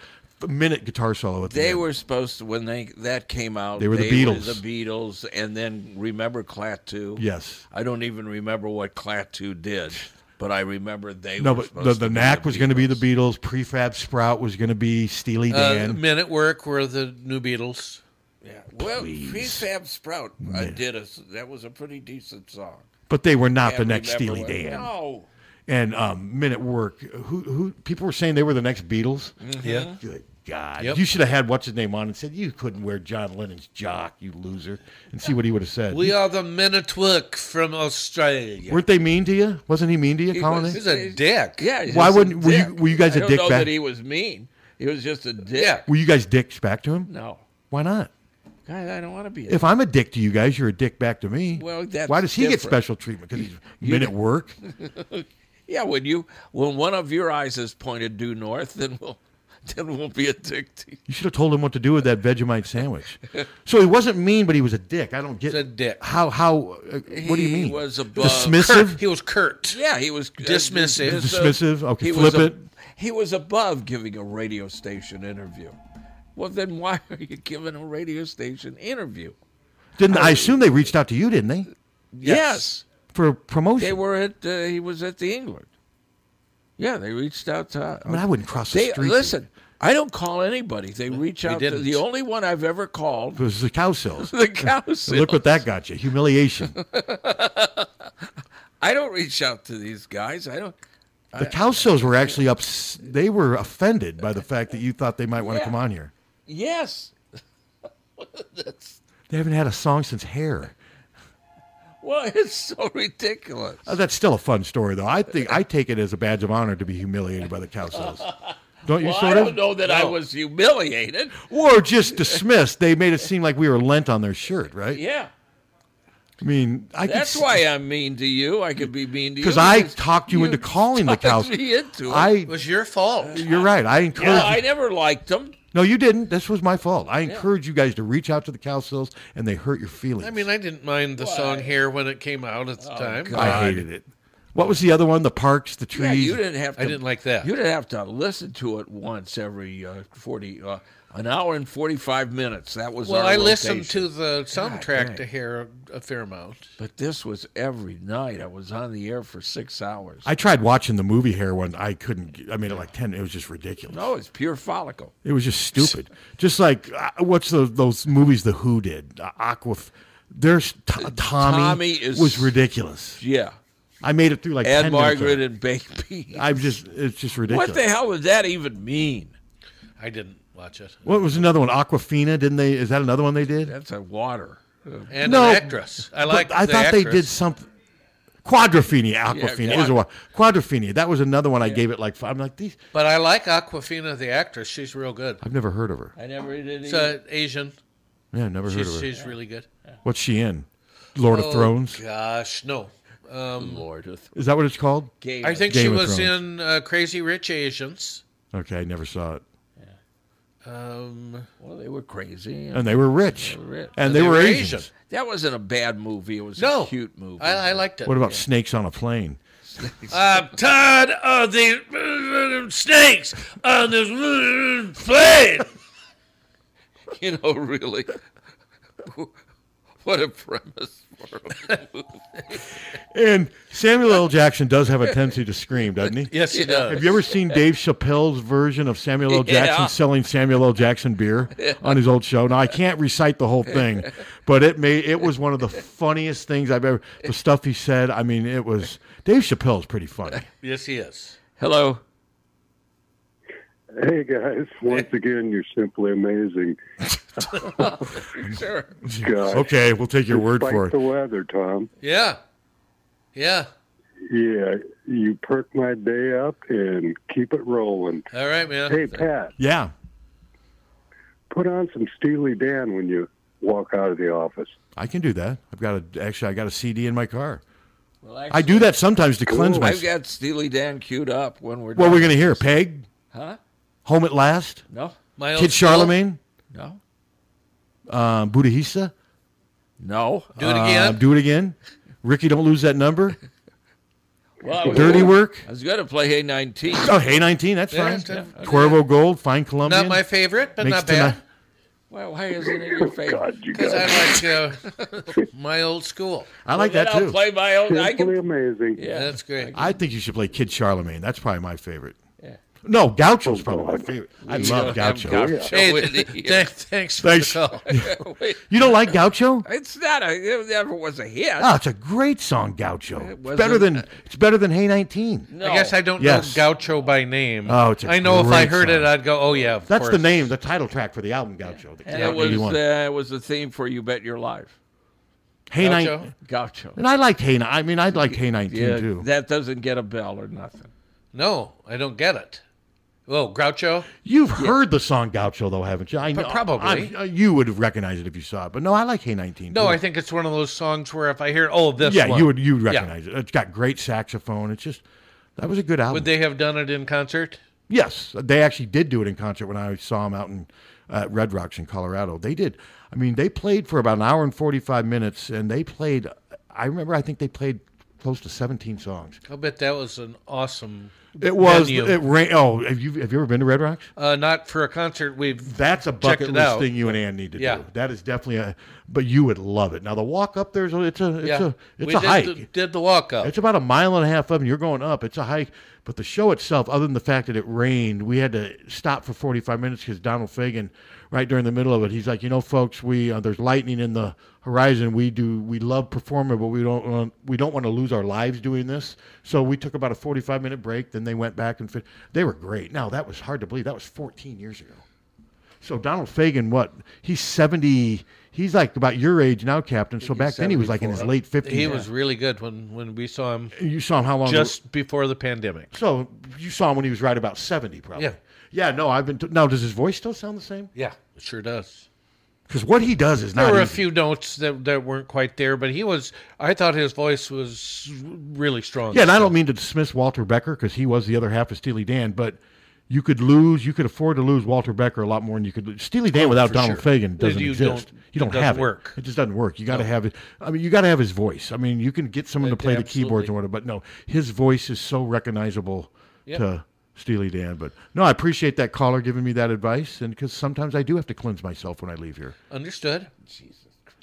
Speaker 4: minute guitar solo at the
Speaker 2: They
Speaker 4: end.
Speaker 2: were supposed to when they that came out.
Speaker 4: They were the Beatles.
Speaker 2: the Beatles, and then remember Clat Two.
Speaker 4: Yes.
Speaker 2: I don't even remember what Clat Two did, but I remember they.
Speaker 4: no,
Speaker 2: were
Speaker 4: but
Speaker 2: supposed
Speaker 4: the,
Speaker 2: to
Speaker 4: the
Speaker 2: be
Speaker 4: Knack
Speaker 2: the
Speaker 4: was going to be the Beatles. Prefab Sprout was going to be Steely
Speaker 3: uh,
Speaker 4: Dan.
Speaker 3: Men at Work were the new Beatles.
Speaker 2: Yeah. Well, Prefab Sprout uh, did a. That was a pretty decent song.
Speaker 4: But they were not
Speaker 2: Can't
Speaker 4: the next
Speaker 2: remember
Speaker 4: Steely
Speaker 2: what-
Speaker 4: Dan.
Speaker 2: No.
Speaker 4: and um, Men at Work, who who people were saying they were the next Beatles.
Speaker 2: Mhm. Yeah.
Speaker 4: Good God,
Speaker 3: Yep.
Speaker 4: you should have had what's his name on and said you couldn't wear John Lennon's jock, you loser, and see what he would have said.
Speaker 3: We are the Men at Work from Australia.
Speaker 4: Weren't they mean to you? Wasn't he mean to you,
Speaker 2: He
Speaker 4: Colin?
Speaker 2: was-
Speaker 4: A?
Speaker 3: He's a dick.
Speaker 2: Yeah. he's
Speaker 4: Why
Speaker 2: just a
Speaker 4: wouldn't- were you-
Speaker 2: dick.
Speaker 4: were you guys a
Speaker 2: I don't
Speaker 4: dick
Speaker 2: know
Speaker 4: back-
Speaker 2: that he was mean. He was just a dick.
Speaker 4: Were you guys dicks back to him?
Speaker 2: No.
Speaker 4: Why not?
Speaker 2: God, I don't want to be. A
Speaker 4: If I'm a dick to you guys, you're a dick back to me.
Speaker 2: Well, that's
Speaker 4: why does he get
Speaker 2: different.
Speaker 4: special treatment? Because he's (laughs)
Speaker 2: You-
Speaker 4: men at work.
Speaker 2: (laughs) yeah, when you when one of your eyes is pointed due north, then we'll (laughs) then we'll be a dick to you.
Speaker 4: You should have told him what to do with that Vegemite
Speaker 2: (laughs)
Speaker 4: sandwich. so he wasn't mean, but he was a dick. I don't get
Speaker 3: a dick.
Speaker 4: How? How? Uh, what do you
Speaker 2: He
Speaker 4: mean?
Speaker 2: was a bug.
Speaker 4: dismissive.
Speaker 3: Curt. He was curt.
Speaker 2: Yeah, he was uh,
Speaker 3: Dismissive.
Speaker 4: Dismissive. Okay,
Speaker 2: He
Speaker 4: flip
Speaker 2: was a-
Speaker 4: it.
Speaker 2: He was above giving a radio station interview. Well, then why (laughs) are you giving a radio station interview?
Speaker 4: Didn't I assume they reached out to you? Didn't they?
Speaker 2: Yes,
Speaker 4: For promotion.
Speaker 2: they were at. Uh, he was at the England. Yeah, they reached out to.
Speaker 4: I mean, I wouldn't cross the
Speaker 2: They-
Speaker 4: street.
Speaker 2: Listen, I don't call anybody. They reach
Speaker 4: we
Speaker 2: out. to
Speaker 4: didn't.
Speaker 2: The only one I've ever called (laughs)
Speaker 4: It was the cow sills.
Speaker 2: The cow
Speaker 4: Look what that got you. Humiliation.
Speaker 2: I don't reach out to these guys. I don't.
Speaker 4: The cow sills were actually ups. They were offended by the fact that you thought they might want to
Speaker 2: Yeah.
Speaker 4: come on here.
Speaker 2: Yes. That's,
Speaker 4: They haven't had a song since Hair.
Speaker 2: well, (laughs) it's so ridiculous.
Speaker 4: Uh, that's still a fun story, though. I think I take it as a badge of honor to be humiliated by the cow
Speaker 2: (laughs)
Speaker 4: sills. (laughs) Don't you
Speaker 2: well,
Speaker 4: sort
Speaker 2: I
Speaker 4: of?
Speaker 2: don't know that I was humiliated.
Speaker 4: Or just dismissed. They made it seem like we were lent on their shirt, right?
Speaker 2: Yeah.
Speaker 4: I mean, I could
Speaker 2: That's
Speaker 4: s-
Speaker 2: why I'm mean to you. I could be mean to you.
Speaker 4: because I talked you, into calling the cow.
Speaker 2: talked me into it.
Speaker 4: I.
Speaker 2: It
Speaker 3: was your fault.
Speaker 4: You're right. I encourage.
Speaker 2: Yeah,
Speaker 4: you-
Speaker 2: I never liked them.
Speaker 4: No, you didn't. This was my fault. I
Speaker 3: Yeah.
Speaker 4: encourage you guys to reach out to the cow sills, and they hurt your feelings.
Speaker 3: I mean, I didn't mind the song here when it came out at
Speaker 2: Oh,
Speaker 3: the time.
Speaker 4: I hated it. What was the other one? The parks, the trees.
Speaker 2: Yeah, you didn't have. To,
Speaker 3: I didn't like that.
Speaker 2: You didn't have to listen to it once every uh, forty, uh, an hour and forty-five minutes. That was.
Speaker 3: Well,
Speaker 2: our
Speaker 3: I listened
Speaker 2: rotation.
Speaker 3: to the soundtrack
Speaker 2: dang.
Speaker 3: to hear a, a fair amount.
Speaker 2: But this was every night. I was on the air for six hours.
Speaker 4: I tried watching the movie Hair one. I couldn't. get- I made it like ten. It was just ridiculous.
Speaker 2: No, it's pure follicle.
Speaker 4: It was just stupid. just like uh, what's the, those movies the Who did? Uh, Aqua. There's t- Tommy.
Speaker 2: Uh, Tommy is-
Speaker 4: was ridiculous.
Speaker 2: Yeah.
Speaker 4: I made it through like
Speaker 2: Aunt
Speaker 4: 10
Speaker 2: Margaret
Speaker 4: minutes.
Speaker 2: and Baked Beans.
Speaker 4: I'm just. It's just ridiculous.
Speaker 2: What the hell did that even mean?
Speaker 3: I didn't watch it.
Speaker 4: What was another one? Aquafina, didn't they? Is that another one they did?
Speaker 2: That's a water. uh,
Speaker 3: And
Speaker 4: No,
Speaker 3: an actress. I
Speaker 4: but
Speaker 3: like.
Speaker 4: I thought they did something. Quadrophenia, Aquafina. it was a
Speaker 3: quad-
Speaker 4: wa- Quadrophenia. That was another one I gave it like. five- I'm like these.
Speaker 3: But I like Aquafina, the actress. She's real good.
Speaker 4: I've never heard of her.
Speaker 2: I never did.
Speaker 3: It's uh, Asian.
Speaker 4: Yeah, I've never heard of
Speaker 3: she's,
Speaker 4: her.
Speaker 3: She's really good.
Speaker 4: What's she in? Lord
Speaker 3: Oh,
Speaker 4: of Thrones.
Speaker 3: Gosh, no. Um,
Speaker 2: Lord of
Speaker 4: Is that what it's called?
Speaker 2: Game
Speaker 3: I think
Speaker 4: Game
Speaker 3: she
Speaker 4: of
Speaker 3: was
Speaker 4: Thrones.
Speaker 3: in uh, Crazy Rich Asians.
Speaker 4: Okay, I never saw it.
Speaker 3: Um,
Speaker 2: well, they were crazy,
Speaker 4: And they were rich.
Speaker 2: They were rich.
Speaker 4: And they were Asian.
Speaker 2: That wasn't a bad movie. It was a cute movie.
Speaker 3: I, I liked it.
Speaker 4: What about Snakes on a Plane?
Speaker 3: I'm tired of the snakes on this plane.
Speaker 2: (laughs) you know, really, What a premise for a movie.
Speaker 4: And Samuel L. Jackson does have a tendency to scream, doesn't he?
Speaker 2: Yes, he does.
Speaker 4: Have you ever seen Dave Chappelle's version of Samuel L. Jackson
Speaker 2: Yeah.
Speaker 4: selling Samuel L. Jackson beer
Speaker 2: Yeah.
Speaker 4: on his old show? Now I can't recite the whole thing, but it made it was one of the funniest things I've ever. The stuff he said, I mean, it was Dave Chappelle's pretty funny.
Speaker 3: Yes, he is.
Speaker 2: Hello.
Speaker 1: Hey guys, once again, you're
Speaker 4: (laughs)
Speaker 1: simply amazing.
Speaker 3: Sure.
Speaker 1: Gosh.
Speaker 4: Okay, we'll take your word
Speaker 1: Despite
Speaker 4: for it.
Speaker 1: The weather, Tom.
Speaker 3: Yeah. Yeah.
Speaker 1: Yeah, you perk my day up and keep it rolling.
Speaker 3: All right, man.
Speaker 1: Hey Pat,
Speaker 4: Yeah.
Speaker 1: put on some Steely Dan when you walk out of the office.
Speaker 4: I can do that. I've got a actually I got a CD in my car.
Speaker 2: Well,
Speaker 4: I do that sometimes to cleanse
Speaker 2: I've
Speaker 4: myself.
Speaker 2: got Steely Dan queued up when we're.
Speaker 4: What are we
Speaker 2: done.
Speaker 4: going to hear? Peg?
Speaker 2: Huh?
Speaker 4: Home at Last?
Speaker 2: No.
Speaker 3: My
Speaker 4: Kid
Speaker 3: Old School?
Speaker 4: Charlemagne?
Speaker 2: No.
Speaker 4: Um, Budahisa?
Speaker 2: No. Uh,
Speaker 3: Do it again?
Speaker 4: Uh, do it again. Ricky, don't lose that number.
Speaker 2: (laughs) Well, I was
Speaker 4: Dirty
Speaker 2: gonna-
Speaker 4: Work?
Speaker 2: I was going to play Hey 19.
Speaker 4: Oh, Hey 19, that's
Speaker 2: Yeah,
Speaker 4: fine.
Speaker 2: that's- yeah, okay.
Speaker 4: Cuervo Gold, Fine Colombian.
Speaker 3: Not my favorite, but
Speaker 4: Makes
Speaker 3: not bad.
Speaker 4: tonight-
Speaker 2: Why, why isn't it
Speaker 1: (laughs)
Speaker 2: your favorite?
Speaker 3: Because I like uh, my old school.
Speaker 4: I like that too.
Speaker 1: Simply amazing.
Speaker 3: Yeah, that's great.
Speaker 4: I think you should play Kid Charlemagne. That's probably my favorite.
Speaker 2: Yeah.
Speaker 4: No, Gaucho's probably my favorite. I
Speaker 2: We
Speaker 4: Oh, love
Speaker 2: don't have
Speaker 4: Gaucho.
Speaker 2: Gaucho Hey, in th- here. th-
Speaker 3: thanks
Speaker 2: for
Speaker 4: Thanks.
Speaker 2: the
Speaker 3: (laughs)
Speaker 2: call. Wait.
Speaker 4: (laughs) you don't like Gaucho?
Speaker 2: It's not a. It never was a hit.
Speaker 4: Oh, it's a great song, Gaucho. It's
Speaker 2: wasn't- uh,
Speaker 4: better than it's better than Hey 19.
Speaker 3: I guess I don't
Speaker 4: Yes.
Speaker 3: know Gaucho by name.
Speaker 4: Oh, it's a
Speaker 3: I know if I
Speaker 4: great
Speaker 3: heard it,
Speaker 4: song.
Speaker 3: I'd go, oh yeah, of
Speaker 4: That's the
Speaker 3: course.
Speaker 4: name, the title track for the album Gaucho. that came
Speaker 2: And
Speaker 4: out
Speaker 2: it
Speaker 4: in
Speaker 2: was
Speaker 4: 81.
Speaker 2: uh, it was the theme for You Bet Your Life.
Speaker 4: Hey
Speaker 2: Gaucho?
Speaker 4: Nin-
Speaker 2: Gaucho.
Speaker 4: And I liked Hey. Ni- I mean, I liked Hey nineteen
Speaker 2: Yeah,
Speaker 4: too.
Speaker 2: that doesn't get a bell or nothing.
Speaker 3: No, I don't get it. Well, Groucho.
Speaker 4: You've heard the song Gaucho though, haven't you? I
Speaker 3: But
Speaker 4: know.
Speaker 3: probably.
Speaker 4: I- you would have recognized it if you saw it. But no, I like Hey nineteen.
Speaker 3: No,
Speaker 4: too.
Speaker 3: I think it's one of those songs where if I hear, oh, this
Speaker 4: yeah,
Speaker 3: one.
Speaker 4: you would you would
Speaker 3: Yeah.
Speaker 4: recognize it. It's got great saxophone. It's just that was a good album.
Speaker 3: Would they have done it in concert?
Speaker 4: Yes, they actually did do it in concert when I saw them out in uh, Red Rocks in Colorado. They did. I mean, they played for about an hour and 45 minutes, and they played, I remember, I think they played close to 17 songs.
Speaker 3: I'll bet that was an awesome.
Speaker 4: It was,
Speaker 3: venue.
Speaker 4: it rain. Oh, have you, have you ever been to Red Rocks?
Speaker 3: Uh, not for a concert. We've
Speaker 4: That's a bucket
Speaker 3: checked it
Speaker 4: list
Speaker 3: out.
Speaker 4: thing you and Ann need to
Speaker 3: Yeah.
Speaker 4: do. That is definitely a, but you would love it. Now, the walk up there's a, it's a, it's
Speaker 3: Yeah.
Speaker 4: a, it's
Speaker 3: We
Speaker 4: a
Speaker 3: did
Speaker 4: hike.
Speaker 3: the- did the walk up.
Speaker 4: It's about a mile and a half up, and you're going up. It's a hike, but the show itself, other than the fact that it rained, we had to stop for 45 minutes because Donald Fagan, right during the middle of it, he's like, you know, folks, we uh, there's lightning in the horizon. We do we love performing, but we don't want, we don't want to lose our lives doing this. So we took about a 45 minute break. Then they went back and fit. They were great. Now that was hard to believe. That was 14 years ago. So Donald Fagan, what he's 70. He's like about your age now, Captain. So back then he was like in his late 50s.
Speaker 3: He was really good when when we saw him.
Speaker 4: You saw him how long ago?
Speaker 3: Just before the pandemic.
Speaker 4: So you saw him when he was right about seventy, probably.
Speaker 3: Yeah.
Speaker 4: Yeah. No, I've been. T- now, does his voice still sound the same?
Speaker 3: Yeah, it sure does.
Speaker 4: Because what he does is
Speaker 3: There
Speaker 4: not.
Speaker 3: were a
Speaker 4: easy.
Speaker 3: few notes that, that weren't quite there, but he was. I thought his voice was really strong.
Speaker 4: yeah, and I don't mean to dismiss Walter Becker because he was the other half of Steely Dan, but you could lose, you could afford to lose Walter Becker a lot more than you could lose Steely Dan
Speaker 3: Oh,
Speaker 4: without
Speaker 3: for
Speaker 4: Donald
Speaker 3: sure.
Speaker 4: Fagan
Speaker 3: You
Speaker 4: doesn't
Speaker 3: don't-
Speaker 4: exist. you don't
Speaker 3: it doesn't
Speaker 4: have it.
Speaker 3: work.
Speaker 4: It just doesn't work. You got to have it. I mean, you got to have his voice. I mean, you can get someone to play the keyboards or whatever, but no, his voice is so recognizable
Speaker 3: Yep.
Speaker 4: to Steely Dan. But no, I appreciate that caller giving me that advice, and because sometimes I do have to cleanse myself when I leave here.
Speaker 3: Understood.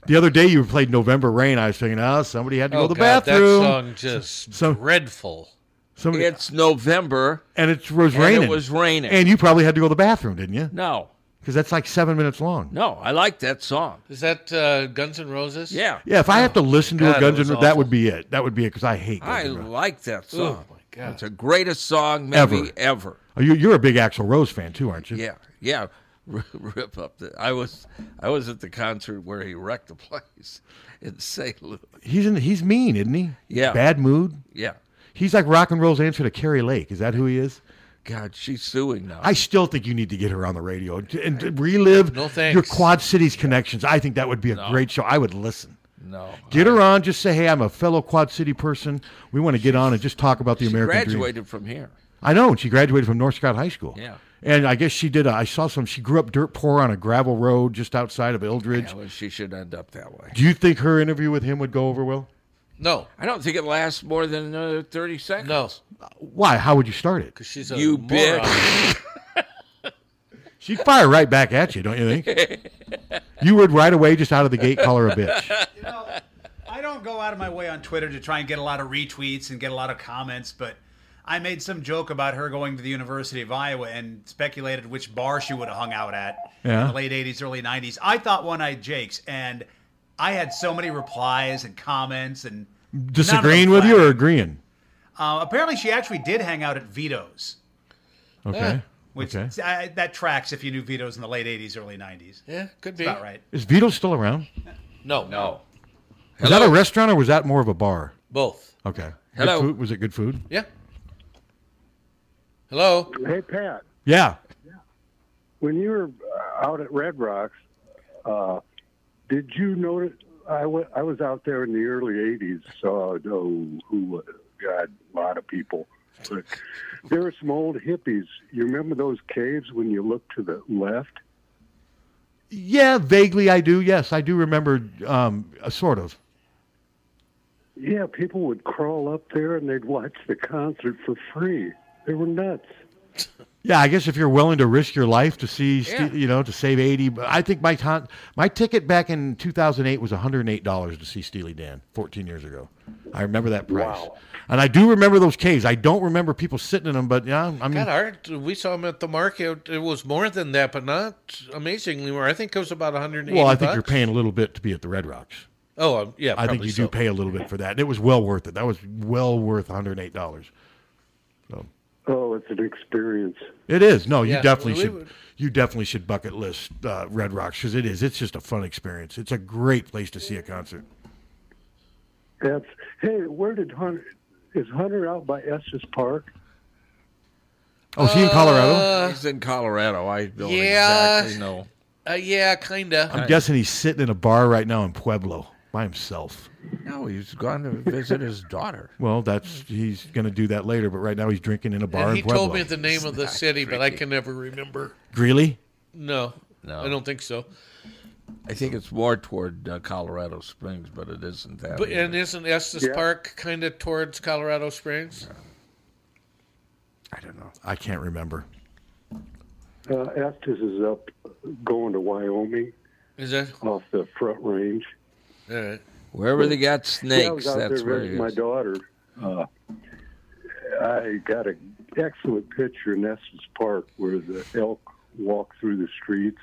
Speaker 4: The other day you played November Rain. I was thinking, oh, somebody had to go
Speaker 3: Oh,
Speaker 4: to the
Speaker 3: God,
Speaker 4: bathroom.
Speaker 3: That song just
Speaker 4: So-
Speaker 3: dreadful.
Speaker 4: Somebody-
Speaker 2: it's November,
Speaker 4: and it was
Speaker 2: and
Speaker 4: raining.
Speaker 2: It was raining.
Speaker 4: And you probably had to go to the bathroom, didn't you?
Speaker 2: No.
Speaker 4: Because that's like seven minutes long.
Speaker 2: no, I like that song.
Speaker 3: Is that uh, Guns N' Roses?
Speaker 2: Yeah.
Speaker 4: Yeah, if I
Speaker 2: Oh,
Speaker 4: have to listen to
Speaker 3: God,
Speaker 4: a
Speaker 3: it
Speaker 4: Guns N'
Speaker 3: was
Speaker 4: Roses, that
Speaker 3: awful.
Speaker 4: would be it. That would be it because I hate Guns
Speaker 2: I
Speaker 4: N' Roses
Speaker 2: like that song.
Speaker 3: Oh my god,
Speaker 2: it's the greatest song maybe ever.
Speaker 4: Oh, you, you're a big Axl Rose fan too, aren't you?
Speaker 2: Yeah, yeah. (laughs) R- Rip up the. I was I was at the concert where he wrecked the place in St. Louis.
Speaker 4: He's in, he's mean, isn't he?
Speaker 2: Yeah.
Speaker 4: Bad mood.
Speaker 2: Yeah.
Speaker 4: He's like rock and roll's answer to Carrie Lake. Is that who he is?
Speaker 2: God, she's suing now.
Speaker 4: I still think you need to get her on the radio and to relive
Speaker 2: No
Speaker 4: your
Speaker 2: thanks.
Speaker 4: Quad Cities connections. I think that would be a
Speaker 2: No.
Speaker 4: great show. I would listen.
Speaker 2: No.
Speaker 4: Get her on. Just say, hey, I'm a fellow Quad City person. We want to get on and just talk about the American dream.
Speaker 2: Graduated from here.
Speaker 4: I know. and She graduated from North Scott High School.
Speaker 2: Yeah.
Speaker 4: And I guess she did. A, I saw some. She grew up dirt poor on a gravel road just outside of Eldridge.
Speaker 2: Yeah, well, she should end up that way.
Speaker 4: Do you think her interview with him would go over well?
Speaker 3: No.
Speaker 2: I don't think it lasts more than uh, 30 seconds.
Speaker 3: No.
Speaker 4: Why? How would you start it?
Speaker 3: She's
Speaker 2: You bitch.
Speaker 4: (laughs)
Speaker 2: (laughs)
Speaker 4: She'd fire right back at you, don't you think? You would right away just out of the gate call her a bitch.
Speaker 11: You know, I don't go out of my way on Twitter to try and get a lot of retweets and get a lot of comments, but I made some joke about her going to the University of Iowa and speculated which bar she would have hung out at
Speaker 4: Yeah.
Speaker 11: in the late 80s, early 90s. I thought One Eyed Jake's, and I had so many replies and comments and. none of them
Speaker 4: Disagreeing with you or agreeing?
Speaker 11: Uh, apparently, she actually did hang out at Vito's,
Speaker 4: Okay.
Speaker 11: Yeah. which
Speaker 4: okay.
Speaker 11: I, that tracks if you knew Vito's in the late '80s, early '90s.
Speaker 3: Yeah, could
Speaker 11: be about right.
Speaker 4: Is Vito still around?
Speaker 3: No, no.
Speaker 4: Was that a restaurant or was that more of a bar?
Speaker 3: Both.
Speaker 4: Okay. Good
Speaker 3: Hello.
Speaker 4: food- Was it good food?
Speaker 3: Yeah. Hello.
Speaker 1: Hey, Pat.
Speaker 4: Yeah.
Speaker 1: When you were uh, out at Red Rocks, uh, did you notice? I wa- I was out there in the early '80s. Saw no who, God, a lot of people. But there were some old hippies. You remember those caves when you looked to the left?
Speaker 4: Yeah, vaguely I do. Yes, I do remember. Um, uh, sort of.
Speaker 1: Yeah, people would crawl up there and they'd watch the concert for free. They were nuts.
Speaker 4: Yeah, I guess if you're willing to risk your life to see, Ste-
Speaker 1: Yeah.
Speaker 4: you know, to save eighty. But I think my con- my ticket back in 2008 was 108 dollars to see Steely Dan 14 years ago. I remember that price, and I do remember those caves. I don't remember people sitting in them, but yeah, I mean,
Speaker 3: God, our- we saw him at the market. It was more than that, but not amazingly more. I think it was about 180
Speaker 4: well, I think
Speaker 3: bucks.
Speaker 4: you're paying a little bit to be at the Red Rocks.
Speaker 3: Oh, um, yeah,
Speaker 4: I think
Speaker 3: probably
Speaker 4: you
Speaker 3: so.
Speaker 4: do pay a little bit for that, and it was well worth it. That was well worth 108 dollars.
Speaker 1: Oh, it's an experience.
Speaker 4: It is. No, you
Speaker 1: Yeah,
Speaker 4: definitely
Speaker 1: we
Speaker 4: should.
Speaker 1: would-
Speaker 4: You definitely should bucket list uh, Red Rocks because it is. It's just a fun experience. It's a great place to see a concert.
Speaker 1: That's hey, where did Hunter? Is Hunter out by Estes Park?
Speaker 4: Oh, is he in
Speaker 2: Uh,
Speaker 4: Colorado?
Speaker 2: He's in Colorado. I don't
Speaker 3: Yeah.
Speaker 2: exactly know.
Speaker 3: Uh, yeah, kinda.
Speaker 4: I'm guessing he's sitting in a bar right now in Pueblo by himself.
Speaker 2: No, he's gone to visit his daughter.
Speaker 4: (laughs) Well, that's he's going to do that later, but right now he's drinking in a bar
Speaker 3: And he
Speaker 4: in Pueblo.
Speaker 3: told me the name of the city, but I can never remember.
Speaker 4: Greeley?
Speaker 3: No,
Speaker 2: No.
Speaker 3: I don't think so.
Speaker 2: I think it's more toward uh, Colorado Springs, but it isn't that.
Speaker 3: But
Speaker 2: either.
Speaker 3: and isn't Estes
Speaker 2: Yeah.
Speaker 3: Park kind of towards Colorado Springs?
Speaker 4: I don't know. I can't remember.
Speaker 1: Uh, Estes is up going to Wyoming.
Speaker 3: Is that
Speaker 1: off the front range?
Speaker 3: All
Speaker 2: uh,
Speaker 3: right.
Speaker 2: Wherever they got
Speaker 1: Yeah, I was
Speaker 2: snakes,
Speaker 1: out
Speaker 2: that's
Speaker 1: there
Speaker 2: where
Speaker 1: visiting
Speaker 2: it
Speaker 1: my
Speaker 2: is.
Speaker 1: daughter. Uh, I got an excellent picture in Estes Park where the elk walk through the streets.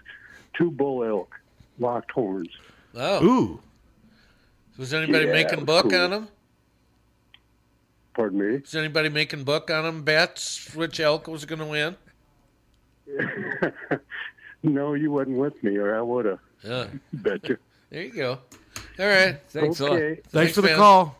Speaker 1: Two bull elk, locked horns.
Speaker 3: Oh.
Speaker 4: Ooh.
Speaker 3: Was anybody
Speaker 1: Yeah, it
Speaker 3: making
Speaker 1: was
Speaker 3: book
Speaker 1: cool.
Speaker 3: on him?
Speaker 1: Pardon me.
Speaker 3: Is anybody making book on him? Bets which elk was going to win?
Speaker 1: No, you wasn't with me, or I would have.
Speaker 3: Yeah.
Speaker 1: (laughs) Bet you.
Speaker 3: There you go. All right.
Speaker 1: Thanks a lot. Okay.
Speaker 4: Thanks, for the
Speaker 3: man.
Speaker 4: call.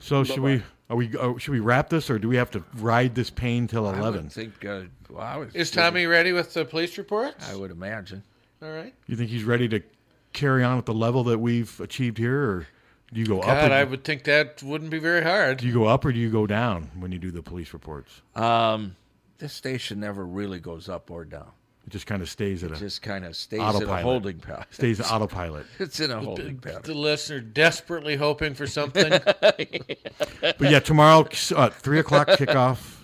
Speaker 4: So should we are we uh, should we wrap this or do we have to ride this pain till
Speaker 2: I would
Speaker 4: eleven?
Speaker 2: think uh, well, I was
Speaker 3: Is Tommy ready with the police reports?
Speaker 2: I would imagine.
Speaker 3: All right.
Speaker 4: You think he's ready to carry on at the level that we've achieved here, or do you go up?
Speaker 3: God,
Speaker 4: or
Speaker 3: I
Speaker 4: do-
Speaker 3: would think that wouldn't be very hard.
Speaker 4: do you go up or do you go down when you do the police reports?
Speaker 2: Um, this station never really goes up or down.
Speaker 4: It just kind of stays at a
Speaker 2: just kind of stays
Speaker 4: autopilot.
Speaker 2: in a holding pattern. (laughs)
Speaker 4: Stays in autopilot.
Speaker 2: It's in a
Speaker 3: The-
Speaker 2: holding
Speaker 3: the,
Speaker 2: pattern.
Speaker 3: The listener desperately hoping for
Speaker 2: (laughs)
Speaker 3: something.
Speaker 4: (laughs) But yeah, tomorrow uh, three o'clock kickoff,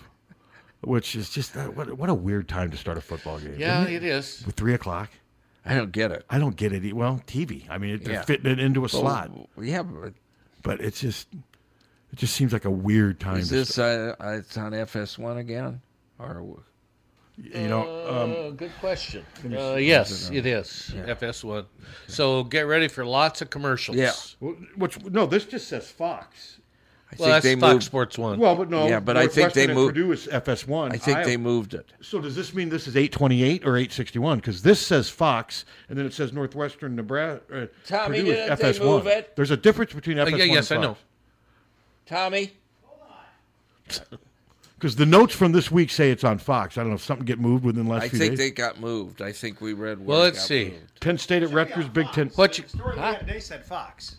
Speaker 4: which is just uh, what what a weird time to start a football game.
Speaker 3: Yeah,
Speaker 4: isn't
Speaker 3: it is.
Speaker 4: With three o'clock.
Speaker 2: I don't get it.
Speaker 4: I don't get it. e- Well, TV. I mean, it, they're
Speaker 2: Yeah.
Speaker 4: fitting it into a
Speaker 2: Well,
Speaker 4: slot,
Speaker 2: Yeah, but
Speaker 4: but it's just it just seems like a weird time.
Speaker 2: is
Speaker 4: to
Speaker 2: this uh, uh, it's on FS1 again, or
Speaker 4: you know? um,
Speaker 3: Uh, good question.
Speaker 2: Let me
Speaker 3: Uh,
Speaker 2: see.
Speaker 3: yes,
Speaker 2: Is it, uh,
Speaker 3: it is FS1. So get ready for lots of commercials.
Speaker 2: Yeah.
Speaker 4: Um, which no, this just says Fox.
Speaker 2: I
Speaker 3: Well, that's Fox Sports One.
Speaker 4: Well, but no.
Speaker 2: Yeah, but I think they
Speaker 4: Northwestern and
Speaker 2: moved-
Speaker 4: Purdue is FS1.
Speaker 2: I think they moved it.
Speaker 4: So does this mean this is 828 or 861? Because this says Fox, and then it says Northwestern Nebraska. Uh,
Speaker 2: Tommy,
Speaker 4: Purdue
Speaker 2: didn't
Speaker 4: is
Speaker 2: they
Speaker 4: FS1.
Speaker 2: move it?
Speaker 4: There's a difference between
Speaker 3: Uh,
Speaker 2: Oh,
Speaker 4: FS1.
Speaker 3: yeah, yes, I know.
Speaker 2: Tommy?
Speaker 4: Because the notes from this week say it's on Fox. I don't know if something get moved within the last
Speaker 2: I
Speaker 4: few
Speaker 2: think
Speaker 4: days.
Speaker 2: they got moved. I think we read.
Speaker 3: Well,
Speaker 2: where it
Speaker 3: let's
Speaker 2: got
Speaker 3: see.
Speaker 2: moved.
Speaker 4: Penn State at Rutgers, Big Ten.
Speaker 3: What you?
Speaker 11: Story the other day said Fox.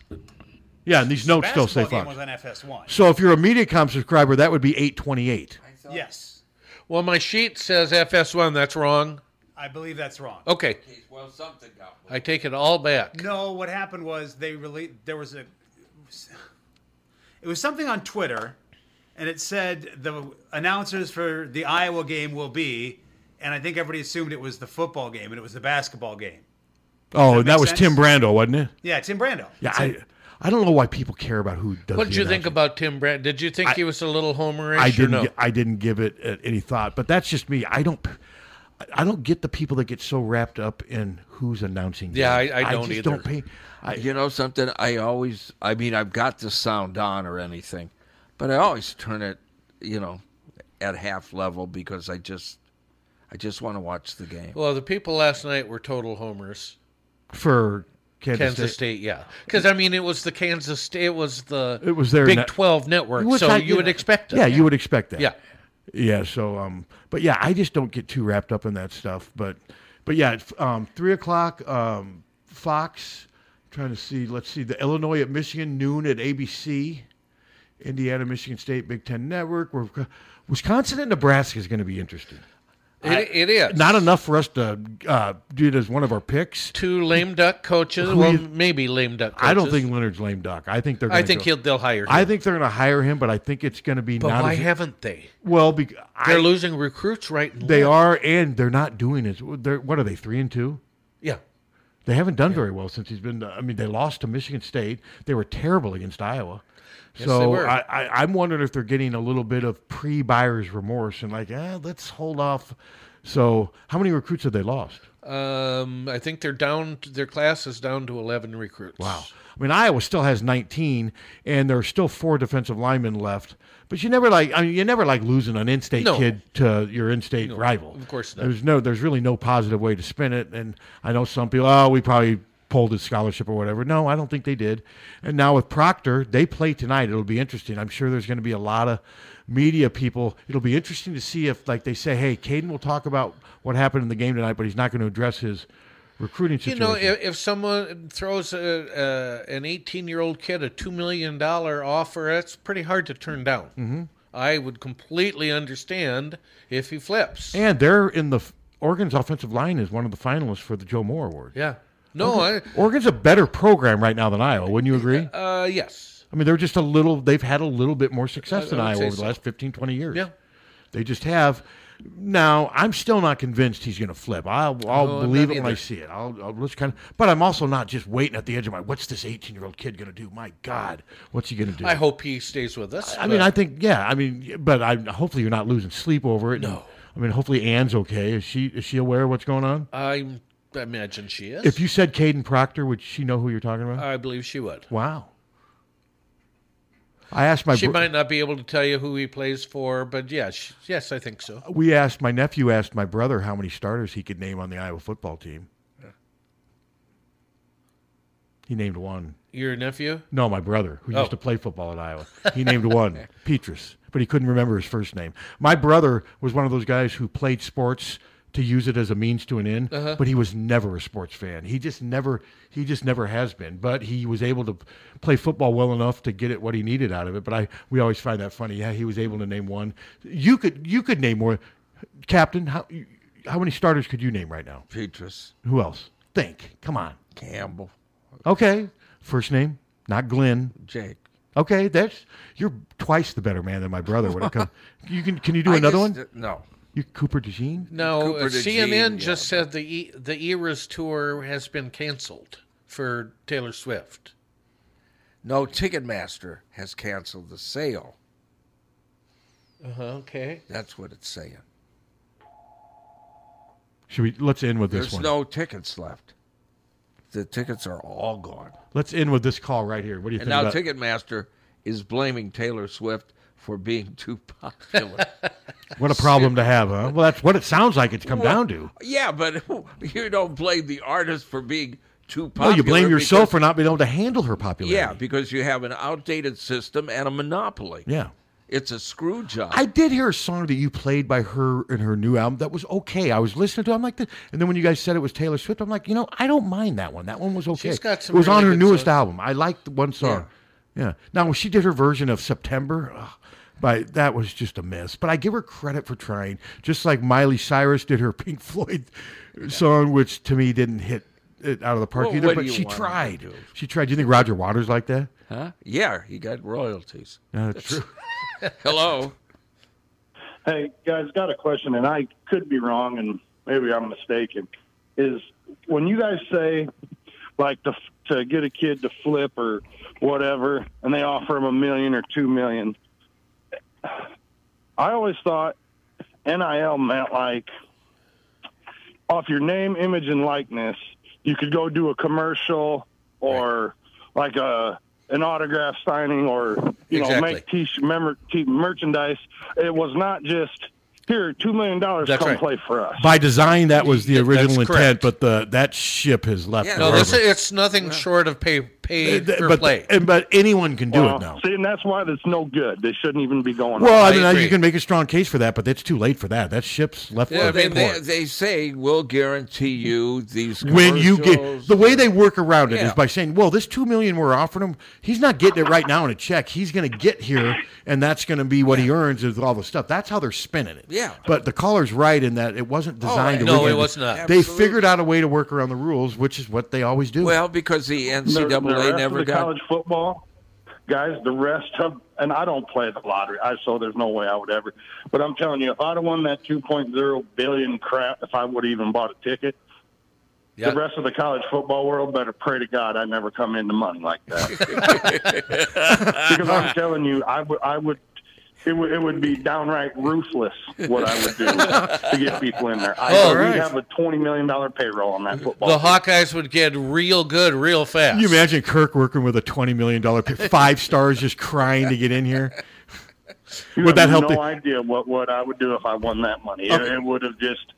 Speaker 4: Yeah, and these
Speaker 11: The
Speaker 4: notes still say
Speaker 11: basketball
Speaker 4: Fox.
Speaker 11: game was on FS1.
Speaker 4: So if you're a MediaCom subscriber, that would be 828.
Speaker 11: Yes,
Speaker 3: Well, my sheet says FS1. That's wrong.
Speaker 11: I believe that's wrong.
Speaker 3: Okay.
Speaker 2: Well, something got.
Speaker 3: I take it all back.
Speaker 11: No, what happened was they released. There was a. It was something on Twitter, and it said the announcers for the Iowa game will be, and I think everybody assumed it was the football game, and it was the basketball game.
Speaker 4: Oh,
Speaker 11: Does that
Speaker 4: that,
Speaker 11: make
Speaker 4: was
Speaker 11: sense?
Speaker 4: Tim Brando, wasn't it?
Speaker 11: Yeah, Tim Brando.
Speaker 4: Yeah, I, I don't know why people care about who does.
Speaker 3: What did
Speaker 4: the
Speaker 3: you think about Tim Brand? Did you think he was a little homerish?
Speaker 4: I
Speaker 3: or
Speaker 4: didn't.
Speaker 3: no?
Speaker 4: gi- I didn't give it uh, any thought, but that's just me. I don't. I don't get the people that get so wrapped up in who's announcing.
Speaker 2: Yeah,
Speaker 4: games.
Speaker 2: I, I don't
Speaker 4: just
Speaker 2: either.
Speaker 4: Don't pay.
Speaker 2: you know something? I always, I mean, I've got the sound on or anything, but I always turn it, you know, at half level because I just, I just want to watch the game.
Speaker 3: Well, the people last night were total homers.
Speaker 4: for Kansas,
Speaker 3: State. yeah. Because I mean, it was the Kansas State. It was the
Speaker 4: It was their
Speaker 3: Big
Speaker 4: net-
Speaker 3: Twelve network.
Speaker 4: Which
Speaker 3: so
Speaker 4: I-
Speaker 3: you would expect that.
Speaker 4: Yeah, you would expect that.
Speaker 3: Yeah.
Speaker 4: yeah. So, um, but yeah, I just don't get too wrapped up in that stuff. But, but yeah, it's, um, three o'clock, um, Fox. Trying to see. Let's see the Illinois at Michigan noon at ABC, Indiana, Michigan State, Big Ten Network. We're, Wisconsin and Nebraska is going to be interesting.
Speaker 3: It- it is.
Speaker 4: not enough for us to uh, do it as one of our picks.
Speaker 3: Two (laughs) lame duck coaches.
Speaker 4: Who
Speaker 3: well,
Speaker 4: you-
Speaker 3: maybe lame duck. coaches.
Speaker 4: I don't think Leonard's lame duck. I think they're.
Speaker 3: I
Speaker 4: gonna
Speaker 3: think
Speaker 4: go-
Speaker 3: he'll- they'll hire
Speaker 4: I
Speaker 3: him.
Speaker 4: think they're going to hire him, but I think it's going to be.
Speaker 3: But
Speaker 4: not
Speaker 3: why
Speaker 4: as-
Speaker 3: haven't they?
Speaker 4: Well, because
Speaker 3: They're losing recruits right and
Speaker 4: They
Speaker 3: left.
Speaker 4: are, and they're not doing it. They're what are they three and two?
Speaker 3: Yeah.
Speaker 4: They haven't done very well since he's been. I mean, they lost to Michigan State. They were terrible against Iowa.
Speaker 3: Yes,
Speaker 4: so
Speaker 3: they were.
Speaker 4: I, I, I'm wondering if they're getting a little bit of pre-buyer's remorse and like, eh, let's hold off. So, how many recruits have they lost?
Speaker 3: Um, I think they're down. Their class is down to eleven recruits.
Speaker 4: Wow. I mean, Iowa still has 19, and there are still four defensive linemen left. But you never like, I mean, you never like losing an in-state
Speaker 3: No.
Speaker 4: kid to your in-state
Speaker 3: No,
Speaker 4: rival.
Speaker 3: of course not.
Speaker 4: There's no, there's really no positive way to spin it. And I know some people, oh, we probably pulled his scholarship or whatever. No, I don't think they did. And now with Proctor, they play tonight. It'll be interesting. I'm sure there's going to be a lot of media people. It'll be interesting to see if, like, they say, hey, Caden will talk about what happened in the game tonight, but he's not going to address his recruiting
Speaker 3: You
Speaker 4: situation.
Speaker 3: know, if, if someone throws a, a, an 18 year old kid a $2 million offer, that's pretty hard to turn down.
Speaker 4: Mhm.
Speaker 3: I would completely understand if he flips.
Speaker 4: And they're in the Oregon's offensive line is one of the finalists for the Joe Moore Award.
Speaker 3: Yeah. No, I,
Speaker 4: Oregon's a better program right now than Iowa. Wouldn't you agree?
Speaker 3: uh, yes.
Speaker 4: I mean, they're just a little. They've had a little bit more success
Speaker 3: I-
Speaker 4: than
Speaker 3: I would
Speaker 4: Iowa
Speaker 3: say
Speaker 4: over the
Speaker 3: so.
Speaker 4: last 15, 20 years.
Speaker 3: Yeah.
Speaker 4: they just have. Now, I'm still not convinced he's going to flip. I'll, I'll
Speaker 3: No, I'm
Speaker 4: believe
Speaker 3: not
Speaker 4: it when I
Speaker 3: either.
Speaker 4: see it. I'll, I'll just kind of, but I'm also not just waiting at the edge of my. What's this 18 year old kid going to do? My God, what's he going to do?
Speaker 3: I hope he stays with us.
Speaker 4: I mean,
Speaker 3: but-
Speaker 4: I think yeah. I mean, but I hopefully you're not losing sleep over it. No. I mean, hopefully Ann's okay. Is she is she aware of what's going on?
Speaker 3: I'm- I imagine she is.
Speaker 4: If you said Caden Proctor, would she know who you're talking about?
Speaker 3: I believe she would.
Speaker 4: wow. I asked my
Speaker 3: she
Speaker 4: bro-
Speaker 3: might not be able to tell you who he plays for, but yeah, she, yes, I think so.
Speaker 4: we asked my nephew asked my brother how many starters he could name on the Iowa football team. He named one.
Speaker 3: Your nephew?
Speaker 4: No, my brother, who
Speaker 3: Oh.
Speaker 4: used to play football at Iowa. He named
Speaker 3: (laughs)
Speaker 4: one, Petrus, but he couldn't remember his first name. My brother was one of those guys who played sports to use it as a means to an end,
Speaker 3: Uh-huh.
Speaker 4: but he was never a sports fan. He just never he just never has been, but he was able to play football well enough to get it what he needed out of it. But I we always find that funny. Yeah, he was able to name one. You could you could name more. Captain, how how many starters could you name right now?
Speaker 2: Petrus,
Speaker 4: Who else? Think. Come on.
Speaker 2: Campbell,
Speaker 4: Okay. First name, not Glenn.
Speaker 2: Jake.
Speaker 4: Okay, that's you're twice the better man than my brother when it
Speaker 2: (laughs)
Speaker 4: comes. You can can you do
Speaker 2: I
Speaker 4: another
Speaker 2: just-
Speaker 4: one?
Speaker 2: no.
Speaker 4: You Cooper DeJean?
Speaker 3: No,
Speaker 2: Cooper
Speaker 3: uh,
Speaker 2: DeJean,
Speaker 3: CNN
Speaker 2: yeah,
Speaker 3: just said the e- the Eras tour has been canceled for Taylor Swift.
Speaker 2: No, Ticketmaster has canceled the sale.
Speaker 3: Uh-huh, okay.
Speaker 2: That's what it's saying.
Speaker 4: Should we let's end with this
Speaker 2: There's
Speaker 4: one.
Speaker 2: no tickets left. The tickets are all gone.
Speaker 4: Let's end with this call right here. What do you
Speaker 2: And
Speaker 4: think
Speaker 2: now
Speaker 4: about
Speaker 2: Ticketmaster is blaming Taylor Swift for being (laughs) too popular.
Speaker 4: what a problem to have, huh? Well, that's what it sounds like it's come
Speaker 2: Well,
Speaker 4: down to.
Speaker 2: Yeah, but (laughs) you don't blame the artist for being too popular.
Speaker 4: Well, you blame
Speaker 2: because-
Speaker 4: yourself for not being able to handle her popularity.
Speaker 2: Yeah, because you have an outdated system and a monopoly.
Speaker 4: Yeah.
Speaker 2: It's a screw
Speaker 4: (laughs)
Speaker 2: job.
Speaker 4: I did hear a song that you played by her in her new album that was okay. I was listening to it. I'm like, this. and then when you guys said it was Taylor Swift, I'm like, you know, I don't mind that one. That one was okay.
Speaker 3: She's got some
Speaker 4: it was on
Speaker 3: really
Speaker 4: her
Speaker 3: good
Speaker 4: newest
Speaker 3: songs.
Speaker 4: album. I liked the one song. Yeah. Now, when she did her version of September, ugh, by, that was just a mess. But I give her credit for trying, just like Miley Cyrus did her (laughs) Pink Floyd song, which to me didn't hit it out of the park
Speaker 2: Well,
Speaker 4: either.
Speaker 2: what do
Speaker 4: But
Speaker 2: you
Speaker 4: she
Speaker 2: want her to
Speaker 4: tried.
Speaker 2: do?
Speaker 4: She tried. Do you think Roger Waters like that?
Speaker 2: Huh? Yeah, he got royalties.
Speaker 4: No, that's
Speaker 2: (laughs)
Speaker 4: true.
Speaker 2: Hello.
Speaker 6: Hey guys, got a question, and I could be wrong, and maybe I'm mistaken. is when you guys say like to, to get a kid to flip or whatever, and they offer him a million or two million. I always thought NIL meant like off your name, image, and likeness, you could go do a commercial or like a an autograph signing or you know
Speaker 3: Exactly.
Speaker 6: make t member t- merchandise. It was not just here two million dollars
Speaker 3: That's
Speaker 6: come
Speaker 3: right.
Speaker 6: play for us.
Speaker 4: By design, that was the
Speaker 3: That's
Speaker 4: original intent,
Speaker 3: correct.
Speaker 4: but the that ship has left.
Speaker 3: no,
Speaker 4: forever.
Speaker 3: this is, it's nothing short of pay pay
Speaker 4: Th-
Speaker 3: for
Speaker 4: but,
Speaker 3: play.
Speaker 4: and- but anyone can do
Speaker 6: Well,
Speaker 4: it now.
Speaker 6: See, and that's why that's no good. They shouldn't even be going.
Speaker 4: Well, I mean,
Speaker 6: I
Speaker 4: you can make a strong case for that, but it's too late for that. That ship's left.
Speaker 2: Yeah, I
Speaker 4: for
Speaker 2: mean, they,
Speaker 4: port.
Speaker 2: they say we'll guarantee you these
Speaker 4: when you get (laughs)
Speaker 2: commercials."
Speaker 4: the way they work around it is
Speaker 2: Yeah.
Speaker 4: by saying, "Well, this two million we're offering him, he's not getting it right now in a check. He's going to get here, and that's going to be what he earns with all the stuff." That's how they're spinning it.
Speaker 2: Yeah. Oh,
Speaker 4: But the caller's right in that it wasn't designed.
Speaker 2: no,
Speaker 4: originally-
Speaker 2: it was not.
Speaker 4: They
Speaker 2: Absolutely.
Speaker 4: figured out a way to work around the rules, which is what they always do.
Speaker 2: Well, because the NCAA
Speaker 6: the rest
Speaker 2: never
Speaker 6: of the
Speaker 2: got
Speaker 6: college football guys. The rest of and I don't play the lottery, I so there's no way I would ever. But I'm telling you, if I'd have won that 2.0 billion crap, if I would have even bought a ticket.
Speaker 3: Yeah.
Speaker 6: The rest of the college football world better pray to God I never come into money like
Speaker 3: (laughs)
Speaker 6: that. because I'm telling you, I would, I would, it would, it would be downright ruthless what I would do to get people in there. I
Speaker 3: Oh,
Speaker 6: would
Speaker 3: right.
Speaker 6: have a twenty million dollar payroll on that football.
Speaker 3: The Hawkeyes would get real good real fast.
Speaker 4: Can you imagine Kirk working with a twenty million dollar five stars, just crying to get in here?
Speaker 6: You
Speaker 4: Would that
Speaker 6: have
Speaker 4: help?
Speaker 6: No
Speaker 4: the-
Speaker 6: idea what what I would do if I won that money. It, it would have just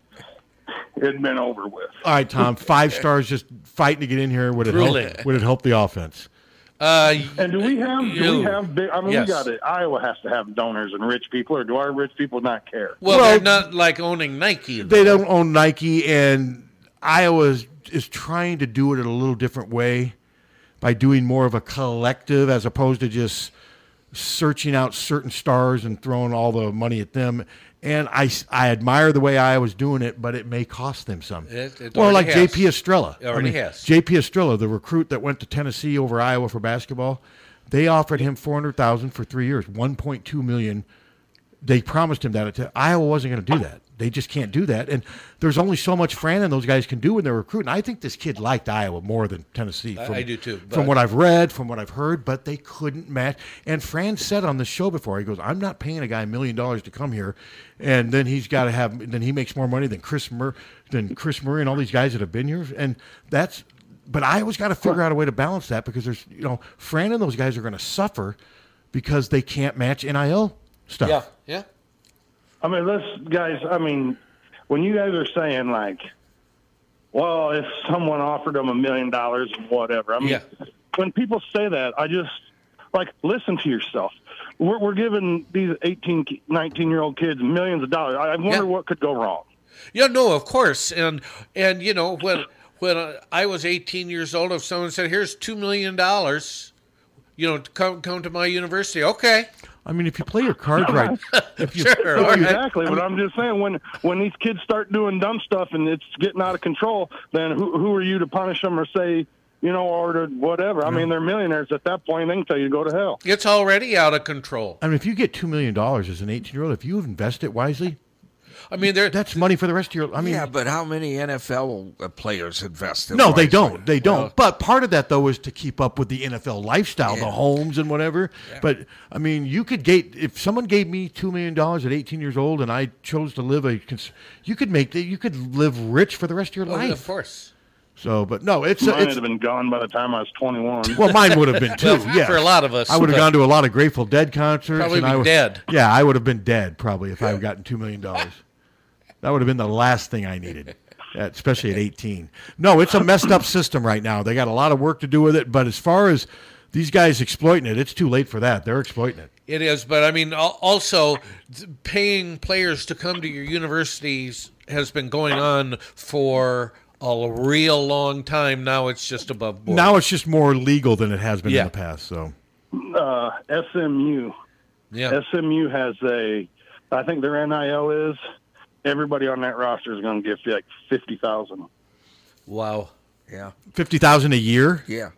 Speaker 6: it'd been over with.
Speaker 4: All right, Tom. Five stars, just fighting to get in here. Would it
Speaker 6: Drooling.
Speaker 4: help? Would it help the offense?
Speaker 3: (laughs) Uh,
Speaker 6: and do we have do
Speaker 4: you-
Speaker 6: we have big? I mean,
Speaker 4: Yes.
Speaker 6: we got it. Iowa has to have donors and rich people, or do our rich people not care?
Speaker 3: Well, they're not like owning Nike.
Speaker 4: They don't own Nike, and Iowa is, is trying to do it in a little different way by doing more of a collective as opposed to just searching out certain stars and throwing all the money at them. And I, s- I admire the way Iowa's doing it, but it may cost them some.
Speaker 3: It- it
Speaker 4: well,
Speaker 3: already
Speaker 4: like
Speaker 3: has.
Speaker 4: JP Estrella.
Speaker 3: It already has.
Speaker 4: JP Estrella, the recruit that went to Tennessee over Iowa for basketball, they offered him four hundred thousand for three years, one point two million. They promised him that Iowa wasn't going to do that. They just can't do that. And there's only so much Fran and those guys can do when they're recruiting. I think this kid liked Iowa more than Tennessee.
Speaker 3: I- I do too,
Speaker 4: From
Speaker 3: but-
Speaker 4: what I've read, from what I've heard, but they couldn't match. And Fran said on the show before, he goes, "I'm not paying a guy a million dollars to come here, and then he's got to have. Then he makes more money than Chris Mur, than Chris Murray and all these guys that have been here. And that's. But I always got to figure out a way to balance that because there's, you know, Fran and those guys are going to suffer because they can't match NIL stuff.
Speaker 3: yeah.
Speaker 6: I mean, let's guys. I mean, when you guys are saying like, well, if someone offered them a million dollars, whatever. I mean, when people say that, I just like listen to yourself. We're, we're giving these 18, 19 year old kids millions of dollars. I I wonder what could go wrong.
Speaker 3: Yeah, no, of course, and and you know when when uh, I was 18 years old, if someone said, "Here's two million dollars," you know, to come come to my university, okay,
Speaker 4: I mean, if you play your cards
Speaker 6: (laughs)
Speaker 4: right, if you,
Speaker 3: Sure, all right.
Speaker 6: exactly.
Speaker 3: I
Speaker 6: But
Speaker 3: mean-
Speaker 6: I'm just saying when when these kids start doing dumb stuff and it's getting out of control, then who who are you to punish them or say? You know, or to whatever. I mean, they're millionaires at that point. They can tell you to go to hell.
Speaker 3: it's already out of control.
Speaker 4: I mean, if you get two million dollars as an eighteen-year-old, if you invest it wisely,
Speaker 3: I mean, there
Speaker 4: that's money for the rest of your. I mean,
Speaker 2: yeah, but how many NFL uh, players invest in
Speaker 4: no, they
Speaker 2: Wise?
Speaker 4: don't. They don't. but part of that though is to keep up with the NFL lifestyle, the homes and whatever. But I mean, you could gate if someone gave me two million dollars at eighteen years old, and I chose to live a, cons- you could make you could live rich for the rest of your
Speaker 3: Well,
Speaker 4: life.
Speaker 3: of course.
Speaker 4: So, but no, it's
Speaker 6: mine
Speaker 4: it's
Speaker 6: would have been gone by the time I was 21.
Speaker 4: Well, mine would have been too. yeah, I would have gone to a lot of Grateful Dead concerts.
Speaker 6: Probably
Speaker 4: and I
Speaker 6: be
Speaker 4: would-
Speaker 6: dead.
Speaker 4: Yeah, I would have been dead probably if I had gotten two million dollars. that would have been the last thing I needed, at- especially at eighteen. No, it's a messed up system right now. They got a lot of work to do with it. But as far as these guys exploiting it, it's too late for that. They're exploiting it.
Speaker 3: It is, but I mean, al- also th- paying players to come to your universities has been going on for a real long time. Now it's just above board.
Speaker 4: Now it's just more legal than it has been in the past. So
Speaker 6: uh, SMU. SMU has a, I think their NIL is, everybody on that roster is going to get like 50000
Speaker 3: Wow.
Speaker 2: Yeah.
Speaker 4: fifty thousand a year.
Speaker 2: Yeah.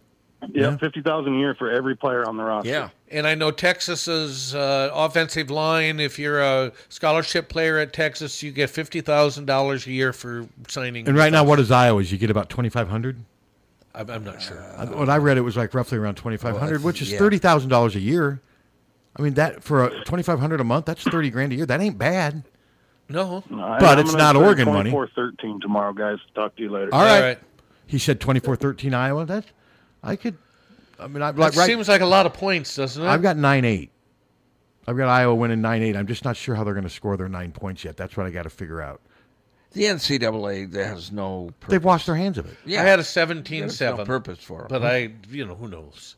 Speaker 6: Yeah, fifty thousand a year for every player on the roster.
Speaker 3: Yeah. And I know Texas's uh, offensive line. If you're a scholarship player at Texas, you get fifty thousand dollars a year for signing.
Speaker 4: And right now, what is Iowa's? You get about twenty five hundred.
Speaker 3: I'm, I'm not sure.
Speaker 4: What Uh, I read, it was like roughly around twenty five hundred,
Speaker 3: Well,
Speaker 4: which is
Speaker 3: yeah.
Speaker 4: thirty thousand dollars a year. I mean, that for a twenty five hundred a month, that's thirty grand a year. That ain't bad.
Speaker 3: No,
Speaker 4: But it's not Oregon money.
Speaker 6: Four thirteen tomorrow, guys. Talk to you later.
Speaker 4: All right. He said twenty four thirteen Iowa. That I could. I mean, I
Speaker 3: That
Speaker 4: like right.
Speaker 3: seems like a lot of points, doesn't it?
Speaker 4: I've got nine eight. I've got Iowa winning nine eight. I'm just not sure how they're going to score their nine points yet. That's what I got to figure out.
Speaker 2: The NCAA has no. Purpose.
Speaker 4: They've washed their hands of it.
Speaker 3: I had a 17-7.
Speaker 2: There's no purpose for them.
Speaker 3: But I, you know, who knows?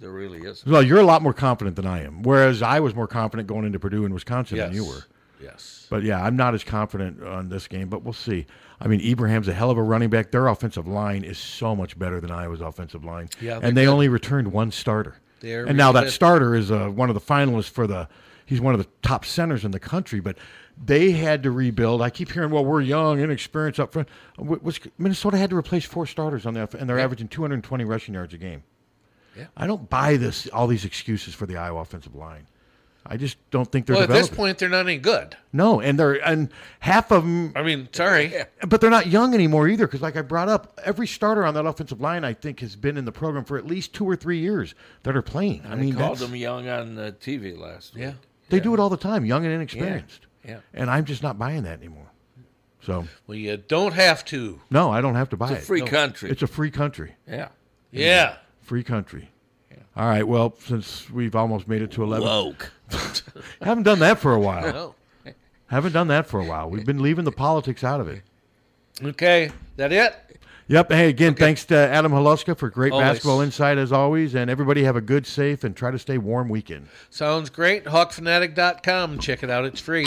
Speaker 2: There really isn't.
Speaker 4: Well, you're a lot more confident than I am. Whereas I was more confident going into Purdue and Wisconsin than you
Speaker 3: Yes.
Speaker 4: were.
Speaker 3: Yes.
Speaker 4: But yeah, I'm not as confident on this game, but we'll see. I mean, Ibrahim's a hell of a running back. Their offensive line is so much better than Iowa's offensive line.
Speaker 3: Yeah, they're
Speaker 4: and they
Speaker 3: good.
Speaker 4: only returned one starter.
Speaker 3: They're
Speaker 4: and now
Speaker 3: really
Speaker 4: that
Speaker 3: good.
Speaker 4: starter is uh, one of the finalists for the. He's one of the top centers in the country, but they had to rebuild. I keep hearing, "Well, we're young, inexperienced up front." Wh- Was, Minnesota had to replace four starters on the, off- and they're averaging 220 rushing yards a game.
Speaker 3: Yeah.
Speaker 4: I don't buy this. All these excuses for the Iowa offensive line. I just don't think they're.
Speaker 3: well, at this
Speaker 4: developing.
Speaker 3: point, they're not any good.
Speaker 4: No, and they're and half of them.
Speaker 3: I mean, sorry,
Speaker 4: but they're not young anymore either. Because like I brought up, every starter on that offensive line, I think, has been in the program for at least two or three years that are playing. I mean,
Speaker 2: they called
Speaker 4: that's,
Speaker 2: them young on uh, TV last week. Yeah.
Speaker 4: they do it all the time, young and inexperienced.
Speaker 2: Yeah, yeah.
Speaker 4: And I'm just not buying that anymore. So
Speaker 3: Well, you don't have to.
Speaker 4: no, I don't have to buy
Speaker 3: It's a
Speaker 4: it.
Speaker 3: free No. country.
Speaker 4: It's a free country.
Speaker 2: Yeah.
Speaker 3: Yeah.
Speaker 4: Free country. All right. Well, since we've almost made it to eleven,
Speaker 2: Woke.
Speaker 4: (laughs) haven't done that for a while.
Speaker 3: No.
Speaker 4: Haven't done that for a while. We've been leaving the politics out of it.
Speaker 3: (laughs) Okay, that it.
Speaker 4: Yep. Hey, again, thanks to Adam Haluska for great
Speaker 3: Always.
Speaker 4: basketball insight as always. And everybody have a good, safe, and try to stay warm weekend.
Speaker 3: Sounds great. Hawkfanatic.com. Check it out. It's free.